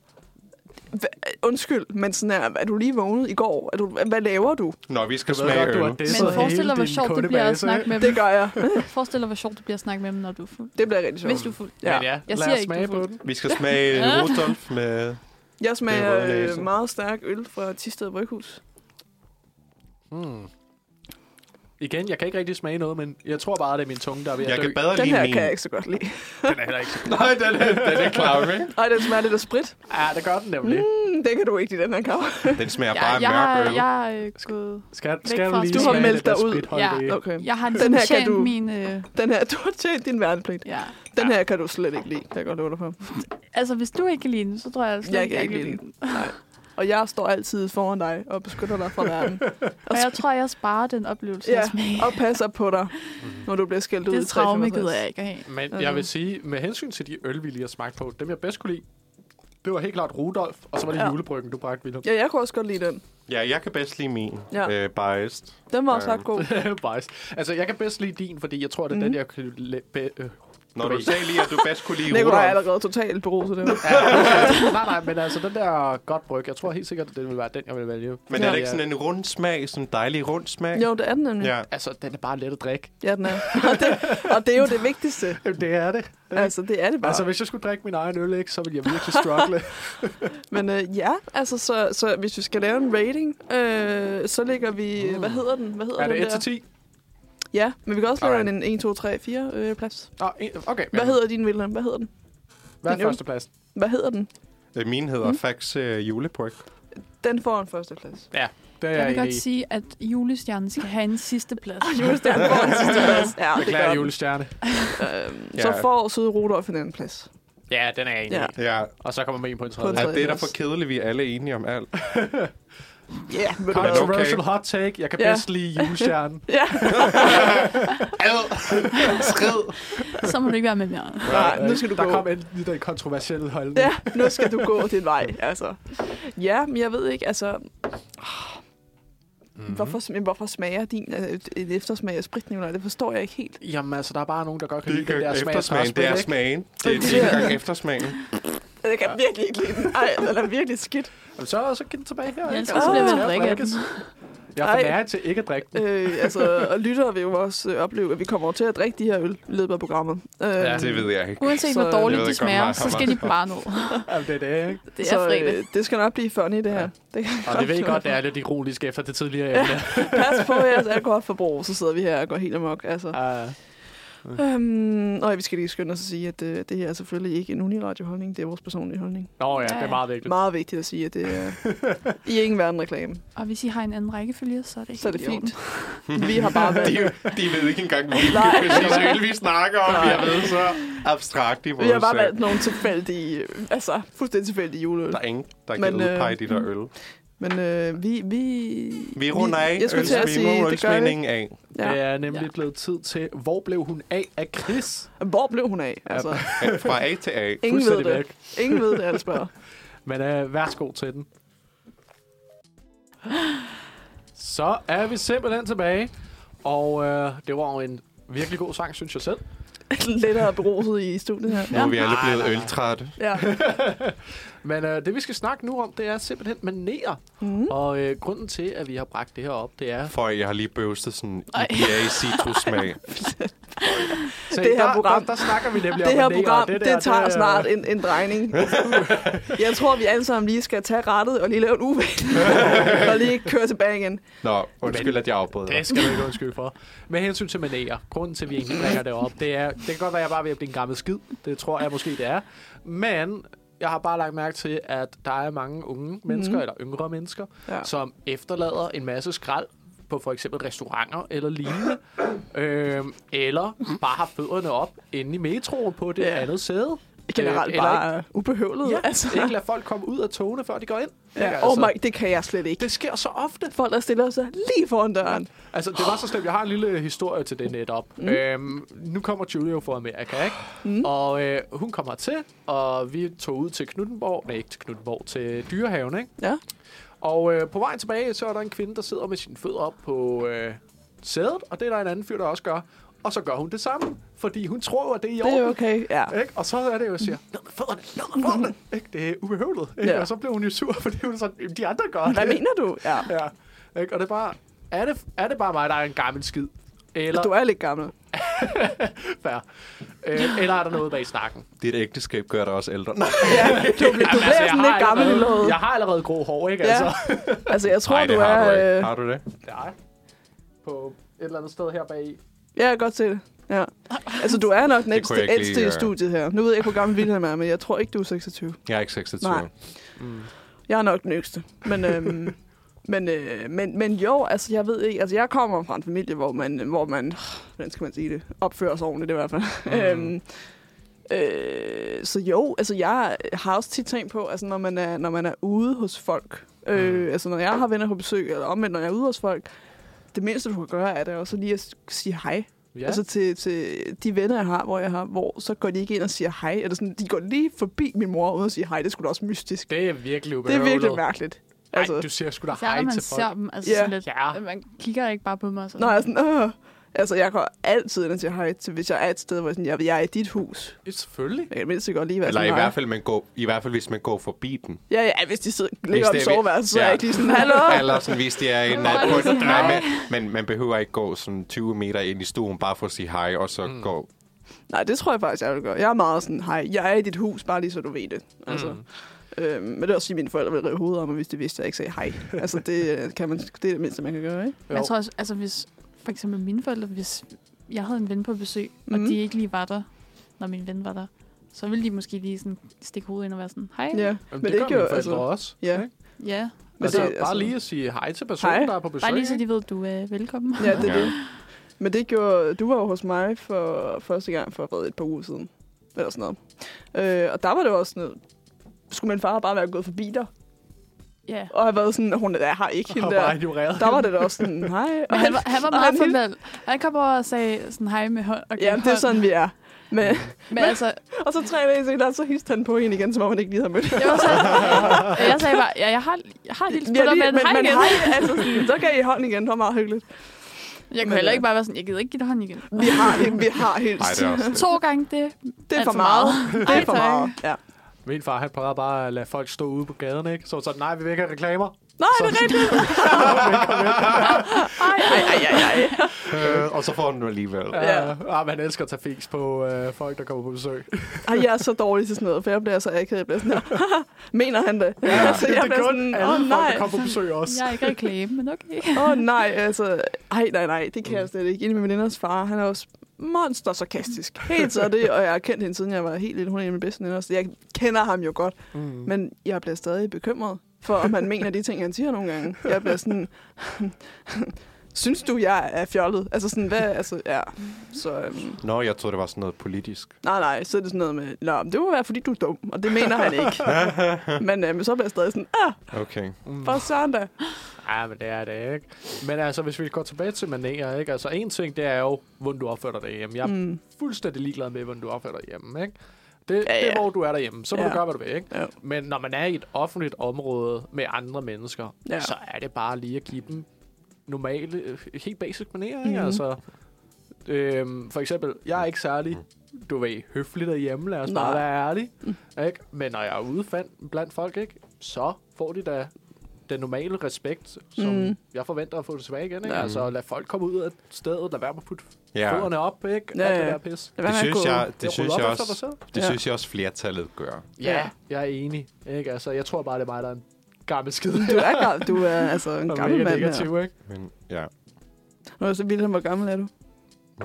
[SPEAKER 3] "Hva- Undskyld, men sådan her, er du lige vågnet i går? Er du, hvad laver du?
[SPEAKER 4] Nå, vi skal
[SPEAKER 2] Jeg ved
[SPEAKER 4] smage
[SPEAKER 2] godt, du
[SPEAKER 4] øl.
[SPEAKER 2] har disset
[SPEAKER 5] Men forestil
[SPEAKER 2] hele
[SPEAKER 5] dig, hvor
[SPEAKER 2] din
[SPEAKER 5] sjovt det bliver at
[SPEAKER 2] kundebase,
[SPEAKER 5] snakke med
[SPEAKER 3] Det
[SPEAKER 5] dem.
[SPEAKER 3] gør jeg.
[SPEAKER 5] Forestil dig, hvor sjovt det bliver at snakke med dem, når du er fuld.
[SPEAKER 3] Det bliver rigtig sjovt.
[SPEAKER 5] Hvis du er fuld.
[SPEAKER 2] ikke? Men ja,
[SPEAKER 5] Jeg
[SPEAKER 2] jeg lad
[SPEAKER 5] siger
[SPEAKER 2] os
[SPEAKER 5] ikke,
[SPEAKER 2] smage
[SPEAKER 5] du
[SPEAKER 2] på
[SPEAKER 5] får
[SPEAKER 2] den.
[SPEAKER 4] Vi skal
[SPEAKER 3] *laughs*
[SPEAKER 4] smage Rudolf med...
[SPEAKER 3] Jeg
[SPEAKER 4] Det er røde
[SPEAKER 3] smager
[SPEAKER 4] næse.
[SPEAKER 3] øh, meget stærk øl fra Tisted Bryghus.
[SPEAKER 2] Mm. Igen, jeg kan ikke rigtig smage noget, men jeg tror bare, det er min tunge, der er ved at
[SPEAKER 4] Jeg
[SPEAKER 2] dø.
[SPEAKER 4] kan bedre
[SPEAKER 3] Den
[SPEAKER 4] lide
[SPEAKER 3] her
[SPEAKER 4] min.
[SPEAKER 3] kan jeg ikke så godt lide.
[SPEAKER 2] Den er heller ikke så god.
[SPEAKER 4] *laughs* Nej, den er, den er klar, ikke?
[SPEAKER 3] *laughs* Ej, den smager lidt af sprit.
[SPEAKER 2] Ja, det gør den nemlig.
[SPEAKER 3] Mm, det kan du ikke i den her kamp.
[SPEAKER 4] Den smager
[SPEAKER 5] Jeg,
[SPEAKER 4] bare af
[SPEAKER 5] jeg,
[SPEAKER 4] mørk
[SPEAKER 5] har,
[SPEAKER 4] øl.
[SPEAKER 5] jeg, er, øh, gået...
[SPEAKER 2] Skal,
[SPEAKER 5] Væk
[SPEAKER 2] skal
[SPEAKER 5] fra
[SPEAKER 2] du lige
[SPEAKER 3] os. Du har
[SPEAKER 2] smage
[SPEAKER 3] meldt
[SPEAKER 2] det der
[SPEAKER 3] dig ud.
[SPEAKER 2] sprit,
[SPEAKER 5] Ja.
[SPEAKER 2] Holger?
[SPEAKER 3] Okay.
[SPEAKER 5] øh, Jeg har
[SPEAKER 3] Den her kan
[SPEAKER 5] tjent
[SPEAKER 3] du-
[SPEAKER 5] min... Øh,
[SPEAKER 3] Den her, du har tjent din værnepligt.
[SPEAKER 5] ja.
[SPEAKER 3] Den her kan du slet ikke lide, kan jeg godt love dig for.
[SPEAKER 5] Altså, hvis du ikke kan lide den, så tror jeg slet
[SPEAKER 3] Jeg
[SPEAKER 5] ikke,
[SPEAKER 3] kan
[SPEAKER 5] jeg
[SPEAKER 3] ikke
[SPEAKER 5] kan
[SPEAKER 3] lide
[SPEAKER 5] lide den.
[SPEAKER 3] *laughs* Og jeg står altid foran dig og beskytter dig fra
[SPEAKER 5] *laughs*
[SPEAKER 3] verden.
[SPEAKER 5] Og jeg tror, jeg sparer den oplevelse
[SPEAKER 3] Ja,
[SPEAKER 5] af smag.
[SPEAKER 3] og passer på dig, når du bliver skældt ud i
[SPEAKER 5] Mhm. Det traume
[SPEAKER 3] 365.
[SPEAKER 5] gider jeg ikke at have.
[SPEAKER 2] Men
[SPEAKER 3] Okay.
[SPEAKER 2] jeg vil sige, med hensyn til de øl, vi lige har smagt på, dem jeg bedst kunne lide, det var helt klart Rudolf, og så var det
[SPEAKER 3] Ja.
[SPEAKER 2] ja. julebryggen, du bragte, *laughs* Wilhelm.
[SPEAKER 3] Ja, jeg kunne også godt lide den.
[SPEAKER 4] Ja, jeg kan bedst lide min.
[SPEAKER 3] Ja.
[SPEAKER 4] Øh, biased.
[SPEAKER 3] Den var også
[SPEAKER 4] Ja.
[SPEAKER 3] ret god.
[SPEAKER 2] Biased. altså, jeg kan bedst lide din, fordi jeg tror, det er mm. den, jeg kan læ- be-
[SPEAKER 3] *laughs*
[SPEAKER 2] øh,
[SPEAKER 4] Når
[SPEAKER 2] Du
[SPEAKER 4] du
[SPEAKER 2] ved.
[SPEAKER 4] sagde lige, at du bedst kunne lide
[SPEAKER 3] Nikolaj er
[SPEAKER 4] Rudolf.
[SPEAKER 3] allerede totalt beruset. Det var.
[SPEAKER 2] Ja, okay. nej, nej, men altså, den der godt bryg, jeg tror helt sikkert, at den vil være den, jeg vil vælge.
[SPEAKER 4] Men er det ikke sådan en rund smag? Sådan en dejlig rund smag?
[SPEAKER 3] Jo, det er den nemlig.
[SPEAKER 4] Ja.
[SPEAKER 2] Altså, den er bare let at drikke.
[SPEAKER 3] ja den er. Og det, og det er jo det vigtigste.
[SPEAKER 2] Jamen, det er det.
[SPEAKER 3] Altså, det er det bare.
[SPEAKER 2] Altså, hvis jeg skulle drikke min egen øl, ikke, så ville jeg
[SPEAKER 3] *laughs*
[SPEAKER 2] virkelig struggle.
[SPEAKER 3] Men øh, ja, altså, så, så hvis vi skal lave en rating, øh, så ligger vi... Mm. Hvad hedder den? Hvad hedder
[SPEAKER 2] er det
[SPEAKER 3] den
[SPEAKER 2] 1
[SPEAKER 3] der?
[SPEAKER 2] til 10?
[SPEAKER 3] Ja, men vi kan også lave
[SPEAKER 2] Alright.
[SPEAKER 3] en 1, 2, 3, 4 øh, plads.
[SPEAKER 2] Nå, en- okay.
[SPEAKER 3] Hvad
[SPEAKER 2] men
[SPEAKER 3] hedder din, Wilhelm? Hvad hedder den?
[SPEAKER 2] Hvad
[SPEAKER 3] din
[SPEAKER 2] er
[SPEAKER 3] øl?
[SPEAKER 2] førstepladsen?
[SPEAKER 3] Hvad hedder den?
[SPEAKER 4] Øh, Min hedder mm. Fax øh, julepryg.
[SPEAKER 3] Den får en førsteplads.
[SPEAKER 2] Det
[SPEAKER 5] Jeg
[SPEAKER 2] er
[SPEAKER 5] vil
[SPEAKER 2] jeg
[SPEAKER 5] godt
[SPEAKER 2] enig i.
[SPEAKER 5] sige, at julestjernen skal have en sidste plads.
[SPEAKER 3] *laughs* Og julestjernen får en sidste plads. Ja, det gør
[SPEAKER 2] Beklager
[SPEAKER 3] den.
[SPEAKER 2] julestjerne.
[SPEAKER 3] Øhm,
[SPEAKER 4] Ja.
[SPEAKER 3] Så får Søde Rudolf en anden plads.
[SPEAKER 2] Ja, den er jeg enig
[SPEAKER 3] Ja.
[SPEAKER 2] ja.
[SPEAKER 4] Ja,
[SPEAKER 2] Og så kommer man ind på en
[SPEAKER 3] På en
[SPEAKER 2] tredje.
[SPEAKER 4] Ja, det er da
[SPEAKER 3] plads.
[SPEAKER 4] for kedeligt, vi er alle enige om alt.
[SPEAKER 3] Ja, yeah, ved du hvad?
[SPEAKER 2] Controversial okay. hot take. Jeg kan
[SPEAKER 3] Ja.
[SPEAKER 2] bedst lide julestjernen.
[SPEAKER 3] *laughs* Ja,
[SPEAKER 5] Så må du ikke være med
[SPEAKER 4] *laughs*
[SPEAKER 5] mere.
[SPEAKER 3] *laughs* nej, nu skal du
[SPEAKER 2] Øh, der
[SPEAKER 3] gå.
[SPEAKER 2] kom endelig den kontroversielle holdning.
[SPEAKER 3] Ja, nu skal du gå din vej, altså. Ja, men jeg ved ikke, altså,
[SPEAKER 2] Mm-hmm.
[SPEAKER 3] hvorfor, sm- hvorfor smager din øh, en eftersmag af spritnævner? Det forstår jeg ikke helt.
[SPEAKER 2] Jamen altså, der er bare nogen, der godt kan
[SPEAKER 4] Det
[SPEAKER 2] lide den
[SPEAKER 4] er
[SPEAKER 2] der smag.
[SPEAKER 4] eftersmagen, det er smagen. Det er
[SPEAKER 3] Det
[SPEAKER 4] 10
[SPEAKER 3] er-
[SPEAKER 4] gange eftersmagen.
[SPEAKER 3] Jeg kan virkelig ikke lide den. Ej, den er virkelig skidt.
[SPEAKER 2] Jamen, så, så giv den tilbage her.
[SPEAKER 5] Jeg
[SPEAKER 2] ikke?
[SPEAKER 5] tror, så bliver
[SPEAKER 2] Altså,
[SPEAKER 5] man
[SPEAKER 2] den
[SPEAKER 5] drikke af
[SPEAKER 2] drikkes.
[SPEAKER 5] den.
[SPEAKER 2] Jeg er for
[SPEAKER 3] Ej.
[SPEAKER 2] nærig til ikke at drikke
[SPEAKER 3] *laughs*
[SPEAKER 2] den.
[SPEAKER 3] Øh, altså, og lyttere vil jo også øh, opleve, at vi kommer over til at drikke de her øl i løbet af programmet. Øh,
[SPEAKER 2] Ja.
[SPEAKER 4] Altså, Det ved
[SPEAKER 3] *laughs*
[SPEAKER 4] jeg ikke.
[SPEAKER 5] Uanset hvor
[SPEAKER 3] Så-
[SPEAKER 5] dårligt
[SPEAKER 4] Jeg ved
[SPEAKER 5] de
[SPEAKER 4] ikke, om
[SPEAKER 5] smager,
[SPEAKER 4] Mark har
[SPEAKER 5] så skal de
[SPEAKER 4] meget-
[SPEAKER 5] bare ned.
[SPEAKER 2] Jamen, det er det, ikke?
[SPEAKER 5] Det er
[SPEAKER 3] så
[SPEAKER 5] fredag.
[SPEAKER 3] øh, det skal nok blive funny, det her.
[SPEAKER 2] Ja.
[SPEAKER 3] Ja. Det kan jeg
[SPEAKER 2] Og det ved jeg
[SPEAKER 3] love
[SPEAKER 2] godt, det
[SPEAKER 3] dig.
[SPEAKER 2] er lidt ironisk efter det tidligere emne.
[SPEAKER 3] Pas på jeres alkoholforbrug, så sidder vi her og går helt amok. Altså.
[SPEAKER 2] Ja.
[SPEAKER 3] Øhm, og vi skal lige skynde os at sige, at øh, det her er selvfølgelig ikke en uniradioholdning, det er vores personlige holdning.
[SPEAKER 2] Nå ja, det
[SPEAKER 5] Ja.
[SPEAKER 2] er meget vigtigt.
[SPEAKER 3] Meget vigtigt at sige, at det er i ingen verden reklame.
[SPEAKER 5] Og hvis I har en anden rækkefølge, så er det,
[SPEAKER 3] Så er det
[SPEAKER 5] helt i orden.
[SPEAKER 3] fint. Vi har
[SPEAKER 4] *laughs*
[SPEAKER 3] bare
[SPEAKER 4] De,
[SPEAKER 3] valgt,
[SPEAKER 4] de ved ikke engang, hvilke
[SPEAKER 3] Nej.
[SPEAKER 4] *laughs* præcis øl vi snakker om.
[SPEAKER 3] Nej.
[SPEAKER 4] Vi har været så abstrakt i vores...
[SPEAKER 3] vi har bare
[SPEAKER 4] øh,
[SPEAKER 3] valgt nogle tilfældige, øh, altså fuldstændig tilfældige juleøl.
[SPEAKER 4] Der er ingen, der
[SPEAKER 3] Men,
[SPEAKER 4] kan udpege
[SPEAKER 3] øh,
[SPEAKER 4] de der øl.
[SPEAKER 3] Men øh, vi, vi...
[SPEAKER 4] Vi runder af
[SPEAKER 3] Jeg skulle til at sige, det gør vi.
[SPEAKER 4] ølsmidningen af.
[SPEAKER 2] Det
[SPEAKER 3] Ja.
[SPEAKER 2] er nemlig blevet tid til, hvor blev hun af af Chris?
[SPEAKER 3] Hvor blev hun af? Altså,
[SPEAKER 4] Ja, Fra A til A.
[SPEAKER 3] ingen ved
[SPEAKER 2] Fuldstændig
[SPEAKER 3] det. Ingen ved det, alle spørger.
[SPEAKER 2] Men øh, værsgo til den. Så er vi simpelthen tilbage. Og øh, det var jo en virkelig god sang, synes jeg selv.
[SPEAKER 3] Lettere beruset i studiet her.
[SPEAKER 4] Nu er vi alle
[SPEAKER 2] Nej,
[SPEAKER 4] blevet
[SPEAKER 2] nej, nej.
[SPEAKER 4] øltrætte.
[SPEAKER 3] Ja.
[SPEAKER 2] Men øh, det, vi skal snakke nu om, det er simpelthen manerer.
[SPEAKER 3] Mm.
[SPEAKER 2] Og øh, grunden til, at vi har bragt det her op, det er...
[SPEAKER 4] For jeg har lige bøvstet sådan
[SPEAKER 5] Ej.
[SPEAKER 4] IPA
[SPEAKER 3] *laughs*
[SPEAKER 4] citrussmag.
[SPEAKER 2] Se,
[SPEAKER 3] Det her
[SPEAKER 2] der,
[SPEAKER 3] program-
[SPEAKER 2] der, der snakker vi nemlig
[SPEAKER 3] Det
[SPEAKER 2] om
[SPEAKER 3] her
[SPEAKER 2] manerer,
[SPEAKER 3] program,
[SPEAKER 2] og
[SPEAKER 3] det,
[SPEAKER 2] der,
[SPEAKER 3] det tager
[SPEAKER 2] er-
[SPEAKER 3] det, snart en, en drejning. Jeg tror, vi alle sammen lige skal tage rettet og lige lave en uve. *laughs* og lige køre tilbage igen.
[SPEAKER 4] Nå, undskyld, at jeg afbrød dig.
[SPEAKER 2] Det skal du ikke undskylde for. Med hensyn til manerer, grunden til, at vi egentlig bringer det op, det er, det kan godt være, at jeg bare er ved at blive en gammel skid. Det tror jeg måske, det er. Men jeg har bare lagt mærke til, at der er mange unge mennesker, mm. eller yngre mennesker,
[SPEAKER 3] Mhm. Ja.
[SPEAKER 2] ja. som efterlader en masse skrald på for eksempel restauranter eller lignende. øhm, eller bare har fødderne op inde i metroen på det
[SPEAKER 3] Ja.
[SPEAKER 2] ja. andet sæde.
[SPEAKER 3] Generelt
[SPEAKER 2] Øh, eller
[SPEAKER 3] bare ubehøvlet.
[SPEAKER 2] Ja,
[SPEAKER 3] altså.
[SPEAKER 2] altså. ikke lade folk komme ud af togene, før de går ind.
[SPEAKER 3] Ja,
[SPEAKER 2] Ikke,
[SPEAKER 3] oh my, det kan jeg slet ikke.
[SPEAKER 2] Det sker så ofte.
[SPEAKER 3] Folk, der stiller sig lige foran døren.
[SPEAKER 2] Altså, det var så slemt. Jeg har en lille historie til det netop. Mm. Øhm, nu kommer Julio fra Amerika, ikke? Mm. Og øh, hun kommer til, og vi tog ud til Knuttenborg. Nej, ikke til Knuttenborg, til Dyrehaven, ikke?
[SPEAKER 3] Ja.
[SPEAKER 2] Og øh, på vejen tilbage, så er der en kvinde, der sidder med sine fødder op på øh, sædet, og det er der en anden fyr, der også gør. Og så gør hun det samme, fordi hun tror, jo, at det er i
[SPEAKER 3] Det er
[SPEAKER 2] orden.
[SPEAKER 3] okay. Ja.
[SPEAKER 2] Ikke? Og så er det jo, at siger, ned med fødderne, ned
[SPEAKER 3] *laughs*
[SPEAKER 2] med fødderne. Ikke? Det er ubehøvlet. Ikke?
[SPEAKER 3] Ja.
[SPEAKER 2] Og så bliver hun jo sur, *laughs* fordi hun er sådan, "Jamen, de andre gør det.
[SPEAKER 3] Hvad mener du? Ja.
[SPEAKER 2] *laughs* Ja. Ikke? Og det er bare, er det, er det bare mig, der er en gammel skid? Eller,
[SPEAKER 3] Du er lidt gammel.
[SPEAKER 2] fair. Øh, eller er der noget bag
[SPEAKER 3] *laughs*
[SPEAKER 2] snakken?
[SPEAKER 4] Dit ægteskab gør dig også ældre. Nej,
[SPEAKER 3] Ja, du, bl- du bliver sådan
[SPEAKER 2] altså, jeg
[SPEAKER 3] lidt
[SPEAKER 2] har
[SPEAKER 3] gammel i
[SPEAKER 2] allerede,
[SPEAKER 3] låget.
[SPEAKER 2] Jeg har allerede grå hår, ikke?
[SPEAKER 3] Ja.
[SPEAKER 2] Ja. Altså,
[SPEAKER 3] Altså, jeg tror,
[SPEAKER 4] det
[SPEAKER 3] du
[SPEAKER 4] har
[SPEAKER 3] er...
[SPEAKER 4] du ikke.
[SPEAKER 3] øh,
[SPEAKER 4] Har du det?
[SPEAKER 2] nej. På et eller andet sted her bag.
[SPEAKER 3] Ja, jeg kan godt se det. Ja. Altså, du er nok den
[SPEAKER 4] Det
[SPEAKER 3] ældste,
[SPEAKER 4] kunne jeg ikke lige,
[SPEAKER 3] ældste i
[SPEAKER 4] øh.
[SPEAKER 3] studiet her. Nu ved jeg ikke, hvor gammel Wilhelm er, men jeg tror ikke, du er 26.
[SPEAKER 4] Jeg er ikke 26.
[SPEAKER 3] Nej. Jeg er nok den yngste. Men, øhm, men, øh, men, men jo, altså, jeg ved ikke... Altså, jeg kommer fra en familie, hvor man... Hvor man hvordan skal man sige det? Opfører sig ordentligt, i hvert fald. Mm. *laughs* øhm, øh, så jo, altså, jeg har også tit tænkt på, altså, når man er, når man er ude hos folk... Øh, altså, når jeg har venner på besøg, eller omvendt, når jeg er ude hos folk... Det mindste, du kan gøre, er det også lige at sige hej.
[SPEAKER 2] Ja.
[SPEAKER 3] Ja. Altså til, til de venner, jeg har, hvor jeg har, hvor så går de ikke ind og siger hej. Eller sådan, de går lige forbi min mor uden at sige hej. Det skulle da også mystisk.
[SPEAKER 2] det er virkelig
[SPEAKER 3] Det er
[SPEAKER 2] ubehøvlet.
[SPEAKER 3] virkelig mærkeligt.
[SPEAKER 2] Altså.
[SPEAKER 3] Altså,
[SPEAKER 2] du siger sgu da
[SPEAKER 5] Især
[SPEAKER 2] hej
[SPEAKER 5] når man
[SPEAKER 2] til folk.
[SPEAKER 5] ser dem, altså
[SPEAKER 3] Ja. altså,
[SPEAKER 5] sådan lidt,
[SPEAKER 2] Ja.
[SPEAKER 5] man kigger ikke bare på mig. Sådan.
[SPEAKER 3] når jeg er sådan, Åh! Altså, jeg går altid ind og siger hej, til, hvis jeg er et sted, hvor jeg, sådan, jeg, jeg er i dit hus.
[SPEAKER 2] Ja, selvfølgelig.
[SPEAKER 3] Jeg kan mindst godt lige være
[SPEAKER 4] Eller
[SPEAKER 3] sådan,
[SPEAKER 4] i
[SPEAKER 3] "Hej."
[SPEAKER 4] hvert, fald, man går, i hvert fald, hvis man går forbi den.
[SPEAKER 3] Ja, ja, hvis de sidder, ligger om
[SPEAKER 4] det er vi-
[SPEAKER 3] soveværelset, så er
[SPEAKER 4] Ja.
[SPEAKER 3] jeg ikke lige sådan,
[SPEAKER 4] *laughs*
[SPEAKER 3] hallo.
[SPEAKER 4] Eller sådan, hvis det er en
[SPEAKER 5] Hvor
[SPEAKER 4] nat
[SPEAKER 5] er
[SPEAKER 4] på
[SPEAKER 5] det
[SPEAKER 4] en
[SPEAKER 5] så
[SPEAKER 4] Nej,
[SPEAKER 5] hej?
[SPEAKER 4] men, men man behøver ikke gå sådan 20 meter ind i stuen bare for at sige hej, og så mm. gå.
[SPEAKER 3] Nej, det tror jeg faktisk, jeg vil gøre. Jeg er meget sådan, hej, jeg er i dit hus, bare lige så du ved det. Altså, mm. øhm, men det er også fordi, mine forældre ville rive hovedet om, mig, hvis de vidste, at jeg ikke sagde hej. Altså, det, øh, kan man, det er det mindste, man kan gøre, ikke?
[SPEAKER 5] Men jeg tror også, altså hvis for eksempel mine forældre, hvis jeg havde en ven på besøg, mm. og
[SPEAKER 3] Mhm.
[SPEAKER 5] de ikke lige var der, når min ven var der, så vil de måske lige sådan stikke hovedet ind og være sådan, hej.
[SPEAKER 3] Ja,
[SPEAKER 2] Jamen, men det, det gør mine forældre altså, også.
[SPEAKER 3] ja.
[SPEAKER 2] ikke?
[SPEAKER 5] Ja,
[SPEAKER 3] Men
[SPEAKER 2] altså,
[SPEAKER 3] det-
[SPEAKER 2] bare
[SPEAKER 3] altså-
[SPEAKER 2] lige at sige hej til personen,
[SPEAKER 3] Hej.
[SPEAKER 2] der er på besøg.
[SPEAKER 5] bare lige så
[SPEAKER 2] ikke?
[SPEAKER 5] de ved, du er velkommen.
[SPEAKER 3] Ja, det er
[SPEAKER 4] Ja.
[SPEAKER 3] det. Men det gjorde, du var jo hos mig for første gang for reddet et par uger siden. Eller sådan noget. Øh, og der var det jo også sådan noget. Skulle min far bare være gået forbi dig?
[SPEAKER 5] Ja.
[SPEAKER 3] Og have været sådan, hun er der, har ikke hende
[SPEAKER 2] Og
[SPEAKER 3] der.
[SPEAKER 2] bare ignoreret.
[SPEAKER 3] Der var det da også sådan, hej.
[SPEAKER 5] *laughs* Men han, var, han var
[SPEAKER 3] og han
[SPEAKER 5] meget
[SPEAKER 3] hilste-
[SPEAKER 5] formel. Han kom over og sagde sådan hej med hånd og gav
[SPEAKER 3] Ja, det er
[SPEAKER 5] hånd.
[SPEAKER 3] sådan, vi er. Men,
[SPEAKER 5] Men altså,
[SPEAKER 3] og så tre dage senere, så histe han på hende igen, som om han ikke lige havde mødt hende.
[SPEAKER 5] jeg, var
[SPEAKER 3] *laughs*
[SPEAKER 5] sådan, jeg sagde bare, ja, jeg har, jeg har et lille spiller, men, hej
[SPEAKER 3] men
[SPEAKER 5] igen.
[SPEAKER 3] hej, altså, sådan, så gav I hånd igen, det var meget hyggeligt.
[SPEAKER 5] Jeg
[SPEAKER 3] Men,
[SPEAKER 5] kunne heller
[SPEAKER 3] øh,
[SPEAKER 5] ikke bare være sådan, jeg gider ikke give dig hånd igen.
[SPEAKER 3] Vi har, vi har helt.
[SPEAKER 4] Nej, det er også
[SPEAKER 5] To gange det.
[SPEAKER 3] det er
[SPEAKER 5] alt
[SPEAKER 3] for
[SPEAKER 5] for
[SPEAKER 3] meget. *laughs* Det er
[SPEAKER 5] Ej,
[SPEAKER 3] for
[SPEAKER 5] tak.
[SPEAKER 3] meget, ja.
[SPEAKER 2] Min far, han plejede bare at lade folk stå ude på gaden, ikke? Så var det sådan, nej, vi vil ikke have reklamer.
[SPEAKER 3] Nej, det er *laughs* rigtigt.
[SPEAKER 5] Ej, ej,
[SPEAKER 4] *laughs*
[SPEAKER 5] ej, ej.
[SPEAKER 4] Øh, og så får den nu
[SPEAKER 3] *laughs*
[SPEAKER 4] alligevel.
[SPEAKER 2] Ja. ja. men han Øh, ah, elsker at tage fiks på øh, folk, der kommer på besøg.
[SPEAKER 3] Ej, jeg er så dårlig til sådan noget, for jeg bliver så akavet. Jeg bliver sådan, "Haha, mener han det? Ja, altså, jeg
[SPEAKER 2] det
[SPEAKER 3] bliver
[SPEAKER 2] gjorde
[SPEAKER 3] sådan,
[SPEAKER 2] alle
[SPEAKER 3] åh oh,
[SPEAKER 2] folk,
[SPEAKER 3] nej,
[SPEAKER 2] der kommer på besøg også.
[SPEAKER 5] Jeg er ikke reklame, men okay. *laughs*
[SPEAKER 3] åh oh, nej, altså, ej, nej, nej, det
[SPEAKER 2] Mm.
[SPEAKER 3] kan jeg slet ikke. En af mine veninders far, han er også monster sarkastisk. Helt så er det, og jeg har kendt hende, siden jeg var helt lille. Hun er en af mine bedste veninder, så jeg kender ham jo godt. Mm. Men jeg bliver stadig bekymret for,
[SPEAKER 2] *laughs*
[SPEAKER 3] om han mener de ting, han siger nogle gange. Jeg bliver sådan, *laughs* synes du, jeg er fjollet? Altså sådan, hvad, altså, ja. Så, øhm,
[SPEAKER 4] Nå, jeg troede, det var sådan noget politisk.
[SPEAKER 3] Nej, nej, så er det sådan noget med, Nå, men det må være, fordi du er dum, og det mener han
[SPEAKER 4] *laughs*
[SPEAKER 3] ikke. men, øh, men så bliver jeg stadig sådan, ah,
[SPEAKER 4] Okay.
[SPEAKER 3] for søren da.
[SPEAKER 2] Ja, men det er det ikke. Men altså, hvis vi går tilbage til manerer, ikke? Altså, en ting, det er jo, hvordan du opfører dig derhjemme. Jeg er mm. fuldstændig ligeglad med, hvordan du opfører dig derhjemme, ikke? Det,
[SPEAKER 3] Ja,
[SPEAKER 2] ja, ja. det
[SPEAKER 3] ja.
[SPEAKER 2] er, hvor du er derhjemme. Så må ja.
[SPEAKER 3] Ja.
[SPEAKER 2] du gøre, hvad du vil, ikke?
[SPEAKER 3] Ja.
[SPEAKER 2] Men når man er i et offentligt område med andre mennesker,
[SPEAKER 3] Ja.
[SPEAKER 2] ja. så er det bare lige at give dem normale, øh, helt basic manerer, ikke?
[SPEAKER 3] Mhm.
[SPEAKER 2] Mm. Altså, øhm, for eksempel, jeg er ikke særlig, du ved, høflig derhjemme, lad os Nej.
[SPEAKER 3] Nej.
[SPEAKER 2] bare være ærlig. Ikke? Men når jeg er ude fan- blandt folk, ikke? så får de da den normale respekt, som
[SPEAKER 3] Mm.
[SPEAKER 2] mm. jeg forventer at få det tilbage igen. Ikke?
[SPEAKER 3] Ja.
[SPEAKER 2] Ja. Altså, lad folk komme ud af stedet, lad være med at putte
[SPEAKER 4] Ja.
[SPEAKER 2] ja. fødderne op, ikke?
[SPEAKER 3] Ja,
[SPEAKER 2] Ja, Alt det
[SPEAKER 3] ja.
[SPEAKER 2] der pis.
[SPEAKER 3] Lad være
[SPEAKER 4] Det
[SPEAKER 3] med at
[SPEAKER 4] synes
[SPEAKER 3] gå.
[SPEAKER 4] jeg, det
[SPEAKER 2] Jeg
[SPEAKER 4] synes
[SPEAKER 2] ruller
[SPEAKER 4] jeg
[SPEAKER 2] op efter dig
[SPEAKER 4] også,
[SPEAKER 2] selv.
[SPEAKER 4] det
[SPEAKER 3] Ja.
[SPEAKER 4] synes jeg også flertallet gør.
[SPEAKER 3] Ja.
[SPEAKER 2] Ja, jeg er enig. Ikke? Altså, jeg tror bare, det er mig, der er en gammel skid.
[SPEAKER 3] Du er, gammel, du er altså
[SPEAKER 4] *laughs*
[SPEAKER 2] *laughs*
[SPEAKER 3] en
[SPEAKER 2] Og
[SPEAKER 3] gammel
[SPEAKER 2] mega
[SPEAKER 3] mand. her.
[SPEAKER 2] negativ, ikke?
[SPEAKER 4] Men ja,
[SPEAKER 3] Nå, så Wilhelm, hvor gammel er du?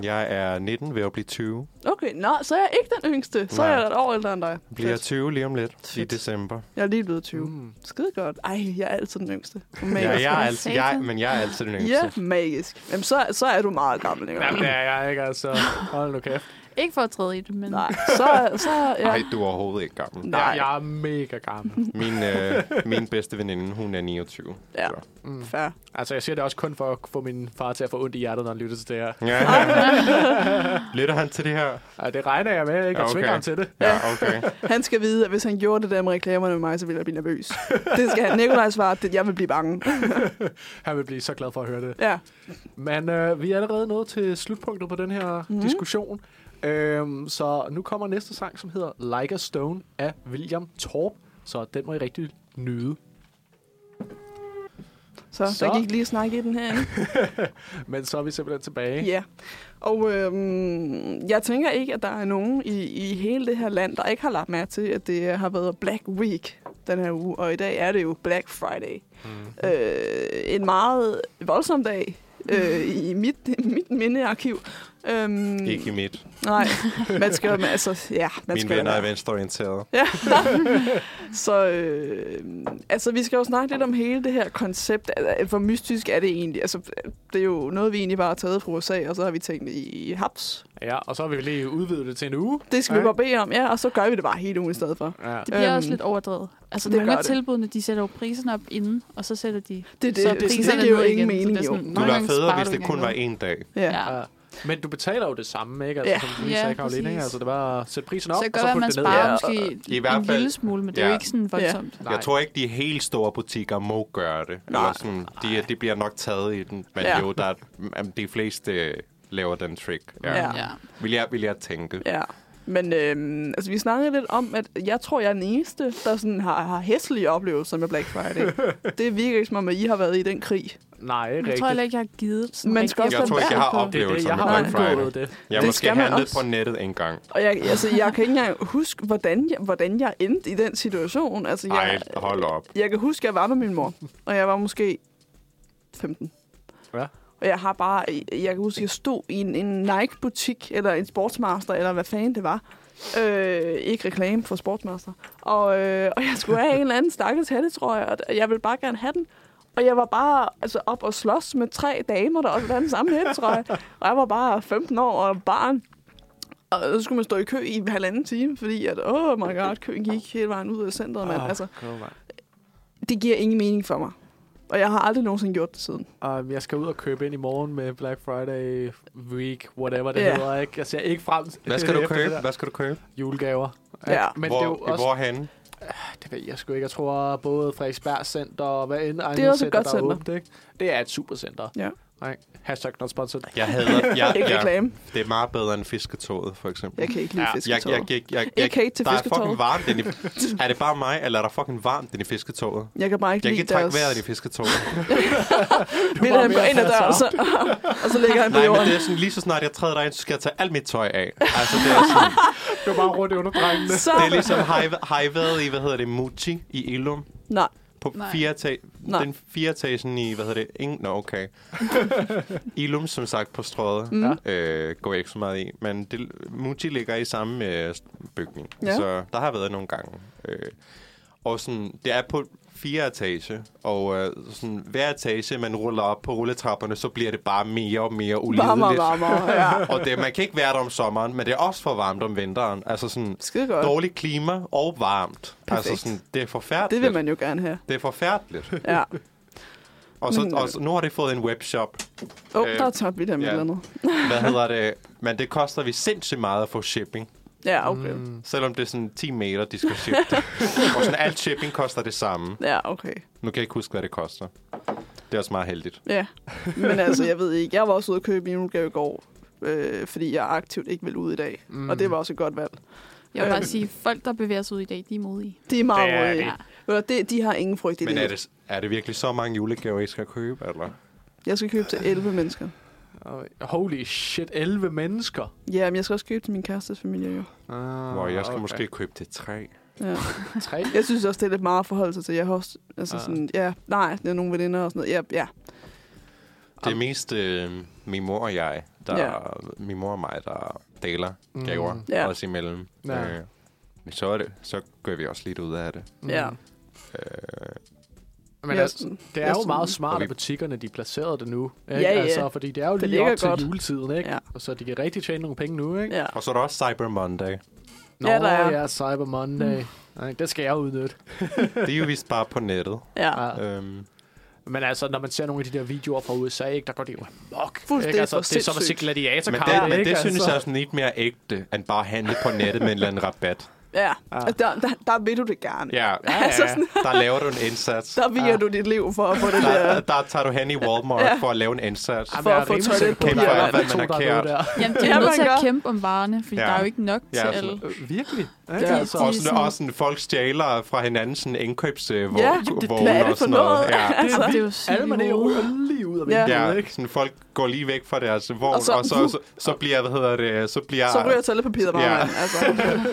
[SPEAKER 4] jeg er 19 ved at blive 20.
[SPEAKER 3] Okay, nå, så er jeg ikke den yngste. Så er
[SPEAKER 4] Nej.
[SPEAKER 3] jeg et år ældre end dig.
[SPEAKER 4] Jeg bliver 20 lige om lidt i
[SPEAKER 3] Fedt.
[SPEAKER 4] december.
[SPEAKER 3] Jeg er lige blevet 20. Mm.
[SPEAKER 2] Mm.
[SPEAKER 3] Skide godt. Ej, jeg er altid den yngste.
[SPEAKER 4] *laughs* Ja,
[SPEAKER 3] Magisk.
[SPEAKER 4] jeg er
[SPEAKER 5] for
[SPEAKER 4] altid, jeg,
[SPEAKER 5] satan.
[SPEAKER 4] men jeg er altid den yngste.
[SPEAKER 3] Ja, magisk. Jamen, så, så er du meget gammel. Ikke?
[SPEAKER 2] Jamen, det er jeg, ikke? Altså, hold nu kæft.
[SPEAKER 5] Ikke for at træde i det, men
[SPEAKER 3] Nej, så, så ja.
[SPEAKER 4] Nej, du er overhovedet ikke gammel.
[SPEAKER 3] Nej,
[SPEAKER 2] Jeg, jeg er mega
[SPEAKER 3] *laughs*
[SPEAKER 2] gammel.
[SPEAKER 4] Min, øh, min bedste veninde, hun er 29.
[SPEAKER 3] Ja.
[SPEAKER 4] Så.
[SPEAKER 2] Mm.
[SPEAKER 3] fair.
[SPEAKER 2] Altså, jeg siger det også kun for at få min far til at få ondt i hjertet, når han lytter til det her.
[SPEAKER 4] Ja. *laughs* Lytter han til det her?
[SPEAKER 2] Ja, det regner jeg med, ikke? Jeg
[SPEAKER 4] Ja,
[SPEAKER 2] okay. tvinger
[SPEAKER 4] okay.
[SPEAKER 2] ham til det.
[SPEAKER 4] Ja,
[SPEAKER 3] *laughs*
[SPEAKER 4] okay.
[SPEAKER 3] Han skal vide, at hvis han gjorde det der med reklamerne med mig, så ville jeg blive nervøs. Det skal han. Nikolaj svarer, at jeg vil blive bange.
[SPEAKER 2] Han vil blive så glad for at høre det.
[SPEAKER 3] Ja.
[SPEAKER 2] Men øh, vi er allerede nået til slutpunktet på den her mm. diskussion. Øhm, så nu kommer næste sang, som hedder Like a Stone af William Torp. Så den må I rigtig nyde.
[SPEAKER 3] Så, så.
[SPEAKER 2] Så.
[SPEAKER 3] der gik lige snakke i den her.
[SPEAKER 2] Men så er vi simpelthen tilbage.
[SPEAKER 3] ja. Og øhm, jeg tænker ikke, at der er nogen i, i hele det her land, der ikke har lagt mærke til, at det øh, har været Black Week den her uge. Og i dag er det jo Black Friday. Mm.
[SPEAKER 4] Mm-hmm.
[SPEAKER 3] Øh, en meget voldsom dag øh, i mit, *laughs* mit mindearkiv. Øhm,
[SPEAKER 4] Ikke i mit.
[SPEAKER 3] Nej, man skal jo- altså, ja, man
[SPEAKER 4] Mine
[SPEAKER 3] skal jo
[SPEAKER 4] venner er
[SPEAKER 3] være-
[SPEAKER 4] venstreorienterede.
[SPEAKER 3] Ja. *laughs* så øh, altså, vi skal jo snakke lidt om hele det her koncept. Altså, Hvor mystisk er det egentlig? Altså, det er jo noget, vi egentlig bare har taget fra USA, og så har vi tænkt det i haps.
[SPEAKER 2] ja, og så har vi lige udvidet det til en uge.
[SPEAKER 3] Det skal vi
[SPEAKER 2] Ja.
[SPEAKER 3] bare bede om, ja, og så gør vi det bare helt ugen i stedet for.
[SPEAKER 2] Ja.
[SPEAKER 5] det bliver
[SPEAKER 3] Øhm,
[SPEAKER 5] også lidt overdrevet. Altså
[SPEAKER 3] det
[SPEAKER 5] nogle
[SPEAKER 3] gør
[SPEAKER 5] af
[SPEAKER 3] det.
[SPEAKER 5] tilbudene, de sætter jo priserne op inden, og så sætter de
[SPEAKER 3] Det, er det,
[SPEAKER 5] så
[SPEAKER 3] det, det,
[SPEAKER 5] priserne
[SPEAKER 3] det giver jo
[SPEAKER 5] ned
[SPEAKER 3] ingen
[SPEAKER 5] igen, så
[SPEAKER 3] mening,
[SPEAKER 5] det er
[SPEAKER 3] jo.
[SPEAKER 5] sådan,
[SPEAKER 4] Du
[SPEAKER 5] nogle
[SPEAKER 4] var
[SPEAKER 5] gange
[SPEAKER 4] federe,
[SPEAKER 5] sparer
[SPEAKER 4] hvis
[SPEAKER 5] du
[SPEAKER 4] det
[SPEAKER 5] ikke
[SPEAKER 4] kun var
[SPEAKER 5] engang
[SPEAKER 4] en dag.
[SPEAKER 3] Ja.
[SPEAKER 5] noget.
[SPEAKER 2] Ja. Men du betaler jo det samme, ikke? Altså,
[SPEAKER 3] Ja.
[SPEAKER 2] som du lige
[SPEAKER 5] Ja,
[SPEAKER 2] sagde, Karoline. ikke?
[SPEAKER 5] præcis.
[SPEAKER 2] Altså, det var at sætte prisen
[SPEAKER 5] Ja.
[SPEAKER 2] op,
[SPEAKER 5] Så det kan
[SPEAKER 2] og
[SPEAKER 5] godt
[SPEAKER 2] så
[SPEAKER 5] være,
[SPEAKER 2] putte det
[SPEAKER 5] man
[SPEAKER 2] ned.
[SPEAKER 5] sparer
[SPEAKER 3] ja.
[SPEAKER 5] måske
[SPEAKER 4] I
[SPEAKER 5] I
[SPEAKER 4] hvert
[SPEAKER 5] en
[SPEAKER 4] fald-
[SPEAKER 5] lille smule, men det er jo
[SPEAKER 4] Ja.
[SPEAKER 5] ikke sådan voldsomt.
[SPEAKER 2] Nej.
[SPEAKER 4] Jeg tror ikke, de helt store butikker må gøre det.
[SPEAKER 3] Nej.
[SPEAKER 4] Eller sådan, de, de bliver nok taget i den. Men
[SPEAKER 3] Ja.
[SPEAKER 4] ja. jo, der er, jamen, de fleste øh, laver den trick. Ja.
[SPEAKER 3] Ja.
[SPEAKER 4] ja.
[SPEAKER 5] Ja.
[SPEAKER 4] Vil, jeg, vil jeg tænke.
[SPEAKER 3] Mm. Ja. Men øhm, altså, vi snakkede lidt om, at jeg tror, jeg er den eneste, der sådan har, har hæslige oplevelser med Black Friday. det virker ikke som om, at I har været i den krig.
[SPEAKER 2] Nej, ikke
[SPEAKER 5] Jeg
[SPEAKER 2] rigtigt.
[SPEAKER 5] tror heller ikke, jeg har givet sådan
[SPEAKER 3] Man
[SPEAKER 5] rigtig
[SPEAKER 3] skal også
[SPEAKER 4] Jeg
[SPEAKER 5] meget
[SPEAKER 4] tror ikke, jeg har
[SPEAKER 5] på-
[SPEAKER 2] det er det,
[SPEAKER 4] oplevelser
[SPEAKER 2] jeg
[SPEAKER 4] med
[SPEAKER 2] har
[SPEAKER 4] Black
[SPEAKER 2] undgået
[SPEAKER 4] Friday.
[SPEAKER 2] det.
[SPEAKER 4] Jeg
[SPEAKER 3] Det
[SPEAKER 4] måske
[SPEAKER 3] skal man
[SPEAKER 4] handlet
[SPEAKER 3] også.
[SPEAKER 4] på nettet en gang.
[SPEAKER 3] Og jeg, altså, jeg kan ikke engang huske, hvordan jeg, hvordan jeg endte i den situation. Altså,
[SPEAKER 4] Ej,
[SPEAKER 3] jeg,
[SPEAKER 4] hold op.
[SPEAKER 3] jeg kan huske, at jeg var med min mor, og jeg var måske 15.
[SPEAKER 2] Ja.
[SPEAKER 3] Og jeg har bare, jeg kan huske, at jeg stod i en, en Nike-butik, eller en sportsmaster, eller hvad fanden det var. Øh, ikke reklame for Sportsmaster. Og, øh, og jeg skulle have en eller anden stakkels hatte, tror jeg, og jeg ville bare gerne have den. Og jeg var bare altså, op og slås med tre damer, der også havde den samme hætte, tror jeg. Og jeg var bare 15 år og barn. Og så skulle man stå i kø i en halvanden time, fordi at, oh my god, køen gik hele vejen ud af centret, mand.
[SPEAKER 2] Ah.
[SPEAKER 3] Altså,
[SPEAKER 4] Ah,
[SPEAKER 3] det giver ingen mening for mig. Og jeg har aldrig nogensinde gjort det siden.
[SPEAKER 2] Um, jeg skal ud og købe ind i morgen med Black Friday week, whatever det
[SPEAKER 3] Ja.
[SPEAKER 2] hedder. Ikke? Jeg ser ikke frem til-
[SPEAKER 4] Hvad skal du
[SPEAKER 2] efter det
[SPEAKER 4] købe?
[SPEAKER 2] der.
[SPEAKER 4] Hvad skal du købe?
[SPEAKER 2] Julegaver.
[SPEAKER 3] Ja.
[SPEAKER 2] Men
[SPEAKER 4] hvor,
[SPEAKER 2] det er jo også...
[SPEAKER 4] Hvor hen?
[SPEAKER 2] Det ved jeg sgu ikke. Jeg tror, både Frederiksberg Center og hvad end
[SPEAKER 3] Det er også et
[SPEAKER 2] center,
[SPEAKER 3] godt
[SPEAKER 2] der
[SPEAKER 3] center.
[SPEAKER 2] Er åbent, ikke? Det er et supercenter.
[SPEAKER 3] Ja.
[SPEAKER 2] Nej. Hashtag not sponsored.
[SPEAKER 4] Jeg hader...
[SPEAKER 3] *laughs*
[SPEAKER 4] Jeg,
[SPEAKER 3] Ikke
[SPEAKER 4] jeg,
[SPEAKER 3] reklame.
[SPEAKER 4] det er meget bedre end fisketoget, for eksempel.
[SPEAKER 3] Jeg kan ikke lide
[SPEAKER 2] Ja,
[SPEAKER 3] ja,
[SPEAKER 2] jeg-
[SPEAKER 4] jeg, jeg,
[SPEAKER 3] fisketåret.
[SPEAKER 4] jeg, jeg, jeg,
[SPEAKER 3] Ikke hate til
[SPEAKER 4] der er
[SPEAKER 3] fisketoget.
[SPEAKER 4] fucking varmt inde i... Er det bare mig, eller er der fucking varmt inde i fisketoget?
[SPEAKER 3] Jeg kan bare ikke
[SPEAKER 4] Jeg kan
[SPEAKER 3] lide
[SPEAKER 4] ikke trække
[SPEAKER 3] deres...
[SPEAKER 4] vejret i fisketoget.
[SPEAKER 3] *laughs* Vil han går
[SPEAKER 2] mere
[SPEAKER 3] ind ad døren, så, *laughs* og så ligger han på
[SPEAKER 4] Nej, men
[SPEAKER 3] jorden.
[SPEAKER 4] det er sådan, lige så snart jeg træder derind, så skal jeg tage alt mit tøj af. Altså, det er, sådan,
[SPEAKER 2] Det var bare rundt under drengene.
[SPEAKER 3] *laughs* Så,
[SPEAKER 4] det er ligesom, har I, har I været i, hvad hedder det, Muji i Ilum?
[SPEAKER 3] nej,
[SPEAKER 4] På
[SPEAKER 5] Nej.
[SPEAKER 4] fire ta-
[SPEAKER 3] Nej.
[SPEAKER 4] den fire etagen i, hvad hedder det, ingen, nå, okay.
[SPEAKER 3] *laughs*
[SPEAKER 4] Ilum, som sagt, på strøget, mm. øh, går jeg ikke så meget i. Men det, Muji ligger i samme øh, bygning,
[SPEAKER 3] Ja.
[SPEAKER 4] ja. så der har jeg været nogle gange. Øh, og sådan, det er på fire etage, og øh, sådan, hver etage, man ruller op på rulletrapperne, så bliver det bare mere og mere
[SPEAKER 3] varmere,
[SPEAKER 4] ulideligt.
[SPEAKER 3] varmere. Ja.
[SPEAKER 4] *laughs* og det, man kan ikke være der om sommeren, men det er også for varmt om vinteren. Altså sådan
[SPEAKER 3] Skide godt.
[SPEAKER 4] dårligt klima og varmt.
[SPEAKER 3] Perfekt.
[SPEAKER 4] Altså sådan, det er forfærdeligt.
[SPEAKER 3] Det vil man jo gerne have.
[SPEAKER 4] Det er forfærdeligt.
[SPEAKER 3] Ja.
[SPEAKER 4] Og, så,
[SPEAKER 3] Men, øh,
[SPEAKER 4] og så, nu har det fået en webshop.
[SPEAKER 3] Åh, oh,
[SPEAKER 4] Øh,
[SPEAKER 3] der er tabt vidt af
[SPEAKER 4] ja.
[SPEAKER 3] eller andet.
[SPEAKER 4] Hvad hedder det? Men det koster vi sindssygt meget at få shipping.
[SPEAKER 3] Ja,
[SPEAKER 2] Mm.
[SPEAKER 3] okay.
[SPEAKER 4] Selvom det er sådan 10 meter, de skal shippe det. Og sådan alt shipping koster det samme.
[SPEAKER 3] Ja, okay.
[SPEAKER 4] Nu kan jeg ikke huske, hvad det koster. Det er også meget heldigt.
[SPEAKER 3] Ja. Men altså, jeg ved ikke. Jeg var også ude at købe min udgave i går, øh, fordi jeg aktivt ikke ville ud i dag. Mm. Og det var også et godt valg.
[SPEAKER 5] Jeg vil bare sige, folk, der bevæger sig ud i dag, de er
[SPEAKER 3] *laughs*
[SPEAKER 5] modige.
[SPEAKER 3] De er meget
[SPEAKER 2] Det er
[SPEAKER 3] modige.
[SPEAKER 5] de.
[SPEAKER 3] Ved du, det, de har ingen frygt i
[SPEAKER 4] Men
[SPEAKER 3] det.
[SPEAKER 4] er
[SPEAKER 3] hele.
[SPEAKER 4] det, er det virkelig så mange julegaver, I skal købe? Eller?
[SPEAKER 3] Jeg skal købe til 11 mennesker.
[SPEAKER 2] Og Holy shit, 11 mennesker.
[SPEAKER 3] Ja, men jeg skal også købe til min kærestes familie jo.
[SPEAKER 2] Ah,
[SPEAKER 4] Hvor jeg skal okay. måske købe til tre.
[SPEAKER 3] Ja.
[SPEAKER 2] Tre?
[SPEAKER 3] Jeg synes også, det er lidt meget at forholde sig til. Jeg har også, altså
[SPEAKER 2] Ah.
[SPEAKER 3] sådan, ja, nej, det er nogle veninder og sådan noget. Ja, ja.
[SPEAKER 4] Det er mest øh, min mor og jeg, der,
[SPEAKER 3] Ja.
[SPEAKER 4] min mor og mig, der deler gaver
[SPEAKER 2] Mm.
[SPEAKER 4] mm.
[SPEAKER 3] Ja.
[SPEAKER 4] også imellem.
[SPEAKER 2] Ja.
[SPEAKER 4] Øh, men så, er det, så gør vi også lidt ud af det.
[SPEAKER 2] Mm.
[SPEAKER 3] Ja.
[SPEAKER 4] Øh,
[SPEAKER 2] Men
[SPEAKER 3] Ja,
[SPEAKER 2] altså, det er jo
[SPEAKER 3] sådan-
[SPEAKER 2] meget smart,
[SPEAKER 4] Og vi-
[SPEAKER 2] at butikkerne de placerede det nu. Ikke?
[SPEAKER 3] Ja, ja.
[SPEAKER 2] Altså, fordi det er jo
[SPEAKER 3] Det
[SPEAKER 2] lige op
[SPEAKER 3] ligger
[SPEAKER 2] til
[SPEAKER 3] godt.
[SPEAKER 2] juletiden, ikke?
[SPEAKER 3] Ja.
[SPEAKER 2] Og så de kan rigtig tjene nogle penge nu, ikke?
[SPEAKER 3] ja.
[SPEAKER 4] og så er der også Cyber Monday.
[SPEAKER 2] Nå,
[SPEAKER 3] Ja, der er.
[SPEAKER 2] ja, Cyber Monday. Nej, det skal jeg udnytte.
[SPEAKER 4] Det er jo vist bare på nettet.
[SPEAKER 3] ja.
[SPEAKER 2] Ja.
[SPEAKER 4] Øhm,
[SPEAKER 2] Men altså, når man ser nogle af de der videoer fra USA, ikke, der går det jo amok.
[SPEAKER 3] Fuldstændig
[SPEAKER 2] Ikke? Altså, det er som at se
[SPEAKER 3] sindssygt.
[SPEAKER 2] gladiator
[SPEAKER 4] men
[SPEAKER 2] ikke?
[SPEAKER 4] det, men det
[SPEAKER 2] altså.
[SPEAKER 4] synes jeg er sådan lidt mere ægte, end bare at handle på nettet med en eller anden rabat.
[SPEAKER 3] Ja, altså, der, der, der vil du det gerne.
[SPEAKER 4] Ah. Ja,
[SPEAKER 3] *laughs*
[SPEAKER 4] Ah.
[SPEAKER 3] Altså, sådan,
[SPEAKER 4] der laver du en indsats.
[SPEAKER 3] der viger du dit liv for at få det
[SPEAKER 4] Der,
[SPEAKER 3] der.
[SPEAKER 4] der tager du hen i Walmart
[SPEAKER 3] Ja.
[SPEAKER 4] for at lave en indsats.
[SPEAKER 2] Jamen,
[SPEAKER 3] for
[SPEAKER 2] jeg er
[SPEAKER 3] at få
[SPEAKER 2] rimelig sikker på, at
[SPEAKER 4] toiletpapir,
[SPEAKER 2] der er
[SPEAKER 4] hvad
[SPEAKER 2] hvert fald
[SPEAKER 4] man
[SPEAKER 2] to,
[SPEAKER 4] har
[SPEAKER 2] der er
[SPEAKER 4] kært.
[SPEAKER 2] noget
[SPEAKER 5] Jamen, de er
[SPEAKER 3] Ja,
[SPEAKER 5] nødt til
[SPEAKER 3] man
[SPEAKER 5] at
[SPEAKER 3] gør.
[SPEAKER 5] kæmpe om varerne, fordi
[SPEAKER 4] Ja.
[SPEAKER 5] ja. der er jo ikke nok ja, til
[SPEAKER 4] sådan-
[SPEAKER 5] alle.
[SPEAKER 2] der. Øh, Virkelig? Ja,
[SPEAKER 3] er
[SPEAKER 2] altså.
[SPEAKER 5] de-
[SPEAKER 4] Og sådan, og sådan folk stjæler fra hinanden sådan indkøbsvogne
[SPEAKER 3] Ja,
[SPEAKER 4] ja,
[SPEAKER 3] det-
[SPEAKER 4] og
[SPEAKER 3] hvad er det for
[SPEAKER 4] sådan noget.
[SPEAKER 3] *laughs* noget?
[SPEAKER 4] Ja.
[SPEAKER 5] Altså, det er jo
[SPEAKER 2] Alle man er
[SPEAKER 5] sygt.
[SPEAKER 2] jo lige ud af
[SPEAKER 3] Ja.
[SPEAKER 2] vinduet,
[SPEAKER 4] Ja,
[SPEAKER 2] ikke?
[SPEAKER 4] sådan folk går lige væk fra deres vogn,
[SPEAKER 3] Og
[SPEAKER 4] og
[SPEAKER 3] så- Uh.
[SPEAKER 4] så, og så, så, så bliver, hvad hedder det, så bliver,
[SPEAKER 3] Så ryger toiletpapiret bare,
[SPEAKER 4] Ja.
[SPEAKER 3] ja.
[SPEAKER 4] *laughs*
[SPEAKER 3] altså.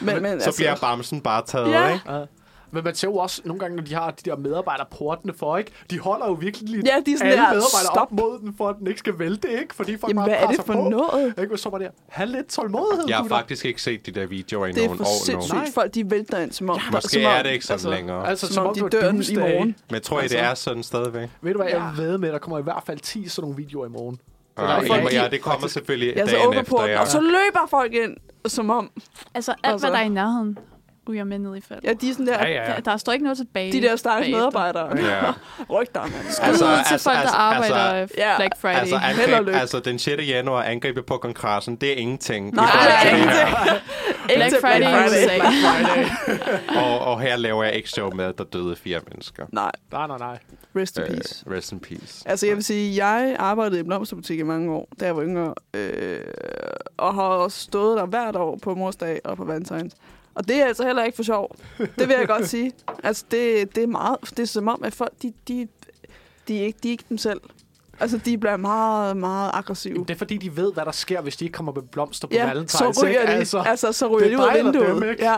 [SPEAKER 3] Men, altså, men,
[SPEAKER 4] så bliver bamsen bare taget,
[SPEAKER 3] Ja.
[SPEAKER 4] ikke?
[SPEAKER 2] Men man ser jo også nogle gange, når de har de der medarbejderportene for, ikke? De holder jo virkelig lige
[SPEAKER 3] Ja, de er sådan
[SPEAKER 2] alle
[SPEAKER 3] der,
[SPEAKER 2] medarbejdere
[SPEAKER 3] stop.
[SPEAKER 2] op mod den, for at den ikke skal vælte, ikke? Fordi folk
[SPEAKER 3] Jamen,
[SPEAKER 2] bare
[SPEAKER 3] hvad er
[SPEAKER 2] presser
[SPEAKER 3] det for
[SPEAKER 2] på.
[SPEAKER 3] noget?
[SPEAKER 2] Ikke? Så var det, have lidt tålmodighed,
[SPEAKER 4] Jeg har
[SPEAKER 2] gutter.
[SPEAKER 4] faktisk ikke set de der videoer i
[SPEAKER 3] Det er
[SPEAKER 4] nogle
[SPEAKER 3] for
[SPEAKER 4] år nu.
[SPEAKER 3] sindssygt. Folk, de vælter ind, som om...
[SPEAKER 4] Måske
[SPEAKER 3] som om,
[SPEAKER 4] er det ikke sådan længere.
[SPEAKER 2] altså,
[SPEAKER 3] Som
[SPEAKER 2] som
[SPEAKER 3] om
[SPEAKER 2] om
[SPEAKER 3] de
[SPEAKER 2] det var
[SPEAKER 3] dør
[SPEAKER 2] doomsday.
[SPEAKER 3] i morgen.
[SPEAKER 4] Men tror I,
[SPEAKER 3] Altså-
[SPEAKER 4] det er sådan stadigvæk?
[SPEAKER 2] Ved du hvad, jeg
[SPEAKER 5] Ja.
[SPEAKER 2] ved med, der kommer i hvert fald 10 sådan nogle videoer i
[SPEAKER 3] *laughs*
[SPEAKER 2] morgen.
[SPEAKER 4] Ja,
[SPEAKER 2] Eller
[SPEAKER 4] ja,
[SPEAKER 2] ikke.
[SPEAKER 4] ja, det kommer selvfølgelig
[SPEAKER 3] Ja, så
[SPEAKER 4] dagen
[SPEAKER 3] åbner
[SPEAKER 4] efter.
[SPEAKER 3] porten,
[SPEAKER 4] Ja.
[SPEAKER 3] og så løber folk ind, som om...
[SPEAKER 5] Altså, alt, hvad
[SPEAKER 3] Altså.
[SPEAKER 5] der er i nærheden, ryger med ned i fald.
[SPEAKER 3] Ja, de er sådan der...
[SPEAKER 2] Ja, ja, ja.
[SPEAKER 5] Der, der står ikke noget tilbage.
[SPEAKER 3] De der stakkels
[SPEAKER 5] bagefter.
[SPEAKER 3] medarbejdere. *laughs*
[SPEAKER 4] Ja.
[SPEAKER 3] Ryk dig, mand.
[SPEAKER 5] Altså,
[SPEAKER 4] Altså,
[SPEAKER 5] ud til
[SPEAKER 4] altså,
[SPEAKER 5] folk, der
[SPEAKER 4] altså,
[SPEAKER 5] arbejder
[SPEAKER 4] altså,
[SPEAKER 5] øh,
[SPEAKER 3] Ja.
[SPEAKER 5] Black Friday.
[SPEAKER 4] Altså,
[SPEAKER 3] Held og
[SPEAKER 4] angreb,
[SPEAKER 3] lykke.
[SPEAKER 4] altså den 6. januar angrebet på kongressen, det er ingenting.
[SPEAKER 3] Nej,
[SPEAKER 4] I forhold til det her.
[SPEAKER 5] Black Friday i USA.
[SPEAKER 4] Og, og her laver jeg ikke sjov med, at der døde fire mennesker.
[SPEAKER 3] Nej,
[SPEAKER 2] Nej, nej, nej.
[SPEAKER 3] rest in peace.
[SPEAKER 4] Øh, rest in peace.
[SPEAKER 3] Altså, jeg vil sige, jeg arbejdede i en blomsterbutik i mange år, da jeg var yngre, øh, og har også stået der hvert år på morsdag og på valentines. Og det er altså heller ikke for sjov. Det vil jeg godt sige. Altså, det, det er meget... Det er som om, at folk, de, de, de, er, ikke, de er ikke dem selv. Altså, de bliver meget, meget aggressive.
[SPEAKER 2] Det er fordi, de ved, hvad der sker, hvis de ikke kommer med blomster på
[SPEAKER 3] Ja,
[SPEAKER 2] valentines.
[SPEAKER 3] så ryger
[SPEAKER 2] ikke?
[SPEAKER 3] de, altså, altså så ryger
[SPEAKER 2] det
[SPEAKER 3] de
[SPEAKER 2] er
[SPEAKER 3] ud af
[SPEAKER 2] dig eller
[SPEAKER 3] vinduet.
[SPEAKER 2] dem, ikke?
[SPEAKER 3] ja,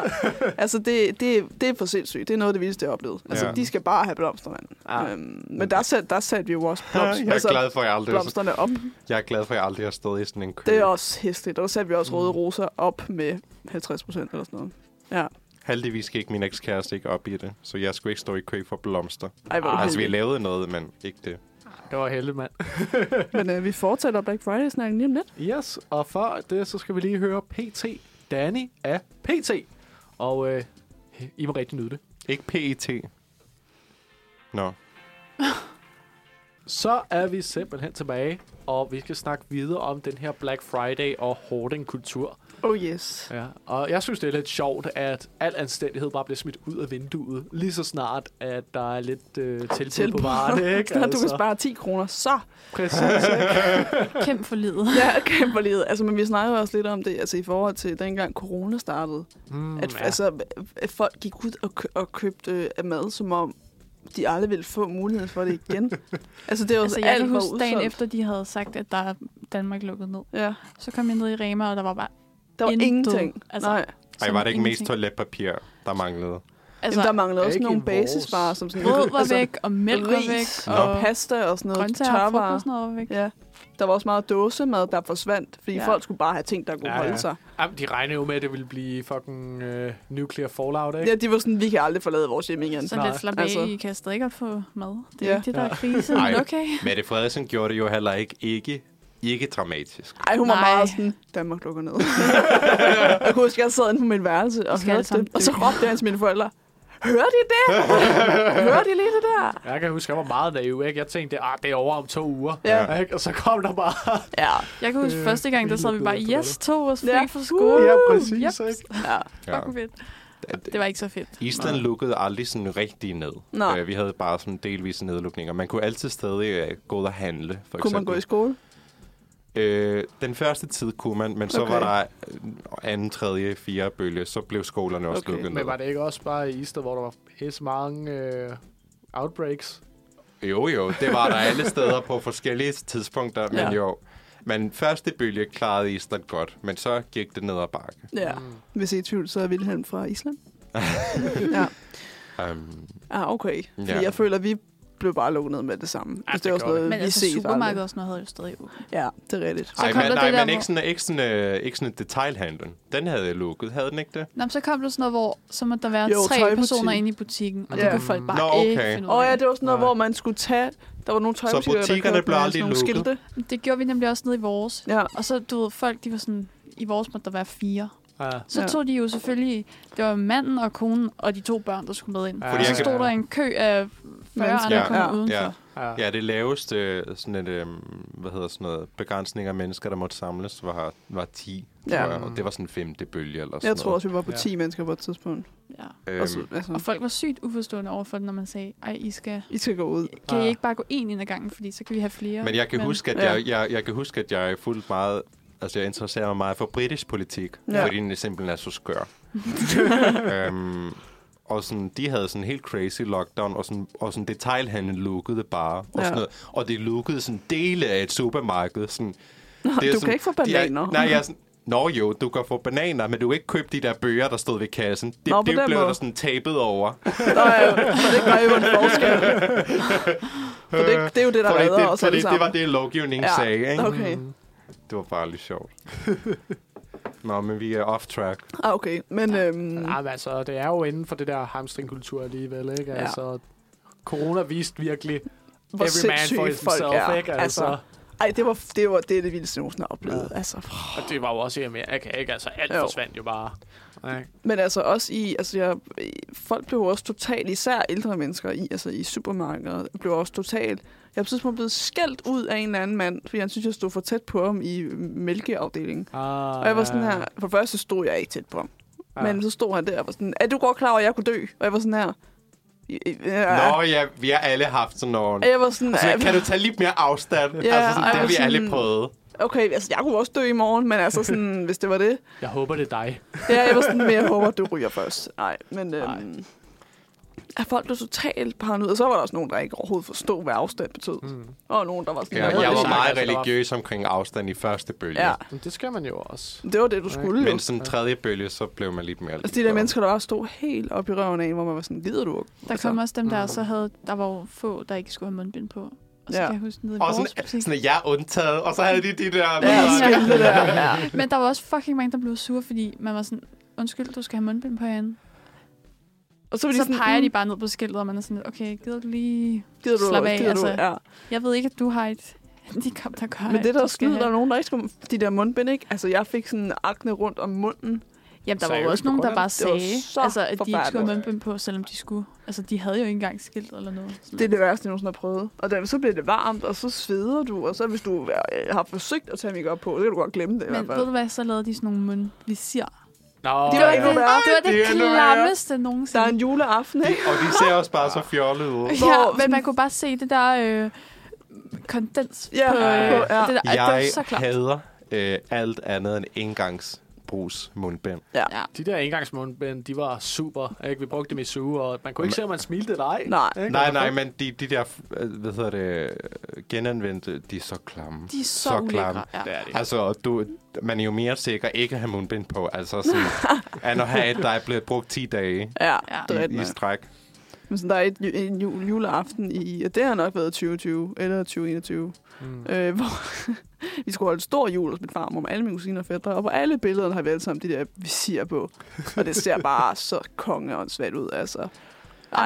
[SPEAKER 3] altså det, det, det er for sindssygt. Det er noget af det vildeste, jeg har oplevet. Altså,
[SPEAKER 4] Ja.
[SPEAKER 3] ja. de skal bare have blomster, mand.
[SPEAKER 2] Ja.
[SPEAKER 3] Ja. Øhm, men der satte, der satte vi jo også blomster,
[SPEAKER 4] Jeg er
[SPEAKER 3] altså,
[SPEAKER 4] glad for, at jeg aldrig,
[SPEAKER 3] blomsterne op.
[SPEAKER 4] jeg er glad for, at jeg aldrig har stået i sådan en kø.
[SPEAKER 3] Det er også hæsligt. Der satte vi også røde roser op med 50 procent eller sådan noget. Ja.
[SPEAKER 4] Heldigvis gik min ekskæreste ikke op i det, så jeg skulle ikke stå i kø for blomster.
[SPEAKER 3] Ej, hvor er
[SPEAKER 4] Ah,
[SPEAKER 3] det
[SPEAKER 4] altså, vi
[SPEAKER 3] heldigt.
[SPEAKER 4] lavede noget, men ikke det.
[SPEAKER 2] Det var heldigt, mand.
[SPEAKER 3] Men øh, vi fortsætter Black Friday-snakken lige om lidt.
[SPEAKER 2] Yes, og før det, så skal vi lige høre PT Danny af PT. Og øh, I må rigtig nyde det.
[SPEAKER 4] Ikke PET. Nå.
[SPEAKER 2] Så er vi simpelthen tilbage, og vi skal snakke videre om den her Black Friday og hoarding kultur.
[SPEAKER 3] Oh yes.
[SPEAKER 2] Ja, og jeg synes, det er lidt sjovt, at al anstændighed bare bliver smidt ud af vinduet, lige så snart, at der er lidt øh, tilbud, tilbud på varerne, ikke?
[SPEAKER 3] *laughs*
[SPEAKER 2] Altså.
[SPEAKER 3] Snart du kan spare 10 kroner, så *laughs*
[SPEAKER 2] Præcis, ikke?
[SPEAKER 5] Kæmp for livet.
[SPEAKER 3] ja, kæmper livet. Altså, men vi snakkede også lidt om det, altså i forhold til dengang corona startede.
[SPEAKER 2] Mm,
[SPEAKER 3] At, ja. altså, at folk gik ud og, kø- og købte øh, mad, som om de aldrig ville få muligheden for det igen. altså, det var
[SPEAKER 5] Altså,
[SPEAKER 3] altså,
[SPEAKER 5] jeg
[SPEAKER 3] alt
[SPEAKER 5] kan
[SPEAKER 3] var
[SPEAKER 5] huske dagen
[SPEAKER 3] udsolgt.
[SPEAKER 5] efter, de havde sagt, at der er Danmark lukket ned.
[SPEAKER 3] Ja,
[SPEAKER 5] Så kom jeg ned i Rema, og der var bare...
[SPEAKER 3] der var
[SPEAKER 5] Intet.
[SPEAKER 3] ingenting.
[SPEAKER 5] Altså,
[SPEAKER 3] Altså, Nej,
[SPEAKER 4] Ej,
[SPEAKER 5] sådan
[SPEAKER 4] var det ikke mest
[SPEAKER 5] ingenting.
[SPEAKER 4] toiletpapir, der manglede?
[SPEAKER 5] Altså,
[SPEAKER 3] altså, der manglede også
[SPEAKER 2] ikke
[SPEAKER 3] nogle
[SPEAKER 2] i vores-
[SPEAKER 3] basisvarer, som sådan Altså,
[SPEAKER 5] brød var væk, og mælk var væk,
[SPEAKER 3] ris og,
[SPEAKER 5] og
[SPEAKER 3] pasta og sådan noget.
[SPEAKER 5] grøntsager og frugt og sådan noget var væk.
[SPEAKER 3] Ja. Der var også meget dåsemad, der forsvandt, fordi
[SPEAKER 5] Ja.
[SPEAKER 3] ja. folk skulle bare have ting, der kunne
[SPEAKER 2] Ja,
[SPEAKER 3] ja,
[SPEAKER 2] ja.
[SPEAKER 3] holde sig.
[SPEAKER 2] Jamen, de regner jo med, at det ville blive fucking øh, nuclear fallout, ikke?
[SPEAKER 3] Ja, de var sådan, vi kan aldrig forlade vores hjem igen.
[SPEAKER 5] Så lidt slap af,
[SPEAKER 3] Altså-
[SPEAKER 5] I kan stadig godt få mad. Det er
[SPEAKER 3] Ja.
[SPEAKER 5] ikke det, der er krise,
[SPEAKER 4] Ej.
[SPEAKER 5] men okay.
[SPEAKER 4] Mette Frederiksen gjorde det jo heller ikke, ikke, ikke dramatisk.
[SPEAKER 3] Ej, hun Nej. var
[SPEAKER 5] Nej.
[SPEAKER 3] meget sådan, Danmark lukker ned. jeg kunne huske, jeg sad inde på mit værelse og
[SPEAKER 5] skal alle
[SPEAKER 3] hørte
[SPEAKER 5] sammen
[SPEAKER 3] det, og så
[SPEAKER 5] dø.
[SPEAKER 3] råbte jeg til mine forældre, hører de det? hører de lige det der?
[SPEAKER 2] Jeg kan huske, jeg var meget naiv, ikke? Jeg tænkte, at det er over om to uger.
[SPEAKER 4] Ja.
[SPEAKER 2] Ja. Ikke? Og så kom der bare...
[SPEAKER 3] Ja,
[SPEAKER 5] Jeg kan huske
[SPEAKER 2] Øh,
[SPEAKER 5] første gang, der sad vi
[SPEAKER 2] vildt
[SPEAKER 5] bare,
[SPEAKER 2] bedre
[SPEAKER 5] yes, to års fri
[SPEAKER 3] Ja.
[SPEAKER 5] fra
[SPEAKER 3] Uh,
[SPEAKER 5] skole.
[SPEAKER 2] Ja, præcis,
[SPEAKER 5] Yep.
[SPEAKER 2] ikke?
[SPEAKER 3] ja.
[SPEAKER 4] Ja.
[SPEAKER 5] Fucking fedt. Det var ikke så fedt.
[SPEAKER 4] Island lukkede aldrig sådan rigtig ned.
[SPEAKER 3] Nej.
[SPEAKER 4] Øh, Vi havde bare sådan delvise nedlukninger. Man kunne altid stadig øh, gå ud og handle, for
[SPEAKER 3] Kunne man
[SPEAKER 4] eksempel.
[SPEAKER 3] gå i skole?
[SPEAKER 4] Øh, den første tid kunne man, men så
[SPEAKER 3] Okay.
[SPEAKER 4] var der øh, anden, tredje, fjerde bølge, så blev skolerne også
[SPEAKER 3] Okay.
[SPEAKER 4] lukket ned.
[SPEAKER 2] Men var det ikke også bare i Island, hvor der var pisse mange øh, outbreaks?
[SPEAKER 4] Jo, jo, det var der alle steder på forskellige tidspunkter, men
[SPEAKER 3] Ja.
[SPEAKER 4] jo. Men første bølge klarede Island godt, men så gik det ned ad bakke.
[SPEAKER 3] Ja.
[SPEAKER 2] Mm.
[SPEAKER 3] Hvis I er i tvivl, så er Vilhelm fra Island. ja.
[SPEAKER 4] Um,
[SPEAKER 3] Ah, okay. Fordi
[SPEAKER 4] Ja.
[SPEAKER 3] jeg føler, at vi blev bare lukket ned med det samme.
[SPEAKER 2] Ja,
[SPEAKER 3] Altså,
[SPEAKER 2] det
[SPEAKER 3] det var sådan
[SPEAKER 2] gør
[SPEAKER 3] noget,
[SPEAKER 5] Men
[SPEAKER 3] vi
[SPEAKER 5] altså,
[SPEAKER 3] ses
[SPEAKER 5] supermarkedet og sådan noget havde jo stadig åbent.
[SPEAKER 3] aldrig. Ja, det er rigtigt.
[SPEAKER 5] Så
[SPEAKER 4] ej, men,
[SPEAKER 5] kom der
[SPEAKER 4] nej,
[SPEAKER 5] det der,
[SPEAKER 4] men ikke
[SPEAKER 5] hvor-
[SPEAKER 4] sådan, ikke, sådan, øh, ikke sådan detailhandlen. Den havde lukket, havde den ikke det?
[SPEAKER 5] Nå, men så kom der sådan noget, hvor så måtte der være
[SPEAKER 3] Jo,
[SPEAKER 5] tre
[SPEAKER 3] tøjbutik.
[SPEAKER 5] personer inde i butikken, og det
[SPEAKER 3] Ja.
[SPEAKER 5] kunne folk bare
[SPEAKER 4] Nå, okay.
[SPEAKER 5] ikke finde ud
[SPEAKER 3] Åh oh,
[SPEAKER 5] af.
[SPEAKER 3] ja, det var sådan noget,
[SPEAKER 2] Nej.
[SPEAKER 3] hvor man skulle tage... Der var nogle tøjbutikker, der
[SPEAKER 4] butikkerne
[SPEAKER 3] kørte
[SPEAKER 4] blev
[SPEAKER 3] med
[SPEAKER 4] aldrig
[SPEAKER 3] sådan nogle
[SPEAKER 4] lukket?
[SPEAKER 3] skilte.
[SPEAKER 5] Det gjorde vi nemlig også nede i vores.
[SPEAKER 3] Ja.
[SPEAKER 5] Og så, du ved, folk, de var sådan, i vores måtte der være fire.
[SPEAKER 2] Ja.
[SPEAKER 5] Så
[SPEAKER 3] Ja.
[SPEAKER 5] tog de jo selvfølgelig, det var manden og konen og de to børn, der skulle med ind.
[SPEAKER 2] Ja.
[SPEAKER 4] Fordi
[SPEAKER 5] Fordi så
[SPEAKER 4] jeg kan-
[SPEAKER 5] stod der en kø af 40 andre, der
[SPEAKER 4] Ja.
[SPEAKER 5] kom
[SPEAKER 3] Ja.
[SPEAKER 5] udenfor.
[SPEAKER 4] Ja.
[SPEAKER 2] Ja.
[SPEAKER 4] Ja, det laveste øh, sådan et, øhm, hvad hedder sådan noget, begrænsning af mennesker, der måtte samles, var, var 10.
[SPEAKER 3] Ja.
[SPEAKER 4] Ja. Og det var sådan femte bølge eller sådan
[SPEAKER 3] Jeg tror
[SPEAKER 4] noget.
[SPEAKER 3] også, vi var på
[SPEAKER 2] Ja.
[SPEAKER 3] 10 mennesker på et tidspunkt.
[SPEAKER 5] Ja.
[SPEAKER 4] Øhm,
[SPEAKER 3] Og så- altså,
[SPEAKER 5] Og folk var sygt uforstående overfor det, når man sagde, ej, I skal...
[SPEAKER 3] I skal gå *laughs* ud.
[SPEAKER 5] Kan I
[SPEAKER 2] Ah.
[SPEAKER 5] ikke bare gå en ind ad gangen, fordi så kan vi have flere?
[SPEAKER 4] Men jeg kan huske, at
[SPEAKER 3] Ja.
[SPEAKER 4] jeg, jeg, jeg kan huske, at jeg fuldt meget... Altså, jeg interesserer mig meget for britisk politik, ja.
[SPEAKER 3] Ja.
[SPEAKER 4] fordi den simpelthen er
[SPEAKER 3] *laughs*
[SPEAKER 4] så skør. øhm, og sådan, de havde sådan en helt crazy lockdown, og sådan, og sådan detailhandlen lukkede bare. Og,
[SPEAKER 3] Ja.
[SPEAKER 4] sådan noget, og det lukkede sådan dele af et supermarked. Sådan, Nå,
[SPEAKER 3] du kan ikke få bananer.
[SPEAKER 4] Jeg, nej,
[SPEAKER 3] *laughs*
[SPEAKER 4] jeg er sådan, Nå jo, du kan få bananer, men du kan ikke købe de der bøger, der stod ved kassen. Det,
[SPEAKER 3] Nå, på
[SPEAKER 4] det
[SPEAKER 3] den
[SPEAKER 4] blev
[SPEAKER 3] måde.
[SPEAKER 4] der sådan tabet over.
[SPEAKER 3] Nå, ja, for det gør jo en
[SPEAKER 4] *laughs*
[SPEAKER 3] forskel. For det, det er jo det, der
[SPEAKER 4] fordi
[SPEAKER 3] redder
[SPEAKER 4] det,
[SPEAKER 3] os
[SPEAKER 4] fordi
[SPEAKER 3] alle
[SPEAKER 4] det var
[SPEAKER 3] sammen.
[SPEAKER 4] det, lovgivningen
[SPEAKER 3] Ja.
[SPEAKER 4] sagde. Ikke?
[SPEAKER 3] Okay.
[SPEAKER 2] Mm.
[SPEAKER 4] Det var bare lidt sjovt. *laughs* Nå, men vi er off track.
[SPEAKER 3] Ah, okay. Men øhm,
[SPEAKER 2] Ja, men altså, det er jo inden for det der hamstringkultur alligevel, ikke?
[SPEAKER 3] Ja.
[SPEAKER 2] Altså, corona viste virkelig
[SPEAKER 3] hvor
[SPEAKER 2] every man for
[SPEAKER 3] sindssyge
[SPEAKER 2] himself,
[SPEAKER 3] folk er.
[SPEAKER 2] ikke? Altså, altså.
[SPEAKER 3] ej, det, var, det, var, det er det vildeste, jeg nogensinde har oplevet.
[SPEAKER 2] Ja.
[SPEAKER 3] Altså, pff.
[SPEAKER 2] Og det var jo også i Amerika, ikke? Altså, alt jo.
[SPEAKER 3] Jo.
[SPEAKER 2] forsvandt jo bare. Nej.
[SPEAKER 3] men altså også i, altså jeg, folk blev også totalt, især ældre mennesker i, altså i supermarkeder, blev også totalt, jeg er på et tidspunkt blevet skældt ud af en eller anden mand, fordi han synes, jeg stod for tæt på ham i mælkeafdelingen.
[SPEAKER 2] Ah,
[SPEAKER 3] Og jeg var sådan her, for det første stod jeg ikke tæt på ham.
[SPEAKER 4] Ah.
[SPEAKER 2] Ja.
[SPEAKER 3] Men så stod han der og var sådan, er du godt klar over, at jeg kunne dø? Og jeg var sådan her. "I- i-
[SPEAKER 4] Ja.
[SPEAKER 3] Ja.
[SPEAKER 4] Nå ja, vi har alle haft sådan nogle...
[SPEAKER 3] Og jeg var sådan,
[SPEAKER 4] Så kan
[SPEAKER 3] "Ja,
[SPEAKER 4] du tage lidt mere afstand?
[SPEAKER 3] Ja,
[SPEAKER 4] altså, sådan,
[SPEAKER 3] ej,
[SPEAKER 4] det har vi
[SPEAKER 3] sådan-
[SPEAKER 4] alle prøvet.
[SPEAKER 3] okay, altså jeg kunne også dø i morgen, men altså sådan, hvis det var det.
[SPEAKER 2] Jeg håber, det er dig.
[SPEAKER 3] Ja, jeg var sådan, men jeg håber, du ryger først. Nej, men øhm,
[SPEAKER 2] Ej.
[SPEAKER 3] er folk der totalt paranoid. Og så var der også nogen, der ikke overhovedet forstod, hvad afstand betød. Mm. Og nogen, der var sådan...
[SPEAKER 4] Ja,
[SPEAKER 2] Ja,
[SPEAKER 4] jeg
[SPEAKER 2] det
[SPEAKER 4] var
[SPEAKER 2] er
[SPEAKER 4] meget
[SPEAKER 2] sikkert.
[SPEAKER 4] religiøs omkring afstand i første bølge.
[SPEAKER 3] ja.
[SPEAKER 4] Ja.
[SPEAKER 2] Men det skal man jo også.
[SPEAKER 3] Det var det, du skulle.
[SPEAKER 4] Men sådan tredje bølge, så blev man lidt mere...
[SPEAKER 3] Altså, de der mennesker, der bare stod helt op i røven af, hvor man var sådan, gider du? Altså,
[SPEAKER 5] Der
[SPEAKER 4] Altså-
[SPEAKER 5] kom også dem
[SPEAKER 4] Mm.
[SPEAKER 5] der, og så havde, der var jo få, der ikke skulle have mundbind på. Og så
[SPEAKER 3] Ja.
[SPEAKER 5] kan jeg huske nede i
[SPEAKER 4] Og
[SPEAKER 5] vores
[SPEAKER 4] sådan,
[SPEAKER 5] butik.
[SPEAKER 4] sådan, at jeg er undtaget, og så havde de de der...
[SPEAKER 5] Ja.
[SPEAKER 3] Det *laughs* der. Ja.
[SPEAKER 5] Men der var også fucking mange, der blev sure, fordi man var sådan, undskyld, du skal have mundbind på herinde.
[SPEAKER 3] Og så, var de
[SPEAKER 5] Så
[SPEAKER 3] sådan,
[SPEAKER 5] peger de
[SPEAKER 3] "Mm,
[SPEAKER 5] bare ned på skiltet, og man er sådan, lidt, okay, gider du lige...
[SPEAKER 3] gider du,
[SPEAKER 5] Slap af,
[SPEAKER 3] gider du?
[SPEAKER 5] altså.
[SPEAKER 3] Ja.
[SPEAKER 5] Jeg ved ikke, at du har et handicap, der gør,
[SPEAKER 3] Men det
[SPEAKER 5] at
[SPEAKER 3] der
[SPEAKER 5] du
[SPEAKER 3] er
[SPEAKER 5] skal
[SPEAKER 3] skidt, der er
[SPEAKER 5] have-
[SPEAKER 3] nogen, der ikke skulle... De der mundbind, ikke? Altså, jeg fik sådan akne rundt om munden.
[SPEAKER 5] Jamen, der var jo
[SPEAKER 2] Seriøst,
[SPEAKER 5] også
[SPEAKER 2] på
[SPEAKER 5] nogen, der
[SPEAKER 2] Grønland?
[SPEAKER 5] bare
[SPEAKER 3] Det var
[SPEAKER 5] sagde,
[SPEAKER 3] så
[SPEAKER 5] altså, at de ikke skulle have
[SPEAKER 3] forfærdeligt.
[SPEAKER 5] mundbind på, selvom de skulle. Altså, de havde jo ikke engang skilt eller noget. Sådan
[SPEAKER 3] Det er det værste, jeg nogensinde har prøvet. Og der, så bliver det varmt, og så sveder du. Og så hvis du øh, har forsøgt at tage mig op på, så kan du godt glemme det i
[SPEAKER 5] Men
[SPEAKER 3] hvert
[SPEAKER 5] ved
[SPEAKER 3] fald.
[SPEAKER 5] du hvad, så lavede de sådan nogle mundvisir.
[SPEAKER 2] Nå,
[SPEAKER 3] Det
[SPEAKER 5] Det
[SPEAKER 3] var
[SPEAKER 5] var
[SPEAKER 3] endnu værre.
[SPEAKER 5] det, det, var det,
[SPEAKER 4] Det er endnu værre.
[SPEAKER 5] klammeste
[SPEAKER 3] Der
[SPEAKER 5] nogensinde.
[SPEAKER 3] er en juleaften, ikke?
[SPEAKER 4] Og de ser også bare så fjollede ud.
[SPEAKER 5] Ja,
[SPEAKER 3] hvor-
[SPEAKER 5] men man kunne bare se det der øh, kondens
[SPEAKER 3] Ja,
[SPEAKER 5] på, øh,
[SPEAKER 3] på- ja.
[SPEAKER 5] det, der, det var
[SPEAKER 4] Jeg
[SPEAKER 5] så klart.
[SPEAKER 4] hader øh, alt andet end engangsbrugs mundbind.
[SPEAKER 5] Ja.
[SPEAKER 2] De der engangsmundbind, de var super. Ikke? Vi brugte dem i suge, og man kunne ikke se, om man smilte eller ej.
[SPEAKER 3] *laughs* Nej.
[SPEAKER 2] Ikke?
[SPEAKER 4] Nej, nej, men de, de der, øh, hvad hedder det, øh, genanvendte, de er så klamme.
[SPEAKER 5] De er så,
[SPEAKER 4] Så
[SPEAKER 5] så
[SPEAKER 4] klamme.
[SPEAKER 5] ulækre. Ja.
[SPEAKER 2] Det er de.
[SPEAKER 4] Altså, og du, man er jo mere sikker ikke at have mundbind på,
[SPEAKER 3] *laughs*
[SPEAKER 4] altså sådan, end at have et, der er blevet brugt 10 dage
[SPEAKER 3] Ja,
[SPEAKER 5] Ja.
[SPEAKER 3] det er
[SPEAKER 4] i, i
[SPEAKER 3] rigtigt.
[SPEAKER 4] stræk.
[SPEAKER 3] Men sådan, der er et, ju- en jul, juleaften i, og det har nok været 2020 eller 2021,
[SPEAKER 2] Mm.
[SPEAKER 3] øh, hvor *laughs* vi skulle holde et stor jul hos min farmor med alle mine kusiner og fædre, og på alle billederne har vi alle sammen de der visir på. Og det ser bare så kongeåndssvagt ud, altså. Ej.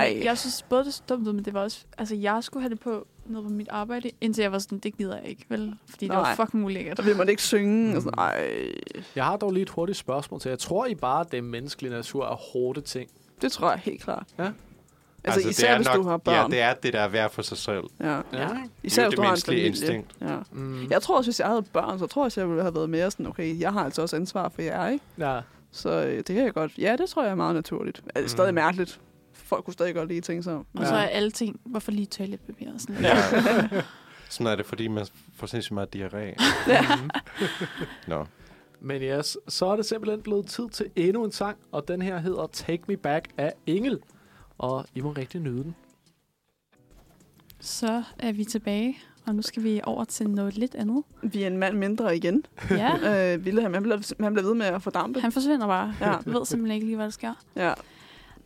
[SPEAKER 5] Ej. Jeg synes både det så dumt ud, men det var også... Altså, jeg skulle have det på noget på mit arbejde, indtil jeg var sådan, det gider jeg ikke, vel? Fordi det var
[SPEAKER 3] Nej.
[SPEAKER 5] fucking ulækkert.
[SPEAKER 3] Så vil man ikke synge, og sådan, ej,
[SPEAKER 2] Jeg har dog lige et hurtigt spørgsmål til. Jeg tror I bare, at det er menneskelig natur at hårde ting.
[SPEAKER 3] det tror jeg helt klart.
[SPEAKER 2] Ja.
[SPEAKER 3] Altså, altså især hvis du har børn.
[SPEAKER 4] Ja, det er det, der er værd for sig selv.
[SPEAKER 3] ja.
[SPEAKER 2] Ja.
[SPEAKER 3] Især
[SPEAKER 4] det
[SPEAKER 3] hvis du har en
[SPEAKER 4] menneskelige
[SPEAKER 3] familie.
[SPEAKER 4] instinkt.
[SPEAKER 3] Ja.
[SPEAKER 2] Mm.
[SPEAKER 3] Jeg tror også, hvis jeg havde børn, så tror jeg, også, jeg ville have været mere sådan, okay, jeg har altså også ansvar for jer, ikke?
[SPEAKER 2] ja.
[SPEAKER 3] Så øh, det kan jeg godt. Ja, det tror jeg er meget naturligt. Er det stadig
[SPEAKER 2] Mm.
[SPEAKER 3] mærkeligt? Folk kunne stadig godt lide ting som.
[SPEAKER 5] Og så
[SPEAKER 2] Ja.
[SPEAKER 5] er alle ting, hvorfor lige toiletpapir og sådan
[SPEAKER 3] *laughs*
[SPEAKER 4] Ja. sådan er det, fordi man får sindssygt meget diarré. Nå.
[SPEAKER 2] Mm-hmm. Men ja, yes, så er det simpelthen blevet tid til endnu en sang, og den her hedder Take Me Back af Engel. Og I må rigtig nyde den.
[SPEAKER 5] Så er vi tilbage, og nu skal vi over til noget lidt andet.
[SPEAKER 3] Vi er en mand mindre igen.
[SPEAKER 5] *laughs* Ja,
[SPEAKER 3] Øh, Wilhelm, han bliver, han bliver ved med at fordampe.
[SPEAKER 5] han forsvinder bare.
[SPEAKER 3] Ja.
[SPEAKER 5] Jeg ved simpelthen ikke lige, hvad der sker.
[SPEAKER 3] Ja.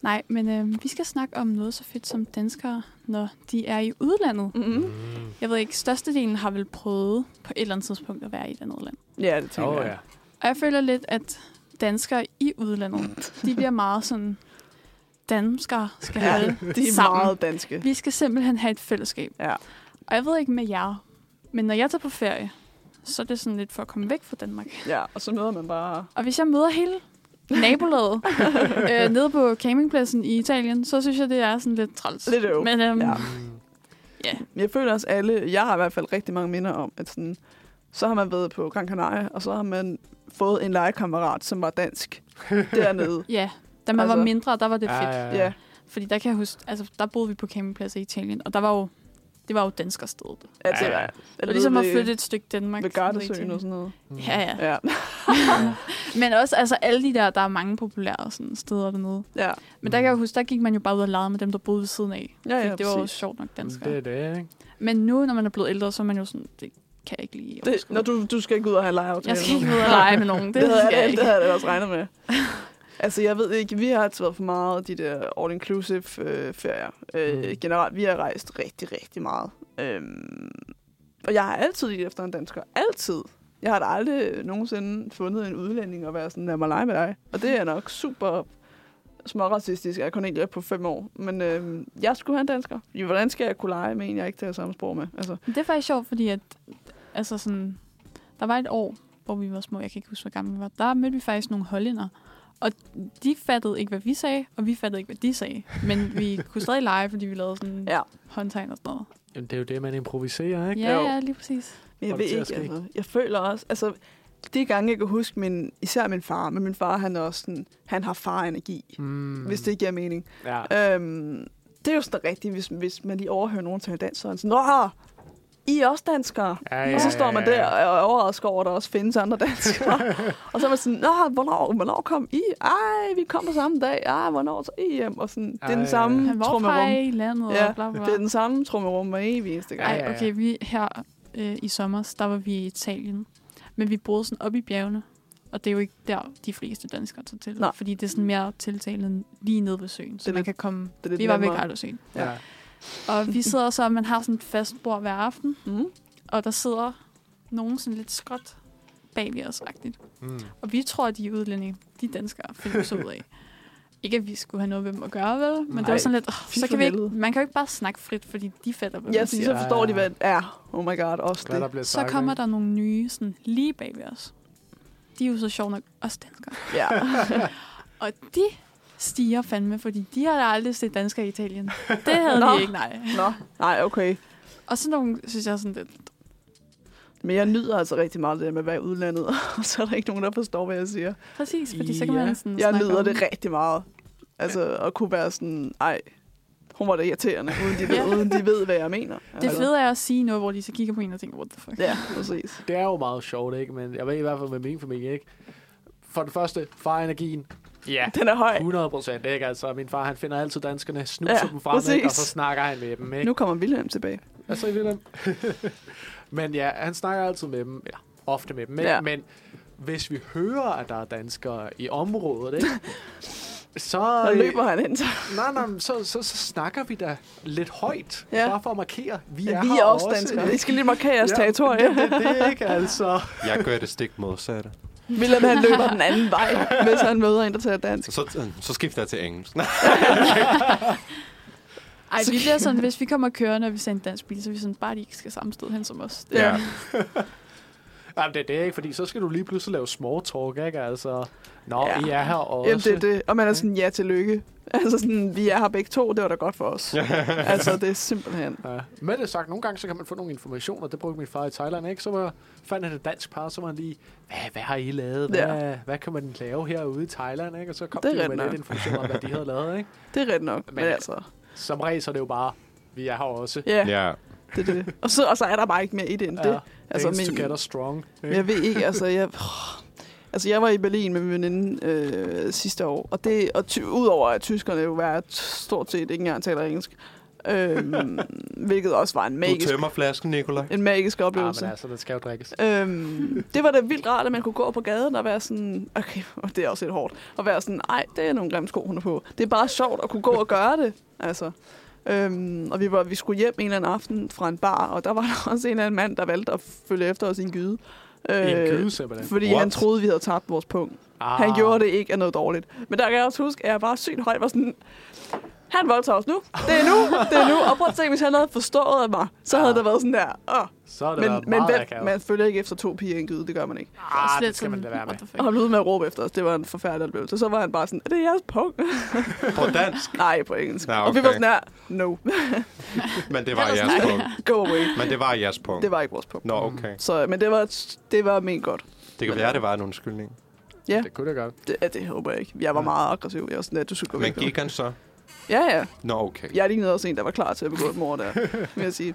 [SPEAKER 5] Nej, men øh, vi skal snakke om noget så fedt som danskere, når de er i udlandet.
[SPEAKER 3] Mm-hmm.
[SPEAKER 5] Jeg ved ikke, størstedelen har vel prøvet på et eller andet tidspunkt at være i et andet land.
[SPEAKER 3] Ja, det tænker
[SPEAKER 2] Åh,
[SPEAKER 3] oh, jeg.
[SPEAKER 2] ja.
[SPEAKER 5] Og jeg føler lidt, at danskere i udlandet, de bliver meget sådan, danskere skal
[SPEAKER 3] Ja,
[SPEAKER 5] holde
[SPEAKER 3] de er
[SPEAKER 5] sammen.
[SPEAKER 3] meget danske.
[SPEAKER 5] Vi skal simpelthen have et fællesskab.
[SPEAKER 3] Ja.
[SPEAKER 5] Og jeg ved ikke med jer, men når jeg tager på ferie, så er det sådan lidt for at komme væk fra Danmark.
[SPEAKER 3] Ja, og så møder man bare...
[SPEAKER 5] Og hvis jeg møder hele
[SPEAKER 3] *laughs*
[SPEAKER 5] nabolaget øh, nede på campingpladsen i Italien, så synes jeg, det er sådan lidt træls.
[SPEAKER 3] Lidt øv.
[SPEAKER 5] Men øhm,
[SPEAKER 3] Ja.
[SPEAKER 5] ja.
[SPEAKER 2] Mm.
[SPEAKER 3] Men jeg føler også alle... Jeg har i hvert fald rigtig mange minder om, at sådan, så har man været på Gran Canaria, og så har man fået en legekammerat, som var dansk dernede.
[SPEAKER 5] ja, da man altså,
[SPEAKER 3] Altså-
[SPEAKER 5] var mindre, der var det fedt.
[SPEAKER 2] Ja, ja.
[SPEAKER 3] Ja,
[SPEAKER 5] Fordi der kan jeg huske, altså der boede vi på campingpladser i Italien, og der var jo, det var jo danskerstedet. Det
[SPEAKER 3] altså,
[SPEAKER 2] Ja, ja.
[SPEAKER 5] var ligesom at
[SPEAKER 3] ved-
[SPEAKER 5] flytte et stykke Danmark.
[SPEAKER 3] ved
[SPEAKER 5] til
[SPEAKER 3] Gardasøen
[SPEAKER 5] Italien.
[SPEAKER 3] og sådan noget.
[SPEAKER 2] Mm.
[SPEAKER 5] Ja, ja.
[SPEAKER 3] Ja,
[SPEAKER 5] Men også altså, alle de der, der er mange populære sådan, steder dernede.
[SPEAKER 3] *laughs* ja,
[SPEAKER 5] Men der kan jeg huske, der gik man jo bare ud og legede med dem, der boede ved siden af.
[SPEAKER 3] Mm. ja, ja
[SPEAKER 5] Fordi det var jo
[SPEAKER 3] præcis.
[SPEAKER 5] sjovt nok danskere.
[SPEAKER 2] Mm, Det er det, ikke?
[SPEAKER 5] Men nu, når man er blevet ældre, så er man jo sådan, det kan jeg ikke lige
[SPEAKER 3] Det,
[SPEAKER 5] overskue.
[SPEAKER 3] når du, du skal ikke ud og have legeaftaler.
[SPEAKER 5] Jeg skal ikke ud og lege med
[SPEAKER 3] *laughs*
[SPEAKER 5] nogen. Det,
[SPEAKER 3] Det, det, havde,
[SPEAKER 5] skal jeg
[SPEAKER 3] jeg, det
[SPEAKER 5] ikke.
[SPEAKER 3] havde jeg da også regnet med. *laughs* altså, jeg ved ikke, vi har altid været for meget de der all-inclusive øh, ferier. Øh,
[SPEAKER 2] Mm.
[SPEAKER 3] Generelt, vi har rejst rigtig, rigtig meget. Øhm, og jeg har altid lidt efter en dansker. Altid. Jeg har da aldrig nogensinde fundet en udlænding og været sådan, lad mig lege med dig. Og det er nok super småracistisk. Jeg er kun egentlig på fem år. Men øh, jeg skulle have en dansker. Fordi Hvordan skal jeg kunne lege med en, jeg ikke tager samme sprog med? Altså,
[SPEAKER 5] Det er faktisk sjovt, fordi at, altså sådan, der var et år, hvor vi var små, jeg kan ikke huske, hvor gamle vi var, der mødte vi faktisk nogle hollænder. Og de fattede ikke, hvad vi sagde, og vi fattede ikke, hvad de sagde. Men vi kunne stadig lege, fordi vi lavede sådan
[SPEAKER 3] Ja.
[SPEAKER 5] ja. håndtegn og sådan noget.
[SPEAKER 2] Jamen, det er jo det, man improviserer, ikke?
[SPEAKER 5] Ja,
[SPEAKER 3] Jo.
[SPEAKER 5] ja, lige præcis.
[SPEAKER 3] Men
[SPEAKER 2] Får
[SPEAKER 3] jeg ved
[SPEAKER 2] det til
[SPEAKER 3] ikke,
[SPEAKER 2] at ske.
[SPEAKER 3] altså, jeg føler også, altså, de gange, jeg kan huske, min, især min far, men min far, han er også sådan, han har far-energi,
[SPEAKER 2] Mm.
[SPEAKER 3] mm. hvis det giver mening.
[SPEAKER 2] Ja.
[SPEAKER 3] Øhm, det er jo sådan rigtigt, hvis, hvis man lige overhører nogen til dans, så er han sådan, Nå, I er også danskere.
[SPEAKER 2] Ja,
[SPEAKER 3] Og så står man der og er overrasket over, at der også findes andre
[SPEAKER 2] *laughs*
[SPEAKER 3] danskere. og så er man sådan, Nå, hvornår, hvornår kom I? Ej, vi kom på samme dag. Ej, hvornår tager I hjem? Og sådan, det er
[SPEAKER 2] Ej.
[SPEAKER 3] den samme
[SPEAKER 5] Han var fra
[SPEAKER 3] trummerum.
[SPEAKER 5] i landet
[SPEAKER 3] Ja,
[SPEAKER 5] og bla bla
[SPEAKER 3] Det er
[SPEAKER 5] bla.
[SPEAKER 3] den samme trummerum hver evig eneste gang.
[SPEAKER 2] Ja,
[SPEAKER 5] Ej,
[SPEAKER 2] ja, ja.
[SPEAKER 5] okay, vi her øh, i sommer, der var vi i Italien. Men vi boede sådan oppe i bjergene. Og det er jo ikke der, de fleste danskere tager til.
[SPEAKER 3] Nej.
[SPEAKER 5] Fordi det er sådan mere tiltalende lige nede ved søen. Så
[SPEAKER 3] Det er
[SPEAKER 5] man
[SPEAKER 3] lidt-
[SPEAKER 5] kan komme...
[SPEAKER 3] Det er lidt
[SPEAKER 5] Vi var ved
[SPEAKER 3] nemmere.
[SPEAKER 5] Gardasøen.
[SPEAKER 2] Ja.
[SPEAKER 5] Og vi sidder så, og man har sådan et fast bord hver aften.
[SPEAKER 3] Mm.
[SPEAKER 5] Og der sidder nogen sådan lidt skråt bag ved os -agtigt.
[SPEAKER 2] Mm.
[SPEAKER 5] Og vi tror, at de er udlændinge. De er danskere, finder vi så ud
[SPEAKER 3] *laughs*
[SPEAKER 5] af. Ikke, at vi skulle have noget ved dem at gøre, vel? Men det
[SPEAKER 2] Nej.
[SPEAKER 5] var sådan lidt... Oh,
[SPEAKER 3] Fy
[SPEAKER 5] så
[SPEAKER 3] for
[SPEAKER 5] kan vi ikke,
[SPEAKER 3] helvede."
[SPEAKER 5] man kan jo ikke bare snakke frit, fordi de fatter, hvad
[SPEAKER 3] Ja,
[SPEAKER 5] man
[SPEAKER 3] fordi
[SPEAKER 5] siger.
[SPEAKER 3] så
[SPEAKER 2] Ja,
[SPEAKER 3] forstår
[SPEAKER 2] ja.
[SPEAKER 3] de, hvad det er. Oh my god, også
[SPEAKER 2] Hvad der
[SPEAKER 3] det.
[SPEAKER 2] bliver
[SPEAKER 5] Så
[SPEAKER 2] sagt,
[SPEAKER 5] kommer
[SPEAKER 2] ikke?
[SPEAKER 5] der nogle nye sådan, lige bag ved os. De er jo så sjovt nok også danskere. *laughs*
[SPEAKER 3] Ja.
[SPEAKER 5] Og de stiger fandme, fordi de har da aldrig set danskere i Italien.
[SPEAKER 3] *laughs*
[SPEAKER 5] Det havde
[SPEAKER 3] Nå.
[SPEAKER 5] de ikke, nej.
[SPEAKER 3] Nå, nej, okay.
[SPEAKER 5] Og sådan nogle, synes jeg sådan lidt,
[SPEAKER 3] Men jeg nyder altså rigtig meget det der med at være i udlandet, *laughs* og så er der ikke nogen, der forstår, hvad jeg siger.
[SPEAKER 5] præcis, fordi så kan
[SPEAKER 2] Ja.
[SPEAKER 5] man sådan
[SPEAKER 3] Jeg
[SPEAKER 5] snakke
[SPEAKER 3] nyder
[SPEAKER 5] om-
[SPEAKER 3] det rigtig meget. Altså, at kunne være sådan, ej, hun var da irriterende, uden de,
[SPEAKER 5] Ja.
[SPEAKER 3] ved, uden de ved, hvad jeg mener.
[SPEAKER 5] *laughs* Det fede er at sige noget, hvor de så kigger på en og tænker, what the
[SPEAKER 3] *laughs*
[SPEAKER 5] fuck.
[SPEAKER 3] Ja, præcis.
[SPEAKER 2] Det er jo meget sjovt, ikke? Men jeg ved i hvert fald med min familie, ikke? For det første, farenergien. Ja.
[SPEAKER 3] Den er høj.
[SPEAKER 2] 100 procent, ikke? Altså, min far, han finder altid danskerne, snuser
[SPEAKER 3] Ja,
[SPEAKER 2] ja, dem frem, ikke? og
[SPEAKER 3] præcis.
[SPEAKER 2] så snakker han med dem, ikke?
[SPEAKER 3] Nu kommer Wilhelm tilbage.
[SPEAKER 2] Jeg så i Wilhelm. *laughs* men ja, han snakker altid med dem, eller ofte med dem, ikke?
[SPEAKER 3] Ja.
[SPEAKER 2] Ja. men hvis vi hører, at der er danskere i området,
[SPEAKER 3] *laughs*
[SPEAKER 2] ikke? så,
[SPEAKER 3] Og løber han ind til.
[SPEAKER 2] Nej, nej, men så, så, så snakker vi da lidt højt,
[SPEAKER 3] Ja.
[SPEAKER 2] ja. bare for at markere, vi er
[SPEAKER 3] Vi
[SPEAKER 2] her
[SPEAKER 3] er også danskere. I skal lige markere jeres
[SPEAKER 5] *laughs*
[SPEAKER 3] territorie.
[SPEAKER 2] Det, det, det
[SPEAKER 3] *laughs*
[SPEAKER 2] er ikke altså.
[SPEAKER 4] Jeg gør det stik modsatte.
[SPEAKER 3] Wilhelm, han løber den anden vej, hvis han møder en, der taler dansk.
[SPEAKER 4] Så, så skifter jeg til engelsk.
[SPEAKER 5] Ej, vi bliver sådan, hvis vi kommer kørende, og vi ser en dansk bil, så er vi sådan, bare de ikke skal samme sted hen som os. Det,
[SPEAKER 4] Ja.
[SPEAKER 2] Jamen, det, er det er ikke, fordi så skal du lige pludselig lave small talk, ikke? Altså, nå,
[SPEAKER 3] Ja.
[SPEAKER 2] ja. I er her også.
[SPEAKER 3] Jamen, det er det. Og man er sådan, ja, tillykke. *laughs* Altså sådan, vi er her begge to, det var da godt for os. altså, det er simpelthen...
[SPEAKER 2] Ja. Med det sagt, nogle gange så kan man få nogle informationer. Det brugte min far i Thailand, ikke? Så var, fandt han et dansk par, så var han lige, hvad, hvad har I lavet? Hvad, ja. hvad kan man lave herude i Thailand? Ikke? Og så kom
[SPEAKER 3] Det er
[SPEAKER 2] det de jo
[SPEAKER 3] ret
[SPEAKER 2] med
[SPEAKER 3] nok.
[SPEAKER 2] lidt information om, hvad de havde lavet. Ikke?
[SPEAKER 3] Det er rigtigt nok. Men, men
[SPEAKER 2] Men-
[SPEAKER 3] altså,
[SPEAKER 2] Som regel så er det jo bare, vi er her også.
[SPEAKER 3] ja, yeah.
[SPEAKER 4] ja.
[SPEAKER 3] det er det. Og så, og så er der bare ikke mere i det end det.
[SPEAKER 2] altså,
[SPEAKER 3] Altså,
[SPEAKER 2] Dance
[SPEAKER 3] men-
[SPEAKER 2] together strong.
[SPEAKER 3] Men jeg ved ikke, altså jeg... Altså, jeg var i Berlin med min veninde øh, sidste år, og, det, og ty, udover at tyskerne jo var stort set ikke engang taler engelsk, øhm, *laughs* hvilket også var en
[SPEAKER 4] Du
[SPEAKER 3] magisk,
[SPEAKER 4] tømmer flasken, Nikolaj.
[SPEAKER 3] en magisk
[SPEAKER 2] Ah,
[SPEAKER 3] oplevelse.
[SPEAKER 2] men altså, den skal jo drikkes.
[SPEAKER 3] Øhm, det var da vildt rart, at man kunne gå på gaden og være sådan, okay, og det er også lidt hårdt, og være sådan, nej, det er nogle grimme sko, hun er på. Det er bare sjovt at kunne gå og gøre det, altså. Øhm, og vi, var, vi skulle hjem en eller anden aften fra en bar, og der var *laughs* der også en eller anden mand, der valgte at følge efter os i en gyde.
[SPEAKER 2] Øh, I en gyde, simpelthen.
[SPEAKER 3] Fordi What?
[SPEAKER 4] What?
[SPEAKER 3] han troede, vi havde tabt vores punkt.
[SPEAKER 2] Ah,
[SPEAKER 3] Ah. Han gjorde det ikke af noget dårligt. Men der kan jeg også huske, at jeg var sygt høj. Var sådan, han voldtager os nu. Det er nu. Det er nu. Og prøv at tænke, hvis han havde forstået af mig, så havde
[SPEAKER 2] Ah.
[SPEAKER 3] der været sådan der. Åh.
[SPEAKER 2] Så er det men,
[SPEAKER 3] Men,
[SPEAKER 2] meget
[SPEAKER 3] men hvem,
[SPEAKER 2] akavet.
[SPEAKER 3] man følger ikke efter to piger i en gyde. Det gør man ikke.
[SPEAKER 2] ah, det skal man lade være med.
[SPEAKER 3] Og han blev ved med at råbe efter os. Det var en forfærdelig oplevelse. Så var han bare sådan, er det jeres punkt?
[SPEAKER 4] På dansk.
[SPEAKER 3] *laughs* Nej, på engelsk.
[SPEAKER 4] Nå,
[SPEAKER 3] Og vi var
[SPEAKER 4] okay.
[SPEAKER 3] sådan her, no, *laughs*
[SPEAKER 4] Men det var jeres punkt.
[SPEAKER 3] go away.
[SPEAKER 4] Men det var jeres punkt.
[SPEAKER 3] Det var ikke vores punkt.
[SPEAKER 4] Nå, okay.
[SPEAKER 3] Så, men det var, det var ment godt.
[SPEAKER 4] Det
[SPEAKER 3] Mm.
[SPEAKER 4] kan være, det var en undskyldning.
[SPEAKER 3] Ja,
[SPEAKER 2] Det kunne det godt.
[SPEAKER 3] det, det håber jeg ikke. Jeg var meget aggressiv. Jeg var sådan, at du skulle gå
[SPEAKER 4] Men
[SPEAKER 3] væk. nu."
[SPEAKER 4] gik han så?
[SPEAKER 3] Ja, ja.
[SPEAKER 4] Nå, okay.
[SPEAKER 3] Jeg lignede også en, der var klar til at begå et mor
[SPEAKER 4] *laughs*
[SPEAKER 3] der, vil jeg sige.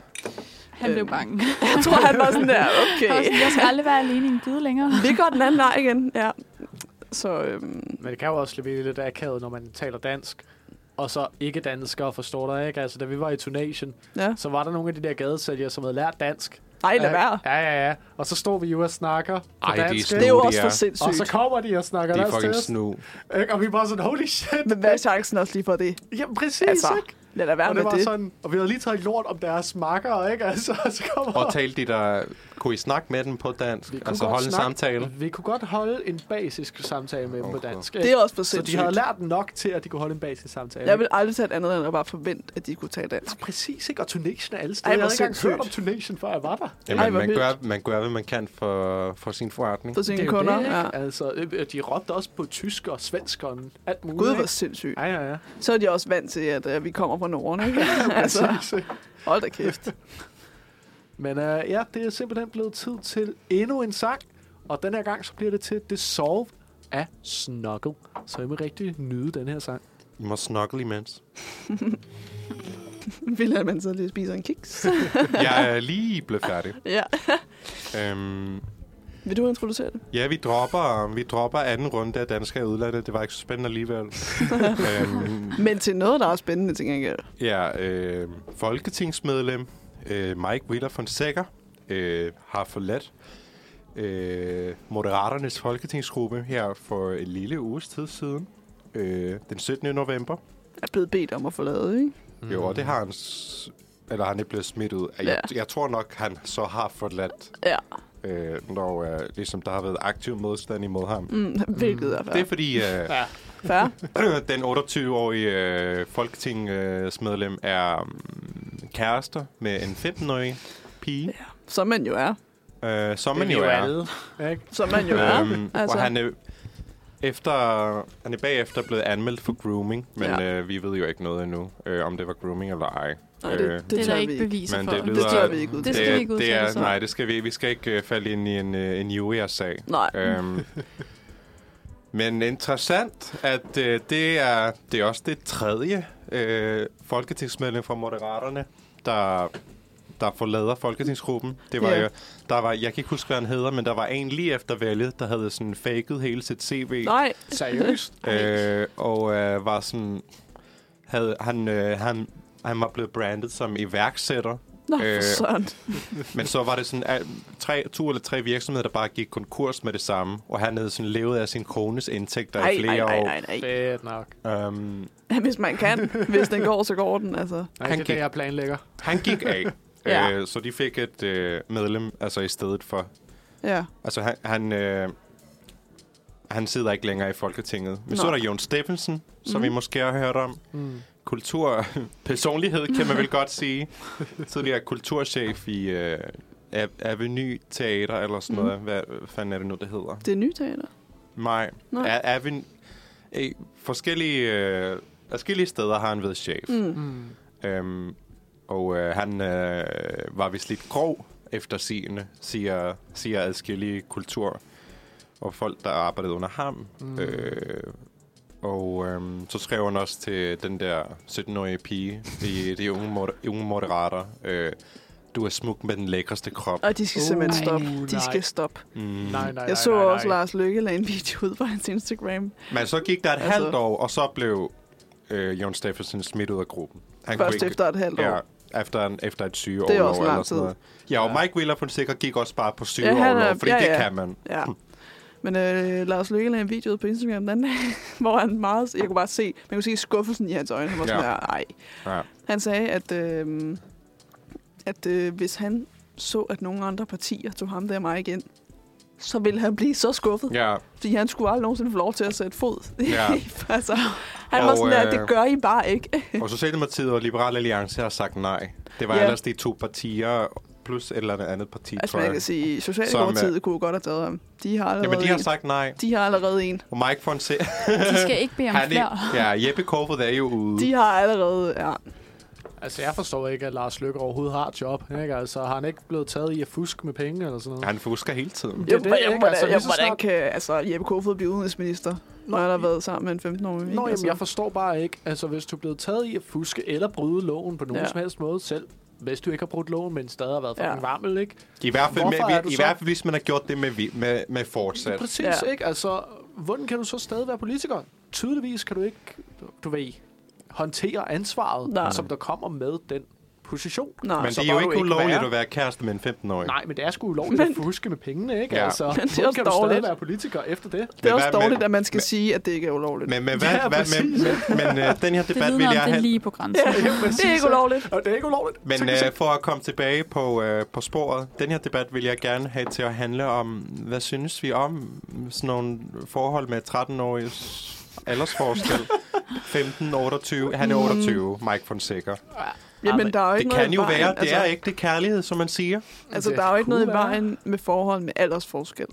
[SPEAKER 5] Han blev bange.
[SPEAKER 3] Jeg tror, han var sådan der,
[SPEAKER 5] Han var
[SPEAKER 3] okay.
[SPEAKER 5] sådan, Jeg skal aldrig være alene i en gyde længere.
[SPEAKER 3] Vi går den anden vej igen, ja. Så øhm,
[SPEAKER 2] Men det kan jo også blive lidt akavet, når man taler dansk. Og så ikke danskere forstår dig, ikke? Altså, da vi var i Tunesien,
[SPEAKER 3] ja.
[SPEAKER 2] så var der nogle af de der gadesælgere, som havde lært dansk. Øh,
[SPEAKER 3] Ej, lad være.
[SPEAKER 2] Ja, ja, ja. Og så stod vi jo og snakker på
[SPEAKER 4] Ej, de er
[SPEAKER 2] dansk.
[SPEAKER 4] snu,
[SPEAKER 3] Det er jo
[SPEAKER 4] de
[SPEAKER 3] også for
[SPEAKER 2] Og så
[SPEAKER 3] sindssygt.
[SPEAKER 2] kommer de og snakker
[SPEAKER 4] De er
[SPEAKER 2] deres til
[SPEAKER 4] fucking
[SPEAKER 2] os.
[SPEAKER 4] snu.
[SPEAKER 2] Ikke? Og vi var sådan, holy shit.
[SPEAKER 3] Men hvad er chancen også lige for det?
[SPEAKER 2] Ja, præcis,
[SPEAKER 3] Altså,
[SPEAKER 2] altså, ikke?
[SPEAKER 3] Lad da være
[SPEAKER 2] Og det var
[SPEAKER 3] med det.
[SPEAKER 2] sådan, og vi havde lige taget lort om deres makker, ikke? Altså, og så kommer...
[SPEAKER 4] Og talte de der... Kunne I snakke med dem på dansk?
[SPEAKER 2] Vi kunne
[SPEAKER 4] Altså
[SPEAKER 2] godt
[SPEAKER 4] holde en
[SPEAKER 2] snakke-
[SPEAKER 4] samtale?
[SPEAKER 2] Vi kunne godt holde en basisk samtale med dem på
[SPEAKER 4] Okay.
[SPEAKER 2] dansk.
[SPEAKER 3] Det er også for
[SPEAKER 2] Øh, så de
[SPEAKER 3] sindssygt.
[SPEAKER 2] havde lært nok til, at de kunne holde en basisk samtale.
[SPEAKER 3] Jeg vil aldrig tage et andet end at bare forvente, at de kunne tale dansk.
[SPEAKER 2] Præcis, ikke? Og Tunesien er alle steder.
[SPEAKER 3] Ej,
[SPEAKER 2] jeg
[SPEAKER 3] hvor
[SPEAKER 2] havde ikke engang hørt om
[SPEAKER 3] sindssygt.
[SPEAKER 2] Tunesien, før jeg var der.
[SPEAKER 4] Jamen,
[SPEAKER 3] Ej, hvor
[SPEAKER 4] man,
[SPEAKER 3] vildt.
[SPEAKER 4] gør, man gør, hvad man kan for, for sin forretning.
[SPEAKER 3] For sine kunder.
[SPEAKER 2] det,
[SPEAKER 3] ja.
[SPEAKER 2] ikke? Altså, øh, de råbte også på tysk og svensk og alt muligt.
[SPEAKER 3] Gud, hvor
[SPEAKER 2] ikke?
[SPEAKER 3] sindssygt.
[SPEAKER 2] Ja, ja, ja.
[SPEAKER 3] Så er de også vant til, at øh, vi kommer fra Norden, ikke? *laughs* altså,
[SPEAKER 2] Præcis, ikke?
[SPEAKER 3] hold da kæft.
[SPEAKER 2] Men øh, ja, det er simpelthen blevet tid til endnu en sang. Og den her gang, så bliver det til Dissolve af Snuggle. *laughs* Så jeg må rigtig nyde den her sang.
[SPEAKER 4] I må snuggle imens.
[SPEAKER 3] Vil at man sidder lige og spiser en kiks.
[SPEAKER 4] Jeg er lige blevet færdig.
[SPEAKER 3] *laughs* ja.
[SPEAKER 4] Øhm,
[SPEAKER 3] Vil du introducere det?
[SPEAKER 4] ja, vi dropper, vi dropper anden runde af danskere i udlandet. Det var ikke så spændende alligevel.
[SPEAKER 2] *laughs*
[SPEAKER 4] øhm,
[SPEAKER 3] Men til noget, der er spændende, tænker jeg.
[SPEAKER 4] ja, øh, folketingsmedlem øh, Mike Willer Fonseca øh, har forladt øh, Moderaternes folketingsgruppe her for en lille uges tid siden. Øh, den 17. november.
[SPEAKER 3] Er blevet bedt om at forlade, ikke?
[SPEAKER 4] Mm. Jo, og det har han... S- eller han er blevet smidt ud. Jeg,
[SPEAKER 3] Ja.
[SPEAKER 4] jeg tror nok, han så har forladt,
[SPEAKER 3] Ja.
[SPEAKER 4] øh, når øh, ligesom, der har været aktiv modstand imod ham. Mm.
[SPEAKER 3] Mm, hvilket er
[SPEAKER 4] Det er
[SPEAKER 3] fair.
[SPEAKER 4] fordi, øh,
[SPEAKER 3] fair.
[SPEAKER 4] *clears throat* den 28-årige øh, folketingsmedlem er mm, kærester med en 15-årig pige,
[SPEAKER 3] Ja. Som man jo er.
[SPEAKER 4] øh, som
[SPEAKER 2] Det er
[SPEAKER 4] man
[SPEAKER 2] vi
[SPEAKER 4] jo er.
[SPEAKER 2] alle. Ikke?
[SPEAKER 3] Som man jo er.
[SPEAKER 4] Øhm, altså.
[SPEAKER 3] altså.
[SPEAKER 4] Og han er, efter, han er bagefter blevet anmeldt for grooming, men
[SPEAKER 3] Ja.
[SPEAKER 4] ja. øh, vi ved jo ikke noget endnu, øh, om det var grooming eller ej.
[SPEAKER 3] Nej, det,
[SPEAKER 4] Øh,
[SPEAKER 3] det,
[SPEAKER 5] Det er
[SPEAKER 3] tør
[SPEAKER 5] der
[SPEAKER 3] vi
[SPEAKER 5] ikke
[SPEAKER 3] ikke.
[SPEAKER 5] beviser
[SPEAKER 4] Men
[SPEAKER 5] for.
[SPEAKER 4] det
[SPEAKER 5] og
[SPEAKER 3] Det
[SPEAKER 4] lyder-
[SPEAKER 3] tør vi ikke ud
[SPEAKER 5] Det skal vi ikke
[SPEAKER 4] det
[SPEAKER 5] udtale
[SPEAKER 4] er,
[SPEAKER 5] os om.
[SPEAKER 4] Nej, det skal vi, vi skal ikke øh, falde ind i en, øh, en jury-sag.
[SPEAKER 3] Nej.
[SPEAKER 4] Øhm, men interessant, at øh, det, er, det er også det tredje øh, folketingsmedlem fra Moderaterne, der, der forlader folketingsgruppen. Det var
[SPEAKER 3] Ja.
[SPEAKER 4] jo, der var, jeg kan ikke huske, hvad han hedder, men der var en lige efter valget, der havde sådan faked hele sit CV.
[SPEAKER 3] Nej. *laughs*
[SPEAKER 2] Seriøst?
[SPEAKER 4] Øh, og øh, var sådan... Havde, han, øh, han, han var blevet brandet som iværksætter.
[SPEAKER 3] Nå,
[SPEAKER 4] Øh,
[SPEAKER 3] for sådan.
[SPEAKER 4] Men så var det sådan at tre, to eller tre virksomheder, der bare gik konkurs med det samme. Og han havde sådan levet af sin kones indtægter
[SPEAKER 3] Nej, nej,
[SPEAKER 4] i flere
[SPEAKER 3] nej,
[SPEAKER 4] år.
[SPEAKER 3] nej, nej.
[SPEAKER 2] Fedt nok.
[SPEAKER 4] Øhm,
[SPEAKER 3] Hvis man kan. Hvis den går, så går den, altså.
[SPEAKER 2] Nej,
[SPEAKER 4] Han
[SPEAKER 2] det er det,
[SPEAKER 4] gik-
[SPEAKER 2] jeg planlægger.
[SPEAKER 4] han gik
[SPEAKER 3] *laughs*
[SPEAKER 4] af.
[SPEAKER 3] Ja.
[SPEAKER 4] øh, så de fik et øh, medlem altså i stedet for.
[SPEAKER 3] Ja.
[SPEAKER 4] Altså han, han, øh, han sidder ikke længere i Folketinget. Men Nå. så
[SPEAKER 3] Nå.
[SPEAKER 4] er der Jon Steffensen, som
[SPEAKER 3] Mhm.
[SPEAKER 4] mm. I måske har hørt om.
[SPEAKER 2] Mm.
[SPEAKER 4] Kultur, *laughs* personlighed kan man vel godt
[SPEAKER 3] *laughs*
[SPEAKER 4] sige. Tidligere kulturchef i øh, Av- Avenue Teater, eller sådan
[SPEAKER 3] Mhm.
[SPEAKER 4] noget. Hvad fanden er det nu, det hedder?
[SPEAKER 3] Det er nye teater.
[SPEAKER 4] Nej.
[SPEAKER 3] Nej.
[SPEAKER 4] Er, er vi, øh, forskellige, øh, forskellige steder har han været chef. Mm.
[SPEAKER 3] Mm.
[SPEAKER 2] Mm.
[SPEAKER 4] Øhm, og øh, han øh, var vist lidt grov efter sigende, siger, siger adskillige kultur og folk, der arbejdede under ham.
[SPEAKER 2] Mm.
[SPEAKER 4] Mm. Øh, og øhm, så skrev han også til den der 17-årige pige i de unge, moder- unge moderater, øh, du er smuk med den lækreste krop.
[SPEAKER 3] Og de skal simpelthen
[SPEAKER 2] Uh,
[SPEAKER 3] stoppe. De
[SPEAKER 2] nej.
[SPEAKER 3] skal stoppe.
[SPEAKER 4] Mm.
[SPEAKER 2] Nej, nej,
[SPEAKER 3] Jeg
[SPEAKER 2] nej,
[SPEAKER 3] så
[SPEAKER 2] nej, nej.
[SPEAKER 3] også Lars Løkke lagde en video ud på hans Instagram.
[SPEAKER 4] Men så gik der et
[SPEAKER 3] Altså-
[SPEAKER 4] altså... halvt år, og så blev øh, Jon Steffensen smidt ud af gruppen. Han
[SPEAKER 3] Først efter et halvt år.
[SPEAKER 4] Ja, efter, en, efter et syge år.
[SPEAKER 3] Det er også lang tid.
[SPEAKER 4] Ja, og
[SPEAKER 2] Ja.
[SPEAKER 4] Mike Willer på sikker gik også bare på syge
[SPEAKER 3] Ja,
[SPEAKER 4] ja,
[SPEAKER 3] han er-
[SPEAKER 4] år, fordi
[SPEAKER 3] ja,
[SPEAKER 4] ja, ja.
[SPEAKER 3] ja.
[SPEAKER 4] det kan man.
[SPEAKER 3] Ja. Men øh, Lars Løkke lagde en video ud på Instagram den anden dag, *laughs* hvor han meget... Jeg kunne bare se... Man kunne se skuffelsen i hans øjne. Han var sådan
[SPEAKER 4] Ja.
[SPEAKER 3] her, ej.
[SPEAKER 4] Ja.
[SPEAKER 3] Han sagde, at, øh, at øh, hvis han så, at nogle andre partier tog ham der mig igen, så ville han blive så skuffet.
[SPEAKER 4] ja.
[SPEAKER 3] Fordi han skulle aldrig nogensinde få lov til at sætte fod.
[SPEAKER 4] Ja.
[SPEAKER 3] *laughs* altså, han og, var
[SPEAKER 4] Og,
[SPEAKER 3] sådan der,
[SPEAKER 4] øh,
[SPEAKER 3] det gør I bare ikke.
[SPEAKER 4] Og Socialdemokratiet og Liberal Alliance har sagt nej. Det var
[SPEAKER 3] Ja.
[SPEAKER 4] ja. ellers de to partier, plus et eller andet parti,
[SPEAKER 3] altså,
[SPEAKER 4] tror
[SPEAKER 3] man
[SPEAKER 4] jeg.
[SPEAKER 3] kan sige, Socialdemokratiet kunne godt have taget ham. De har allerede
[SPEAKER 4] Jamen, de har
[SPEAKER 3] en.
[SPEAKER 4] sagt nej.
[SPEAKER 3] de har allerede en.
[SPEAKER 4] Og Mike Fonseca,
[SPEAKER 5] De skal ikke bede om
[SPEAKER 4] han
[SPEAKER 5] flere.
[SPEAKER 4] er, ja, Jeppe Kofod er jo ude.
[SPEAKER 3] De har allerede, ja.
[SPEAKER 2] Altså, jeg forstår ikke, at Lars Løkke overhovedet har et job. Ikke? Altså, har han ikke blevet taget i at fuske med penge eller sådan noget?
[SPEAKER 4] Han fusker hele tiden.
[SPEAKER 2] Det er
[SPEAKER 3] Jo,
[SPEAKER 2] det,
[SPEAKER 3] hvordan-
[SPEAKER 2] ikke? Altså,
[SPEAKER 3] hvordan-
[SPEAKER 2] lige
[SPEAKER 3] jo,
[SPEAKER 2] så
[SPEAKER 3] Hvordan
[SPEAKER 2] snart-
[SPEAKER 3] kan altså, Jeppe Kofod blive udenrigsminister, når han har været sammen med en 15-årig? ikke?
[SPEAKER 2] Nå, jamen,
[SPEAKER 3] altså,
[SPEAKER 2] jeg forstår bare ikke. Altså, hvis du er blevet taget i at fuske eller bryde loven på nogen
[SPEAKER 3] Ja.
[SPEAKER 2] ja. som helst måde selv, hvis du ikke har brudt loven, men stadig har været fucking
[SPEAKER 3] Ja.
[SPEAKER 2] ja. varmel, ikke?
[SPEAKER 4] I hvert fald,
[SPEAKER 2] Hvorfor er
[SPEAKER 4] med,
[SPEAKER 2] du
[SPEAKER 4] i
[SPEAKER 2] så-
[SPEAKER 4] hvert fald hvis man har gjort det med, vi- med, med fortsat.
[SPEAKER 2] Præcis,
[SPEAKER 3] Ja.
[SPEAKER 2] ja. ikke? Altså, hvordan kan du så stadig være politiker? Tydeligvis kan du ikke, du ved, håndtere ansvaret,
[SPEAKER 3] Nej.
[SPEAKER 2] Nej. som der kommer med den position.
[SPEAKER 3] Nej.
[SPEAKER 4] Men
[SPEAKER 2] Så
[SPEAKER 4] det er
[SPEAKER 2] bør
[SPEAKER 4] jo
[SPEAKER 2] Altså, du
[SPEAKER 4] ikke
[SPEAKER 2] ikke
[SPEAKER 4] ulovligt
[SPEAKER 2] være-
[SPEAKER 4] at være kæreste med en 15-årig.
[SPEAKER 2] Nej, men det er sgu ulovligt
[SPEAKER 3] Men-
[SPEAKER 2] at fuske med pengene, ikke?
[SPEAKER 4] Ja.
[SPEAKER 2] Ja. Altså,
[SPEAKER 3] Men det er
[SPEAKER 2] hvordan
[SPEAKER 3] også
[SPEAKER 2] kan du stadig
[SPEAKER 3] dårligt.
[SPEAKER 2] være politiker efter det?
[SPEAKER 3] det er
[SPEAKER 4] Men
[SPEAKER 3] også
[SPEAKER 4] hvad-
[SPEAKER 3] dårligt,
[SPEAKER 4] men-
[SPEAKER 3] at man skal sige, at det ikke er ulovligt.
[SPEAKER 4] Men, men, hvad,
[SPEAKER 2] Ja,
[SPEAKER 4] ja, hvad, men,
[SPEAKER 2] præcis.
[SPEAKER 4] men, men øh, den her
[SPEAKER 5] Det
[SPEAKER 4] debat vil
[SPEAKER 5] vidner
[SPEAKER 4] jeg
[SPEAKER 5] om, det er
[SPEAKER 4] have...
[SPEAKER 5] lige på grænsen.
[SPEAKER 2] Ja, præcis,
[SPEAKER 3] *laughs* det er ikke
[SPEAKER 2] ja.
[SPEAKER 3] ulovligt.
[SPEAKER 2] Og det er ikke ulovligt.
[SPEAKER 4] Men øh, for at komme tilbage på, øh, på sporet, den her debat vil jeg gerne have til at handle om, hvad synes vi om sådan nogle forhold med 13-årige
[SPEAKER 3] *laughs*
[SPEAKER 4] aldersforskel? 15, 28. Han er 28, Mike Fonseca.
[SPEAKER 3] Jamen, der er jo ikke
[SPEAKER 4] Det
[SPEAKER 3] noget
[SPEAKER 4] kan
[SPEAKER 3] i
[SPEAKER 4] jo
[SPEAKER 3] vejen.
[SPEAKER 4] være, det
[SPEAKER 3] altså,
[SPEAKER 4] er ægte kærlighed, som man siger.
[SPEAKER 3] Altså,
[SPEAKER 2] Det
[SPEAKER 3] der er jo ikke
[SPEAKER 2] kunne
[SPEAKER 3] noget i
[SPEAKER 2] være.
[SPEAKER 3] vejen med forhold med aldersforskel.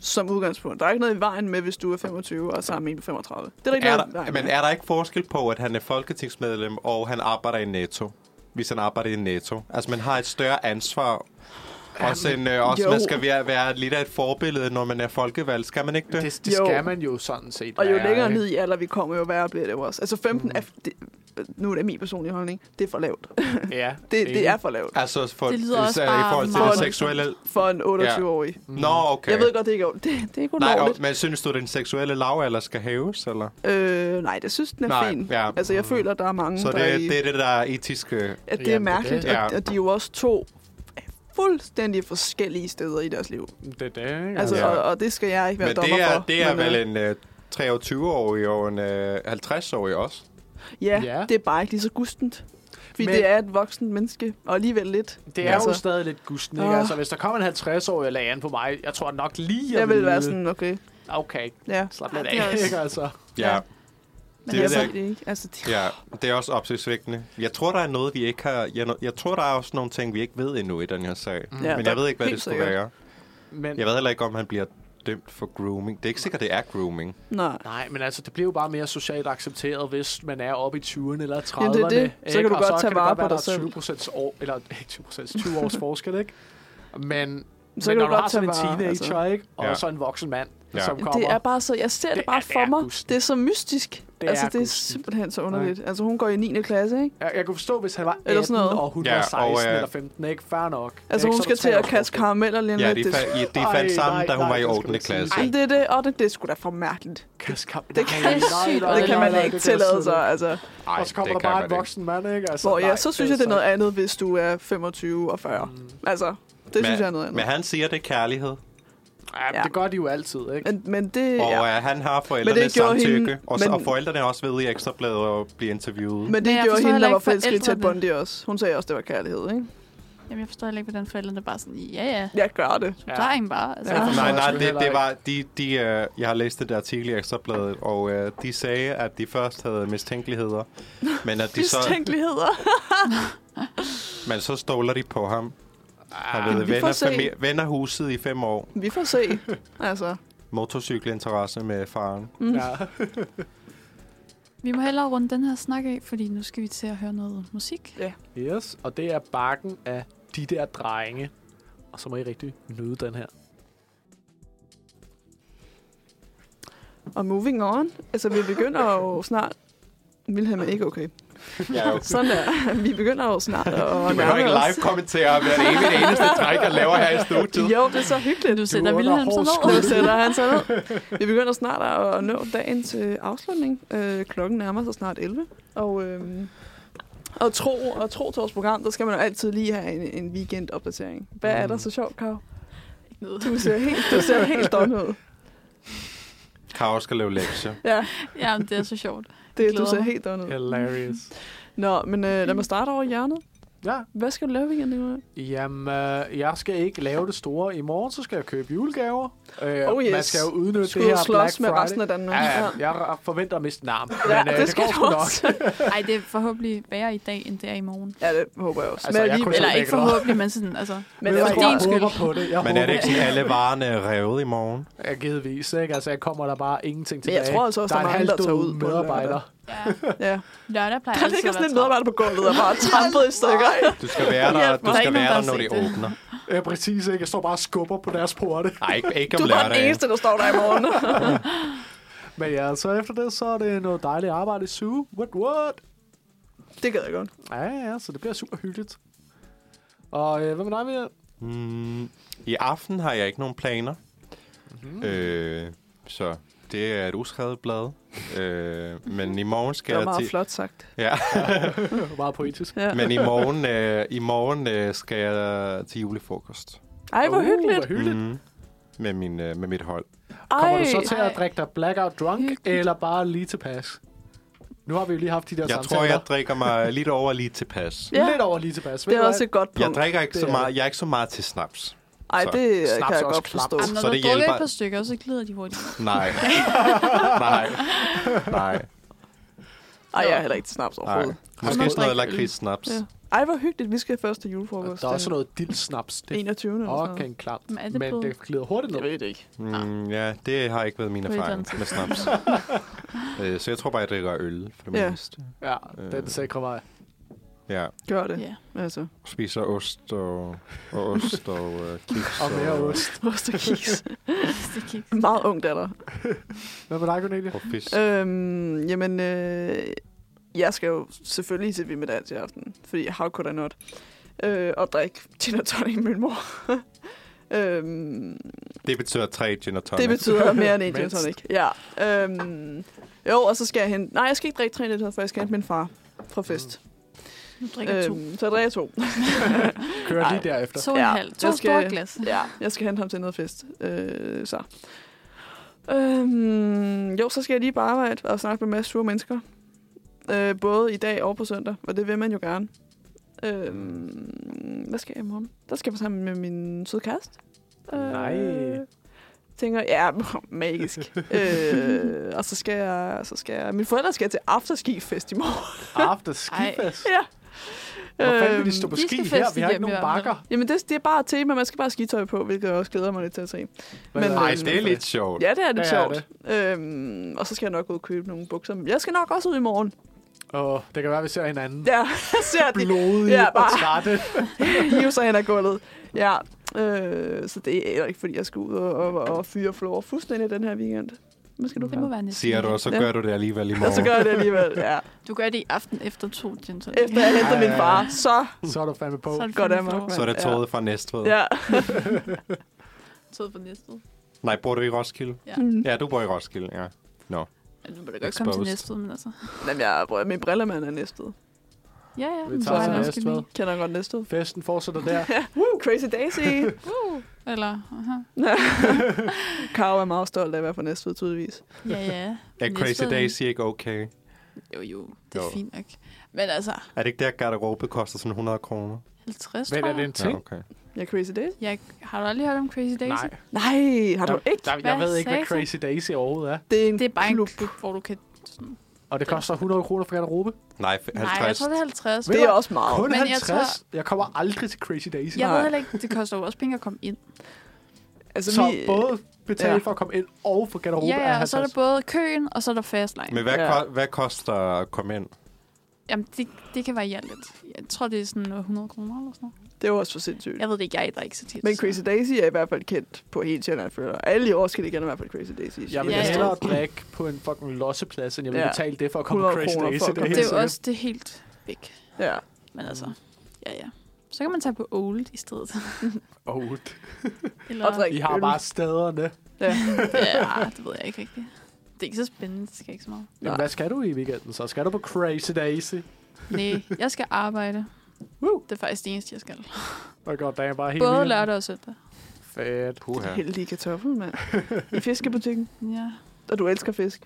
[SPEAKER 3] Som udgangspunkt. Der er ikke noget i vejen med, hvis du er 25 og sammen med en på 35. Det er der ikke
[SPEAKER 4] Er
[SPEAKER 3] noget i
[SPEAKER 4] der,
[SPEAKER 3] vejen
[SPEAKER 4] men
[SPEAKER 3] med.
[SPEAKER 4] er der ikke forskel på, at han er folketingsmedlem, og han arbejder i NATO? Hvis han arbejder i NATO. Altså, man har et større ansvar Også, en, øh, også
[SPEAKER 3] jo.
[SPEAKER 4] man skal være, være lidt af et forbillede, når man er folkevalgt. Skal man ikke det?
[SPEAKER 2] Det, det
[SPEAKER 3] Jo.
[SPEAKER 2] skal man jo sådan set
[SPEAKER 3] Og jo
[SPEAKER 2] være,
[SPEAKER 3] længere
[SPEAKER 2] ikke?
[SPEAKER 3] ned i alder vi kommer, jo værre bliver det jo også. Altså 15 mm. er... f- Det, nu er det min personlige holdning. Det er for lavt.
[SPEAKER 2] Ja,
[SPEAKER 3] Det, det
[SPEAKER 2] enig.
[SPEAKER 3] er for lavt
[SPEAKER 4] Altså for,
[SPEAKER 5] Det lyder også
[SPEAKER 4] i
[SPEAKER 5] bare
[SPEAKER 4] forhold til
[SPEAKER 3] meget
[SPEAKER 4] det seksuelle...
[SPEAKER 3] for en 28-årig.
[SPEAKER 2] Mm.
[SPEAKER 4] Nå, okay.
[SPEAKER 3] Jeg ved godt, det er ikke er- det, det er ikke
[SPEAKER 4] Nej,
[SPEAKER 3] ulovligt.
[SPEAKER 4] og, men synes du, at den seksuelle lavalder skal hæves, eller?
[SPEAKER 3] Øh, nej, det synes den er
[SPEAKER 4] Nej,
[SPEAKER 3] fin.
[SPEAKER 4] ja.
[SPEAKER 3] Altså, jeg føler, der er mange,
[SPEAKER 4] Så
[SPEAKER 3] der
[SPEAKER 4] det, det er det, der er etiske...
[SPEAKER 3] at
[SPEAKER 2] Jamen,
[SPEAKER 3] det er
[SPEAKER 2] det er
[SPEAKER 3] mærkeligt,
[SPEAKER 4] det.
[SPEAKER 3] Og,
[SPEAKER 4] Ja.
[SPEAKER 3] og de er jo også to fuldstændig forskellige steder i deres liv.
[SPEAKER 2] Det er det, ikke?
[SPEAKER 3] Altså, ja.
[SPEAKER 4] Ja.
[SPEAKER 3] og, og det skal jeg ikke være
[SPEAKER 4] Men
[SPEAKER 3] dommer
[SPEAKER 4] det er,
[SPEAKER 3] for.
[SPEAKER 4] det er
[SPEAKER 3] men,
[SPEAKER 4] vel
[SPEAKER 3] øh,
[SPEAKER 4] en øh, 23-årig og en øh, 50-årig også.
[SPEAKER 3] Ja,
[SPEAKER 2] Ja.
[SPEAKER 3] ja, det er bare ikke lige så gustent. Fordi
[SPEAKER 2] Men-
[SPEAKER 3] men, det er et voksent menneske, og alligevel lidt.
[SPEAKER 2] Det er
[SPEAKER 3] Altså,
[SPEAKER 2] jo stadig lidt gusten, ikke?
[SPEAKER 3] Åh.
[SPEAKER 2] Altså, hvis der kom en 50-årig og lagde an på mig, jeg tror nok lige,
[SPEAKER 3] Jeg, jeg vil
[SPEAKER 2] øh,
[SPEAKER 3] være sådan, "Ah, okay,
[SPEAKER 2] Okay,
[SPEAKER 3] ja.
[SPEAKER 2] slap lidt
[SPEAKER 5] Ja, det er
[SPEAKER 2] af,
[SPEAKER 5] også-
[SPEAKER 2] ikke? Altså.
[SPEAKER 4] Ja.
[SPEAKER 5] Ja.
[SPEAKER 4] Det
[SPEAKER 3] Men
[SPEAKER 4] er
[SPEAKER 3] jeg
[SPEAKER 4] det
[SPEAKER 3] ved
[SPEAKER 4] ikke.
[SPEAKER 3] det ikke. Altså, det,
[SPEAKER 4] Ja, det er også opsigtsvækkende. Jeg tror, der er noget, vi ikke har... Jeg, jeg tror, der er også nogle ting, vi ikke ved endnu i den her sag. Mm.
[SPEAKER 3] Ja,
[SPEAKER 4] Men
[SPEAKER 3] der-
[SPEAKER 4] jeg ved ikke, hvad
[SPEAKER 3] helt
[SPEAKER 4] det skulle
[SPEAKER 3] sikkert.
[SPEAKER 4] være.
[SPEAKER 2] Men,
[SPEAKER 4] Jeg ved heller ikke, om han bliver dømt for grooming. Det er ikke sikkert, det er grooming.
[SPEAKER 3] nej.
[SPEAKER 2] Nej, men altså, det bliver jo bare mere socialt accepteret, hvis man er oppe i 20'erne eller 30'erne.
[SPEAKER 3] Jamen, det er det.
[SPEAKER 2] ikke?
[SPEAKER 3] Så kan du
[SPEAKER 2] Og
[SPEAKER 3] godt
[SPEAKER 2] så
[SPEAKER 3] tage
[SPEAKER 2] kan
[SPEAKER 3] vare
[SPEAKER 2] det
[SPEAKER 3] på
[SPEAKER 2] godt
[SPEAKER 3] dig
[SPEAKER 2] være, der er
[SPEAKER 3] selv.
[SPEAKER 2] 20 år, eller ikke 20 20 års forskel, ikke? Men,
[SPEAKER 3] Så
[SPEAKER 2] men
[SPEAKER 3] kan
[SPEAKER 2] når
[SPEAKER 3] du
[SPEAKER 2] du har
[SPEAKER 3] godt tage
[SPEAKER 2] sådan en
[SPEAKER 3] vare.
[SPEAKER 2] teenager,
[SPEAKER 3] Altså.
[SPEAKER 2] ikke? Og
[SPEAKER 4] Ja.
[SPEAKER 2] så en voksen mand,
[SPEAKER 4] Ja.
[SPEAKER 2] som kommer.
[SPEAKER 3] Det er bare så, jeg ser det,
[SPEAKER 2] Det
[SPEAKER 3] det
[SPEAKER 2] er-
[SPEAKER 3] bare
[SPEAKER 2] det
[SPEAKER 3] for
[SPEAKER 2] er
[SPEAKER 3] mig.
[SPEAKER 2] gustent.
[SPEAKER 3] Det er så mystisk.
[SPEAKER 2] Det
[SPEAKER 3] altså,
[SPEAKER 2] er
[SPEAKER 3] det er
[SPEAKER 2] gustent.
[SPEAKER 3] simpelthen så underligt. Altså, hun går i 9. klasse, ikke?
[SPEAKER 2] jeg, jeg kunne forstå, hvis han var 18
[SPEAKER 3] Eller sådan noget.
[SPEAKER 2] og hun var
[SPEAKER 4] Ja,
[SPEAKER 2] 16
[SPEAKER 4] og, øh,
[SPEAKER 2] eller 15, ikke? Fair nok.
[SPEAKER 3] Altså,
[SPEAKER 2] Ikke?
[SPEAKER 3] hun
[SPEAKER 2] Så er
[SPEAKER 3] skal
[SPEAKER 2] der
[SPEAKER 3] til
[SPEAKER 2] tre
[SPEAKER 3] at
[SPEAKER 2] års
[SPEAKER 3] kaste
[SPEAKER 2] forskel.
[SPEAKER 3] karameller lige om
[SPEAKER 4] Ja, de,
[SPEAKER 3] lidt.
[SPEAKER 4] fa- ja, de
[SPEAKER 2] Ej,
[SPEAKER 4] fandt sammen,
[SPEAKER 2] nej,
[SPEAKER 4] da hun
[SPEAKER 2] nej,
[SPEAKER 4] var i
[SPEAKER 2] det skal
[SPEAKER 4] 8.
[SPEAKER 2] man ikke sige.
[SPEAKER 4] klasse.
[SPEAKER 3] Ej, det er det, og det, det er sgu da for
[SPEAKER 2] *laughs*
[SPEAKER 3] mærkeligt.
[SPEAKER 2] Kaste karameller.
[SPEAKER 3] Det
[SPEAKER 2] Nej,
[SPEAKER 3] kan-
[SPEAKER 2] nej, nej,
[SPEAKER 5] Og
[SPEAKER 3] Og det
[SPEAKER 2] nej,
[SPEAKER 3] kan man
[SPEAKER 2] nej,
[SPEAKER 3] ikke
[SPEAKER 2] det kan
[SPEAKER 3] tillade
[SPEAKER 2] slet
[SPEAKER 3] sig,
[SPEAKER 2] ikke.
[SPEAKER 3] altså.
[SPEAKER 4] Ej,
[SPEAKER 2] Og så kommer der
[SPEAKER 4] det
[SPEAKER 2] bare
[SPEAKER 4] kan
[SPEAKER 2] en
[SPEAKER 4] man
[SPEAKER 2] voksen mand, ikke? Altså, Mm.
[SPEAKER 3] Hvor
[SPEAKER 2] nej,
[SPEAKER 3] ja, så synes jeg, det er noget andet, hvis du er 25 og 40. Altså, det
[SPEAKER 4] men,
[SPEAKER 3] synes jeg er noget
[SPEAKER 4] Men
[SPEAKER 3] andet.
[SPEAKER 4] han siger, det er kærlighed.
[SPEAKER 2] Ja, men det gør de jo altid, ikke?
[SPEAKER 3] Men, men det,
[SPEAKER 4] Og
[SPEAKER 3] ja.
[SPEAKER 4] ja. han har forældrenes
[SPEAKER 3] gjorde
[SPEAKER 4] samtykke.
[SPEAKER 3] hende-
[SPEAKER 4] og, så,
[SPEAKER 3] men-
[SPEAKER 4] og forældrene er også ved i ekstrabladet og blive interviewet. Men,
[SPEAKER 3] Men
[SPEAKER 5] Men
[SPEAKER 3] det
[SPEAKER 5] jeg
[SPEAKER 3] gjorde
[SPEAKER 5] forstår
[SPEAKER 3] hende,
[SPEAKER 5] heller
[SPEAKER 3] der var
[SPEAKER 5] ikke
[SPEAKER 3] forelsket i Ted
[SPEAKER 5] forældrene.
[SPEAKER 3] Bundy også. Hun sagde også, det var kærlighed, ikke?
[SPEAKER 5] Jamen, jeg forstår heller ikke, hvordan forældrene bare sådan, ja ja,
[SPEAKER 3] Jeg gør det.
[SPEAKER 5] ja. der er ingen bare. Altså,
[SPEAKER 2] Ja.
[SPEAKER 5] ja.
[SPEAKER 4] nej, nej,
[SPEAKER 2] Forstår jeg
[SPEAKER 4] det,
[SPEAKER 2] heller
[SPEAKER 4] det var... De, de, øh, jeg har læst det der artikel i ekstrabladet, og øh, de sagde, at de først havde mistænkeligheder. Men, at de så,
[SPEAKER 3] Mistænkeligheder.
[SPEAKER 4] men så stoler de på ham.
[SPEAKER 2] Ah,
[SPEAKER 4] Han ved,
[SPEAKER 3] vi får
[SPEAKER 4] vender,
[SPEAKER 3] se.
[SPEAKER 4] fami- vender huset i fem år.
[SPEAKER 3] Vi får se. *laughs* Altså,
[SPEAKER 4] Motorcykelinteresse med faren.
[SPEAKER 3] Mhm.
[SPEAKER 2] Ja.
[SPEAKER 5] Vi må hellere runde den her snak af, fordi nu skal vi til at høre noget musik.
[SPEAKER 2] Yes, og det er bakken af de der drenge. Og så må I rigtig nyde den her.
[SPEAKER 3] og moving on. Altså, vi begynder jo snart... Vilhelm er ikke okay.
[SPEAKER 4] *laughs* Ja, okay.
[SPEAKER 3] Sådan der. Vi begynder jo snart at
[SPEAKER 4] Du behøver ikke
[SPEAKER 3] nærme os.
[SPEAKER 4] live-kommentere hver evigt eneste træk, jeg laver her i studiet.
[SPEAKER 3] Jo, det er så hyggeligt.
[SPEAKER 5] Du
[SPEAKER 2] Du
[SPEAKER 5] sætter
[SPEAKER 2] er
[SPEAKER 5] Vilhelm
[SPEAKER 2] under
[SPEAKER 5] så
[SPEAKER 2] hård
[SPEAKER 5] *laughs* ned.
[SPEAKER 3] Nu sætter han sig ned. Vi begynder snart at at nå dagens øh, afslutning. Øh, klokken nærmer sig snart 11. Og, øh, og tro, og tro til vores program, der skal man jo altid lige have en, en weekendopdatering. Hvad
[SPEAKER 4] Mm.
[SPEAKER 3] er der så sjovt, Kav?
[SPEAKER 5] Ikke noget.
[SPEAKER 3] Du ser helt, du ser helt done ud.
[SPEAKER 4] Karo skal lave lektier.
[SPEAKER 3] Ja,
[SPEAKER 5] Ja, men det er så sjovt.
[SPEAKER 3] det, du
[SPEAKER 5] glæder
[SPEAKER 3] ser
[SPEAKER 5] mig.
[SPEAKER 3] helt done ud.
[SPEAKER 2] Hilarious.
[SPEAKER 3] Nå, men øh, lad mig starte over i hjørnet.
[SPEAKER 2] Ja,
[SPEAKER 3] Hvad skal du lave i weekenden? Nicolaj?
[SPEAKER 2] jamen, øh, jeg skal ikke lave det store. I morgen, så skal jeg købe julegaver. Øh,
[SPEAKER 3] Oh, yes.
[SPEAKER 2] Man skal jo udnytte
[SPEAKER 3] Skulle
[SPEAKER 2] det
[SPEAKER 3] du
[SPEAKER 2] her Black
[SPEAKER 3] slås med
[SPEAKER 2] Friday.
[SPEAKER 3] resten af Danmark?
[SPEAKER 2] Ja, ja, jeg forventer at miste en arm.
[SPEAKER 3] Ja,
[SPEAKER 2] men, øh,
[SPEAKER 3] det skal
[SPEAKER 2] går
[SPEAKER 3] du
[SPEAKER 2] sgu nok.
[SPEAKER 3] også.
[SPEAKER 5] Ej, det er forhåbentlig værre i dag, end det er i morgen.
[SPEAKER 3] Ja, det håber jeg også.
[SPEAKER 2] Altså,
[SPEAKER 3] Men
[SPEAKER 2] jeg
[SPEAKER 3] alligevel-
[SPEAKER 2] kunne-
[SPEAKER 5] Eller
[SPEAKER 2] det
[SPEAKER 5] ikke
[SPEAKER 2] kan godt.
[SPEAKER 5] forhåbentlig, men sådan, altså...
[SPEAKER 2] Men
[SPEAKER 3] Men
[SPEAKER 2] jeg,
[SPEAKER 3] jeg
[SPEAKER 5] for
[SPEAKER 2] tror,
[SPEAKER 5] din
[SPEAKER 2] jeg
[SPEAKER 5] skyld.
[SPEAKER 2] håber på det. Jeg
[SPEAKER 4] Men er det
[SPEAKER 2] håber
[SPEAKER 4] ikke
[SPEAKER 2] på
[SPEAKER 4] sådan, at alle varerne er revet i morgen?
[SPEAKER 2] det. Ja, givetvis, ikke? Altså, jeg kommer der bare ingenting
[SPEAKER 3] Men
[SPEAKER 2] tilbage.
[SPEAKER 3] jeg tror altså også,
[SPEAKER 2] der er
[SPEAKER 3] der er
[SPEAKER 2] en
[SPEAKER 3] mange, der
[SPEAKER 2] halvdød
[SPEAKER 3] tager ud på
[SPEAKER 2] medarbejder.
[SPEAKER 5] Ja,
[SPEAKER 3] Ja.
[SPEAKER 5] lørdag plejer
[SPEAKER 3] Der ligger sådan
[SPEAKER 5] altid at
[SPEAKER 3] en
[SPEAKER 5] være travlt.
[SPEAKER 3] medarbejder på gulvet og
[SPEAKER 2] *laughs*
[SPEAKER 3] bare trampet i stykker.
[SPEAKER 4] Du skal være der,
[SPEAKER 5] mig.
[SPEAKER 4] du skal
[SPEAKER 5] Der er ikke
[SPEAKER 4] være der
[SPEAKER 5] nogen,
[SPEAKER 4] når
[SPEAKER 5] der
[SPEAKER 4] det
[SPEAKER 5] har set det.
[SPEAKER 4] åbner.
[SPEAKER 2] Ja, præcis, ikke? Jeg står bare og skubber på deres porte.
[SPEAKER 4] Nej, ikke, ikke
[SPEAKER 3] Du
[SPEAKER 4] om
[SPEAKER 3] er den
[SPEAKER 4] lørdagen.
[SPEAKER 3] eneste, der står der i
[SPEAKER 2] *laughs*
[SPEAKER 3] morgen.
[SPEAKER 2] Men ja, så efter det, så er det noget dejligt arbejde i suge. What, what?
[SPEAKER 3] det gad jeg godt.
[SPEAKER 2] Ja, ja, ja, så det bliver super hyggeligt. Og øh, hvad med dig, Mia?
[SPEAKER 4] Mm, I aften har jeg ikke nogen planer.
[SPEAKER 3] Mm.
[SPEAKER 4] Mm-hmm. Øh, så det er et uskrevet blad. Øh, men i morgen
[SPEAKER 3] Det
[SPEAKER 4] skal
[SPEAKER 3] var
[SPEAKER 4] jeg
[SPEAKER 3] meget
[SPEAKER 4] til...
[SPEAKER 3] flot sagt.
[SPEAKER 4] Ja,
[SPEAKER 2] Det var meget poetisk.
[SPEAKER 3] Ja.
[SPEAKER 4] men i morgen, øh, i morgen øh, skal jeg til julefrokost.
[SPEAKER 3] Ej, hvor
[SPEAKER 2] Uh,
[SPEAKER 3] hyggeligt.
[SPEAKER 2] Hvor hyggeligt.
[SPEAKER 4] Mm, med, min, øh, med mit hold.
[SPEAKER 2] Kommer
[SPEAKER 3] Ej,
[SPEAKER 2] du så til at
[SPEAKER 5] Ej.
[SPEAKER 2] drikke dig blackout drunk,
[SPEAKER 5] Hyggeligt.
[SPEAKER 2] eller bare lige tilpas? Nu har vi jo lige haft de der
[SPEAKER 4] Jeg
[SPEAKER 2] samtaler.
[SPEAKER 4] tror, jeg drikker mig lidt over lige tilpas.
[SPEAKER 3] Ja.
[SPEAKER 2] Lidt over lige tilpas.
[SPEAKER 3] det er også et godt
[SPEAKER 4] Jeg
[SPEAKER 3] punkt.
[SPEAKER 4] drikker ikke
[SPEAKER 2] Det
[SPEAKER 4] så
[SPEAKER 2] er-
[SPEAKER 4] meget. Jeg er ikke så meget til snaps.
[SPEAKER 3] Ej,
[SPEAKER 4] Så-
[SPEAKER 3] det
[SPEAKER 2] Snaps
[SPEAKER 3] kan
[SPEAKER 2] er
[SPEAKER 3] jeg
[SPEAKER 2] også
[SPEAKER 3] godt forstå.
[SPEAKER 2] klamt.
[SPEAKER 5] Jamen, når
[SPEAKER 4] Så
[SPEAKER 5] du
[SPEAKER 4] det
[SPEAKER 5] drukker
[SPEAKER 4] hjælper.
[SPEAKER 5] et par stykker, så glider de hurtigt.
[SPEAKER 4] Nej. Nej. Nej.
[SPEAKER 3] Ej, jeg er heller ikke til snaps
[SPEAKER 4] Nej.
[SPEAKER 3] overhovedet.
[SPEAKER 4] Måske sådan noget lakridssnaps.
[SPEAKER 3] Ja. Ej, hvor hyggeligt. Vi skal først til julefrokost.
[SPEAKER 2] Der er også
[SPEAKER 3] den
[SPEAKER 2] noget dilsnaps. Det
[SPEAKER 3] 21.
[SPEAKER 2] er
[SPEAKER 3] eller sådan
[SPEAKER 2] fucking klamt.
[SPEAKER 5] Men er det
[SPEAKER 2] Men
[SPEAKER 5] blevet-
[SPEAKER 2] det glider hurtigt
[SPEAKER 3] Jeg
[SPEAKER 2] ned.
[SPEAKER 3] ved det ikke.
[SPEAKER 4] Mm, ja, det har ikke været min
[SPEAKER 5] På et
[SPEAKER 4] erfaring
[SPEAKER 5] eller
[SPEAKER 4] med snaps. øh, så jeg tror bare, jeg drikker øl for det
[SPEAKER 3] Ja.
[SPEAKER 4] meste.
[SPEAKER 2] Ja,
[SPEAKER 4] Øh.
[SPEAKER 2] den sikre vej.
[SPEAKER 4] Ja.
[SPEAKER 3] Gør det.
[SPEAKER 5] Ja.
[SPEAKER 3] *laughs* Altså,
[SPEAKER 4] Spiser ost og, og ost og
[SPEAKER 2] *laughs*
[SPEAKER 4] øh, kiks.
[SPEAKER 2] Og mere ost.
[SPEAKER 3] ost og kiks.
[SPEAKER 5] *laughs* Det kan ikke-
[SPEAKER 3] Meget ung datter.
[SPEAKER 2] Hvad med dig, Cornelia?
[SPEAKER 4] Og fisk.
[SPEAKER 3] Øhm, jamen, øh, jeg skal jo selvfølgelig til Vild med Dans i aften, fordi how could I not? Øh, og drikke gin og tonic med min mor. *laughs* øhm,
[SPEAKER 4] Det betyder tre gin og tonic.
[SPEAKER 3] det betyder mere end en gin og
[SPEAKER 2] Mindst.
[SPEAKER 3] tonic. Ja. Øhm, jo, og så skal jeg hente... Nej, jeg skal ikke drikke tre liter, for jeg skal hente min far fra fest.
[SPEAKER 5] Nu drikker jeg to.
[SPEAKER 3] Øhm, så jeg drikker to.
[SPEAKER 2] Kører lige
[SPEAKER 3] Ej.
[SPEAKER 4] *laughs*
[SPEAKER 2] derefter.
[SPEAKER 5] To og en
[SPEAKER 3] Ja,
[SPEAKER 5] halv. To
[SPEAKER 3] jeg skal-
[SPEAKER 5] store glas.
[SPEAKER 3] Ja, *laughs* jeg skal hente ham til noget fest. Øh, så. Øhm, jo, så skal jeg lige på arbejde og snakke med en masse sure mennesker. Øh, både i dag og på søndag, og det vil man jo gerne. Øhm, hvad skal jeg i morgen? Der skal jeg være sammen med min søde kæreste. Øh,
[SPEAKER 2] Nej.
[SPEAKER 3] Tænker, ja, *laughs* magisk. øh, og så skal jeg, så skal jeg, mine forældre skal til afterski-fest i morgen. *laughs*
[SPEAKER 2] After skifest.
[SPEAKER 3] ja.
[SPEAKER 2] Hvor fanden vil
[SPEAKER 3] Øhm,
[SPEAKER 2] de stå på
[SPEAKER 5] vi
[SPEAKER 2] ski
[SPEAKER 5] skal
[SPEAKER 2] her?
[SPEAKER 5] feste
[SPEAKER 2] Vi har ikke
[SPEAKER 5] hjem i
[SPEAKER 2] nogen
[SPEAKER 5] hvert fald.
[SPEAKER 2] bakker.
[SPEAKER 3] Jamen, det, det er bare et tema. Man skal bare have skitøj på, hvilket jeg også glæder mig lidt til at se. Men,
[SPEAKER 2] Hvad
[SPEAKER 4] Nej,
[SPEAKER 3] øhm,
[SPEAKER 4] det er lidt sjovt.
[SPEAKER 3] Ja, det er lidt
[SPEAKER 2] Ja, ja,
[SPEAKER 3] sjovt. Øhm, og så skal jeg nok ud og købe nogle bukser. Men Jeg skal nok også ud i morgen.
[SPEAKER 2] Åh, det kan være, vi ser hinanden.
[SPEAKER 3] Ja, *laughs* ser
[SPEAKER 2] *laughs*
[SPEAKER 3] de
[SPEAKER 2] Blodige
[SPEAKER 3] Ja,
[SPEAKER 2] og
[SPEAKER 3] bare-
[SPEAKER 2] trætte.
[SPEAKER 3] hive sig hen ad gulvet. Ja, øh, så det er heller ikke, fordi jeg skal ud og, og, og fyre flor fuldstændig den her weekend. Hvad skal du
[SPEAKER 5] Det må
[SPEAKER 3] gøre?
[SPEAKER 5] være næsten.
[SPEAKER 4] Siger du, og så
[SPEAKER 3] Ja.
[SPEAKER 4] gør du det alligevel i morgen.
[SPEAKER 3] Ja, så gør jeg det alligevel, ja.
[SPEAKER 5] Du gør det i aften efter to gin tonic.
[SPEAKER 3] Efter jeg henter
[SPEAKER 2] Ej.
[SPEAKER 3] min far, så
[SPEAKER 2] Så er du fandme på.
[SPEAKER 5] Så er det
[SPEAKER 3] Godt af
[SPEAKER 5] fandme
[SPEAKER 3] mig,
[SPEAKER 5] flot.
[SPEAKER 3] mand.
[SPEAKER 4] Så er det
[SPEAKER 3] Ja.
[SPEAKER 4] toget fra Næstved.
[SPEAKER 3] ja.
[SPEAKER 5] Tid for næste.
[SPEAKER 4] Nej, bor du i Roskilde?
[SPEAKER 5] Ja.
[SPEAKER 3] Mm.
[SPEAKER 4] Ja, du bor i Roskilde, ja.
[SPEAKER 5] Du må da godt komme til
[SPEAKER 4] Exposed.
[SPEAKER 5] næste, men altså.
[SPEAKER 3] Jamen, jeg bruger min brillemand er næstet.
[SPEAKER 5] Ja, ja.
[SPEAKER 2] Vi
[SPEAKER 5] så
[SPEAKER 2] tager
[SPEAKER 5] er
[SPEAKER 2] til
[SPEAKER 5] det også
[SPEAKER 2] Næstved.
[SPEAKER 5] geni.
[SPEAKER 3] Kender godt næstet.
[SPEAKER 2] Festen fortsætter der.
[SPEAKER 3] Crazy Daisy.
[SPEAKER 5] Eller,
[SPEAKER 3] *laughs*
[SPEAKER 5] aha.
[SPEAKER 3] Karo er meget stolt af at være fra næstet, tydeligvis.
[SPEAKER 5] Ja, ja.
[SPEAKER 4] Er Crazy
[SPEAKER 5] Næstved.
[SPEAKER 4] Daisy ikke okay?
[SPEAKER 5] Jo, jo. Det er
[SPEAKER 4] Jo.
[SPEAKER 5] fint nok. Men altså,
[SPEAKER 4] Er det ikke der, garderobe koster sådan 100 kroner?
[SPEAKER 5] 50,
[SPEAKER 2] Men
[SPEAKER 5] tror
[SPEAKER 2] er det
[SPEAKER 5] jeg.
[SPEAKER 2] en ting?
[SPEAKER 4] okay.
[SPEAKER 3] Ja, Crazy Daisy.
[SPEAKER 5] jeg. Har du aldrig hørt om Crazy Daisy?
[SPEAKER 2] Nej.
[SPEAKER 3] Nej, har du
[SPEAKER 2] Jeg-
[SPEAKER 3] ikke?
[SPEAKER 2] Jeg, jeg
[SPEAKER 5] Hvad
[SPEAKER 2] ved ikke, hvad
[SPEAKER 5] sagde
[SPEAKER 2] Crazy Daisy overhovedet er.
[SPEAKER 3] Det er en
[SPEAKER 5] Det er bare en
[SPEAKER 3] klub.
[SPEAKER 5] klub, hvor du kan... Sådan.
[SPEAKER 2] Og det koster 100 kroner for garderobe.
[SPEAKER 4] Nej, f- 50.
[SPEAKER 5] Nej, jeg tror, det er 50.
[SPEAKER 3] Det er også meget.
[SPEAKER 2] Kun
[SPEAKER 5] Men jeg
[SPEAKER 2] 50? Jeg, jeg kommer aldrig til Crazy Daisy.
[SPEAKER 5] Jeg
[SPEAKER 2] Ja,
[SPEAKER 5] ved
[SPEAKER 3] Nej.
[SPEAKER 5] heller ikke, det koster jo også penge at komme ind.
[SPEAKER 3] Altså,
[SPEAKER 2] så
[SPEAKER 3] vi-
[SPEAKER 2] både betale
[SPEAKER 3] ja.
[SPEAKER 2] for at komme ind og for garderobe
[SPEAKER 5] Ja,
[SPEAKER 2] er
[SPEAKER 5] ja, og
[SPEAKER 2] 50.
[SPEAKER 5] så er der både køen, og så er der fastline.
[SPEAKER 4] Men hvad,
[SPEAKER 3] Ja.
[SPEAKER 4] ko- hvad koster at komme ind?
[SPEAKER 5] Jamen, det, det kan variere lidt. Jeg tror, det er sådan 100 kroner eller sådan noget.
[SPEAKER 3] Det er jo også for sindssygt.
[SPEAKER 5] Jeg ved det ikke, jeg er der ikke så tit.
[SPEAKER 3] Men
[SPEAKER 5] så-
[SPEAKER 3] Crazy Daisy er i hvert fald kendt på hele Sjælland, føler jeg. Alle i Roskilde kender i hvert fald Crazy Daisy.
[SPEAKER 2] Jeg vil
[SPEAKER 5] Ja,
[SPEAKER 2] ja,
[SPEAKER 5] ja.
[SPEAKER 2] hellere drikke på en fucking losseplads, end jeg vil
[SPEAKER 3] Ja.
[SPEAKER 2] betale det for at komme
[SPEAKER 3] 100
[SPEAKER 2] Crazy
[SPEAKER 3] kroner
[SPEAKER 2] Daisy.
[SPEAKER 3] for at
[SPEAKER 2] Det er
[SPEAKER 3] komme
[SPEAKER 5] Det
[SPEAKER 2] helt sikkert.
[SPEAKER 5] er jo også det er helt væk.
[SPEAKER 3] Ja.
[SPEAKER 5] Men altså, ja, ja. Så kan man tage på Old i stedet.
[SPEAKER 2] Oh,
[SPEAKER 5] Eller,
[SPEAKER 3] Og drikke
[SPEAKER 2] I har
[SPEAKER 3] øl.
[SPEAKER 2] bare stederne.
[SPEAKER 3] Ja.
[SPEAKER 5] *laughs* ja, det ved jeg ikke rigtigt. Det er ikke så spændende, det skal jeg ikke så meget.
[SPEAKER 2] Jamen, hvad skal du i weekenden så? Skal du på Crazy Daisy?
[SPEAKER 5] Nej, jeg skal arbejde.
[SPEAKER 2] Woo.
[SPEAKER 5] Det er faktisk det eneste, jeg skal.
[SPEAKER 2] Og godt, der er bare helt
[SPEAKER 5] Både
[SPEAKER 2] weekenden.
[SPEAKER 5] lørdag og søndag.
[SPEAKER 2] Fedt.
[SPEAKER 4] Puha.
[SPEAKER 3] Heldige kartoffel,
[SPEAKER 2] *laughs*
[SPEAKER 3] mand. I fiskebutikken.
[SPEAKER 5] Ja,
[SPEAKER 3] Og du elsker fisk.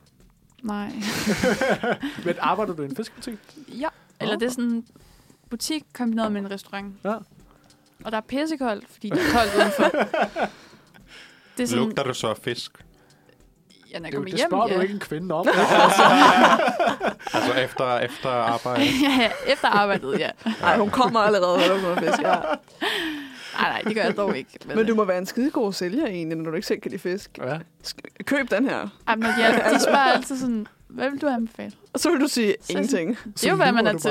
[SPEAKER 5] nej.
[SPEAKER 2] Men arbejder du i en fiskebutik?
[SPEAKER 5] Ja, eller det er sådan en butik kombineret med en restaurant.
[SPEAKER 2] Ja.
[SPEAKER 5] Og der er pissekoldt, fordi det er koldt udenfor. Det er sådan,
[SPEAKER 4] Lugter du så af fisk?
[SPEAKER 5] ja, når jeg
[SPEAKER 2] Det, er jo-
[SPEAKER 5] kommer
[SPEAKER 2] det
[SPEAKER 5] hjem,
[SPEAKER 2] spørger
[SPEAKER 5] ja.
[SPEAKER 2] du ikke en kvinde om.
[SPEAKER 4] Altså efter, efter arbejde?
[SPEAKER 5] *laughs* ja, ja, efter arbejdet, ja.
[SPEAKER 3] Nej, hun kommer allerede, når du kommer fisk. Ja.
[SPEAKER 5] Nej, nej, det gør jeg dog ikke.
[SPEAKER 3] Men du må være en skidegod sælger egentlig, når du ikke selv kan lide fisk.
[SPEAKER 2] ja.
[SPEAKER 3] Sk- Køb den her.
[SPEAKER 5] Ej, men
[SPEAKER 2] *laughs*
[SPEAKER 5] ja, de spørger altid sådan, hvad vil du anbefale?
[SPEAKER 3] Og så vil du sige
[SPEAKER 5] Så-
[SPEAKER 3] ingenting.
[SPEAKER 5] Det er jo, hvad man
[SPEAKER 2] lyver
[SPEAKER 5] er
[SPEAKER 2] du
[SPEAKER 5] til.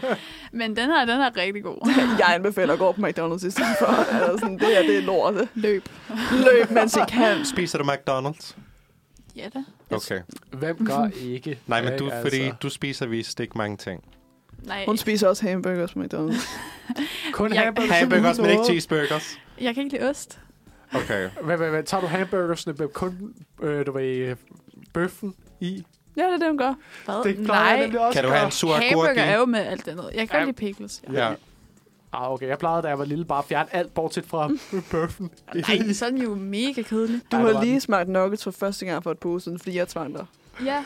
[SPEAKER 2] bare.
[SPEAKER 5] Men den her, den er rigtig god.
[SPEAKER 3] *laughs* Jeg anbefaler at gå på McDonald's i stedet for. Eller sådan, det her, det er lortet.
[SPEAKER 5] Løb.
[SPEAKER 3] Løb, mens I kan.
[SPEAKER 4] Spiser du McDonald's?
[SPEAKER 5] Ja da.
[SPEAKER 4] Okay.
[SPEAKER 2] Hvem
[SPEAKER 5] *laughs*
[SPEAKER 2] gør ikke? altså,
[SPEAKER 4] Nej, men du,
[SPEAKER 2] Ikke,
[SPEAKER 4] fordi du spiser vist ikke mange ting.
[SPEAKER 5] Nej,
[SPEAKER 3] Hun spiser også hamburgers på McDonald's.
[SPEAKER 2] Kun
[SPEAKER 5] Jeg-
[SPEAKER 2] hamburgers.
[SPEAKER 4] Hamburgers, men ikke
[SPEAKER 2] noget.
[SPEAKER 4] cheeseburgers.
[SPEAKER 5] jeg kan ikke lide ost.
[SPEAKER 4] Okay.
[SPEAKER 2] Hvad, hvad, hvad, tager du hamburgersne med kun, øh, du ved, øh, bøffen i?
[SPEAKER 3] Ja, det er det, hun gør.
[SPEAKER 5] Hvad?
[SPEAKER 2] Det plejer jeg
[SPEAKER 5] nej,
[SPEAKER 2] nemlig også
[SPEAKER 4] Kan du
[SPEAKER 2] at
[SPEAKER 4] have
[SPEAKER 2] gøre.
[SPEAKER 4] en sur agurk
[SPEAKER 5] hamburger
[SPEAKER 4] i?
[SPEAKER 5] er jo med alt det andet. Jeg kan
[SPEAKER 2] Ja.
[SPEAKER 5] godt lide pickles. Ja.
[SPEAKER 4] Ja.
[SPEAKER 2] Ah, okay. Jeg plejede, da jeg var lille, bare at fjerne alt bortset
[SPEAKER 5] *laughs*
[SPEAKER 2] fra bøffen. *laughs*
[SPEAKER 5] Nej, sådan er jo mega kedelig.
[SPEAKER 3] Du
[SPEAKER 2] Ej, hvor var
[SPEAKER 3] har lige smagt nuggets for første gang for et par uger siden, fordi jeg tvang dig.
[SPEAKER 5] Ja,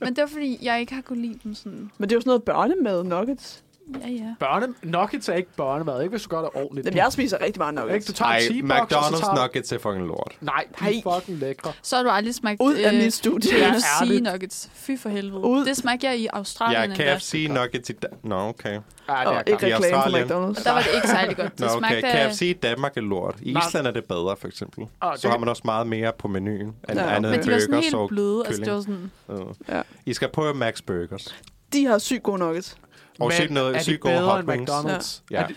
[SPEAKER 5] men det er fordi, jeg ikke har kunnet lide dem sådan.
[SPEAKER 3] Men det er jo sådan noget børnemad nuggets.
[SPEAKER 5] Ja, ja.
[SPEAKER 2] Børne... Nuggets er ikke børnemad, ikke hvis du gør det ordentligt.
[SPEAKER 3] Jamen, jeg spiser rigtig meget
[SPEAKER 2] Ikke,
[SPEAKER 3] nuggets.
[SPEAKER 2] du tager
[SPEAKER 4] Ej,
[SPEAKER 2] en T-box, og så
[SPEAKER 4] McDonald's
[SPEAKER 2] tager...
[SPEAKER 4] nuggets er fucking lort.
[SPEAKER 2] Nej, de er fucking lækre.
[SPEAKER 5] Så har du aldrig smagt
[SPEAKER 3] Ud af
[SPEAKER 5] øh,
[SPEAKER 3] mit studie.
[SPEAKER 5] KFC
[SPEAKER 2] ærligt.
[SPEAKER 5] nuggets. Fy for helvede.
[SPEAKER 3] Ud.
[SPEAKER 5] Det smagte jeg i Australien.
[SPEAKER 4] Ja,
[SPEAKER 5] endda.
[SPEAKER 4] KFC nuggets i Danmark. Nå, okay.
[SPEAKER 2] Ja, det
[SPEAKER 3] Og
[SPEAKER 2] er
[SPEAKER 3] ikke
[SPEAKER 2] klart.
[SPEAKER 4] I
[SPEAKER 3] reklame for
[SPEAKER 4] Australien.
[SPEAKER 5] Og
[SPEAKER 3] McDonald's.
[SPEAKER 5] der var det ikke særlig godt.
[SPEAKER 4] Nå,
[SPEAKER 5] Det
[SPEAKER 4] okay.
[SPEAKER 5] smagte
[SPEAKER 4] KFC i Danmark er lort. I
[SPEAKER 2] Nej.
[SPEAKER 4] Island er det bedre, for eksempel.
[SPEAKER 2] Ah,
[SPEAKER 4] Så
[SPEAKER 2] det-
[SPEAKER 4] har man også meget mere på menuen end
[SPEAKER 3] Ja,
[SPEAKER 4] andet
[SPEAKER 5] Men
[SPEAKER 4] end
[SPEAKER 5] de var sådan
[SPEAKER 4] burgers og
[SPEAKER 5] helt bløde. Altså, det
[SPEAKER 4] kylling.
[SPEAKER 5] var sådan...
[SPEAKER 4] Øh.
[SPEAKER 3] Ja.
[SPEAKER 4] I skal på Max Burgers.
[SPEAKER 3] De har sygt gode nuggets.
[SPEAKER 4] Og set noget
[SPEAKER 2] er de
[SPEAKER 4] sygt gode
[SPEAKER 2] bedre end
[SPEAKER 4] hot wings.
[SPEAKER 2] McDonald's?
[SPEAKER 4] Ja.
[SPEAKER 2] Er
[SPEAKER 4] Ja.
[SPEAKER 2] det,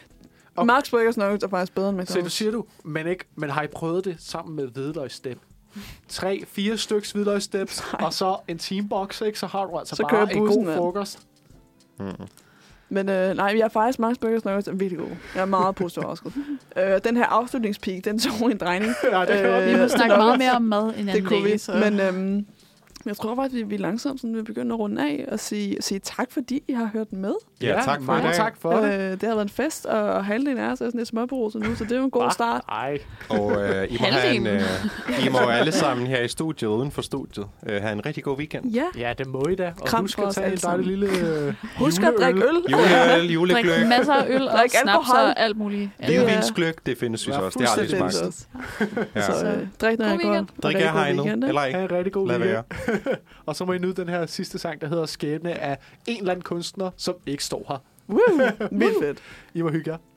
[SPEAKER 3] Okay. Marks Burgers Nuggets er faktisk bedre end McDonald's.
[SPEAKER 2] så du siger du, men, ikke, men har I prøvet det sammen med hvidløgsstep? Tre, fire styks hvidløgssteps, og så en teambox, ikke? Så har du altså
[SPEAKER 3] Så kører
[SPEAKER 2] bare en
[SPEAKER 3] bussen,
[SPEAKER 2] god
[SPEAKER 3] mand.
[SPEAKER 2] frokost.
[SPEAKER 4] Mm.
[SPEAKER 3] Men øh, nej, jeg er faktisk Marks Burgers Nuggets er virkelig god. Jeg er
[SPEAKER 2] *laughs*
[SPEAKER 3] meget positivt overrasket. øh, den her afslutningspeak, den tog en drejning.
[SPEAKER 2] Ja, det
[SPEAKER 3] Øh,
[SPEAKER 2] øh,
[SPEAKER 5] Vi må snakke
[SPEAKER 3] nok
[SPEAKER 5] meget
[SPEAKER 3] også.
[SPEAKER 5] mere om mad en anden
[SPEAKER 3] det kunne
[SPEAKER 5] dag.
[SPEAKER 3] vi.
[SPEAKER 5] Så.
[SPEAKER 3] Men øhm, jeg tror faktisk, at vi langsomt sådan, vil begynde at runde af og sige, sige tak, fordi I har hørt med.
[SPEAKER 4] Ja, tak for i
[SPEAKER 2] mange
[SPEAKER 4] dag.
[SPEAKER 2] tak for det.
[SPEAKER 3] Øh, det har været en fest, og halvdelen af os er sådan lidt småberuset nu, så det er jo en god
[SPEAKER 2] Hva?
[SPEAKER 3] start.
[SPEAKER 2] Ej,
[SPEAKER 4] Og øh, I, må have en,
[SPEAKER 5] Halvdelen.
[SPEAKER 4] øh, I må alle sammen her i studiet, uden for studiet, øh, have en rigtig god weekend.
[SPEAKER 3] Ja,
[SPEAKER 2] ja, det må I da. Og
[SPEAKER 3] Kram
[SPEAKER 2] husk
[SPEAKER 3] for
[SPEAKER 2] at
[SPEAKER 3] os
[SPEAKER 2] tage
[SPEAKER 3] alle
[SPEAKER 2] en
[SPEAKER 3] sammen.
[SPEAKER 2] dejlig lille øh,
[SPEAKER 3] *laughs* husk at drikke
[SPEAKER 2] juleøl.
[SPEAKER 3] øl.
[SPEAKER 4] Juleøl,
[SPEAKER 5] Drik
[SPEAKER 4] julegløk,
[SPEAKER 5] masser af øl og
[SPEAKER 3] Drik
[SPEAKER 5] snaps
[SPEAKER 3] alkohol.
[SPEAKER 5] og alt muligt. andet.
[SPEAKER 3] jo-
[SPEAKER 4] levevinsgløk, det findes vi
[SPEAKER 2] Ja,
[SPEAKER 4] så også. Det har jeg
[SPEAKER 2] fuldstændig.
[SPEAKER 4] aldrig
[SPEAKER 3] Så,
[SPEAKER 4] smagt.
[SPEAKER 3] ja. så øh, drik noget
[SPEAKER 5] God weekend.
[SPEAKER 3] alkohol. og
[SPEAKER 4] Drik
[SPEAKER 3] rigtig
[SPEAKER 4] jer
[SPEAKER 3] god
[SPEAKER 4] hegnet,
[SPEAKER 3] weekend, ikke?
[SPEAKER 4] eller
[SPEAKER 2] Ha'
[SPEAKER 4] ikke.
[SPEAKER 2] en rigtig god
[SPEAKER 4] Lad være.
[SPEAKER 2] weekend. og så må I nyde den her sidste sang, der hedder Skæbne af en eller anden kunstner, som ikke står her.
[SPEAKER 3] Woo, vildt fedt.
[SPEAKER 2] I må hygge jer.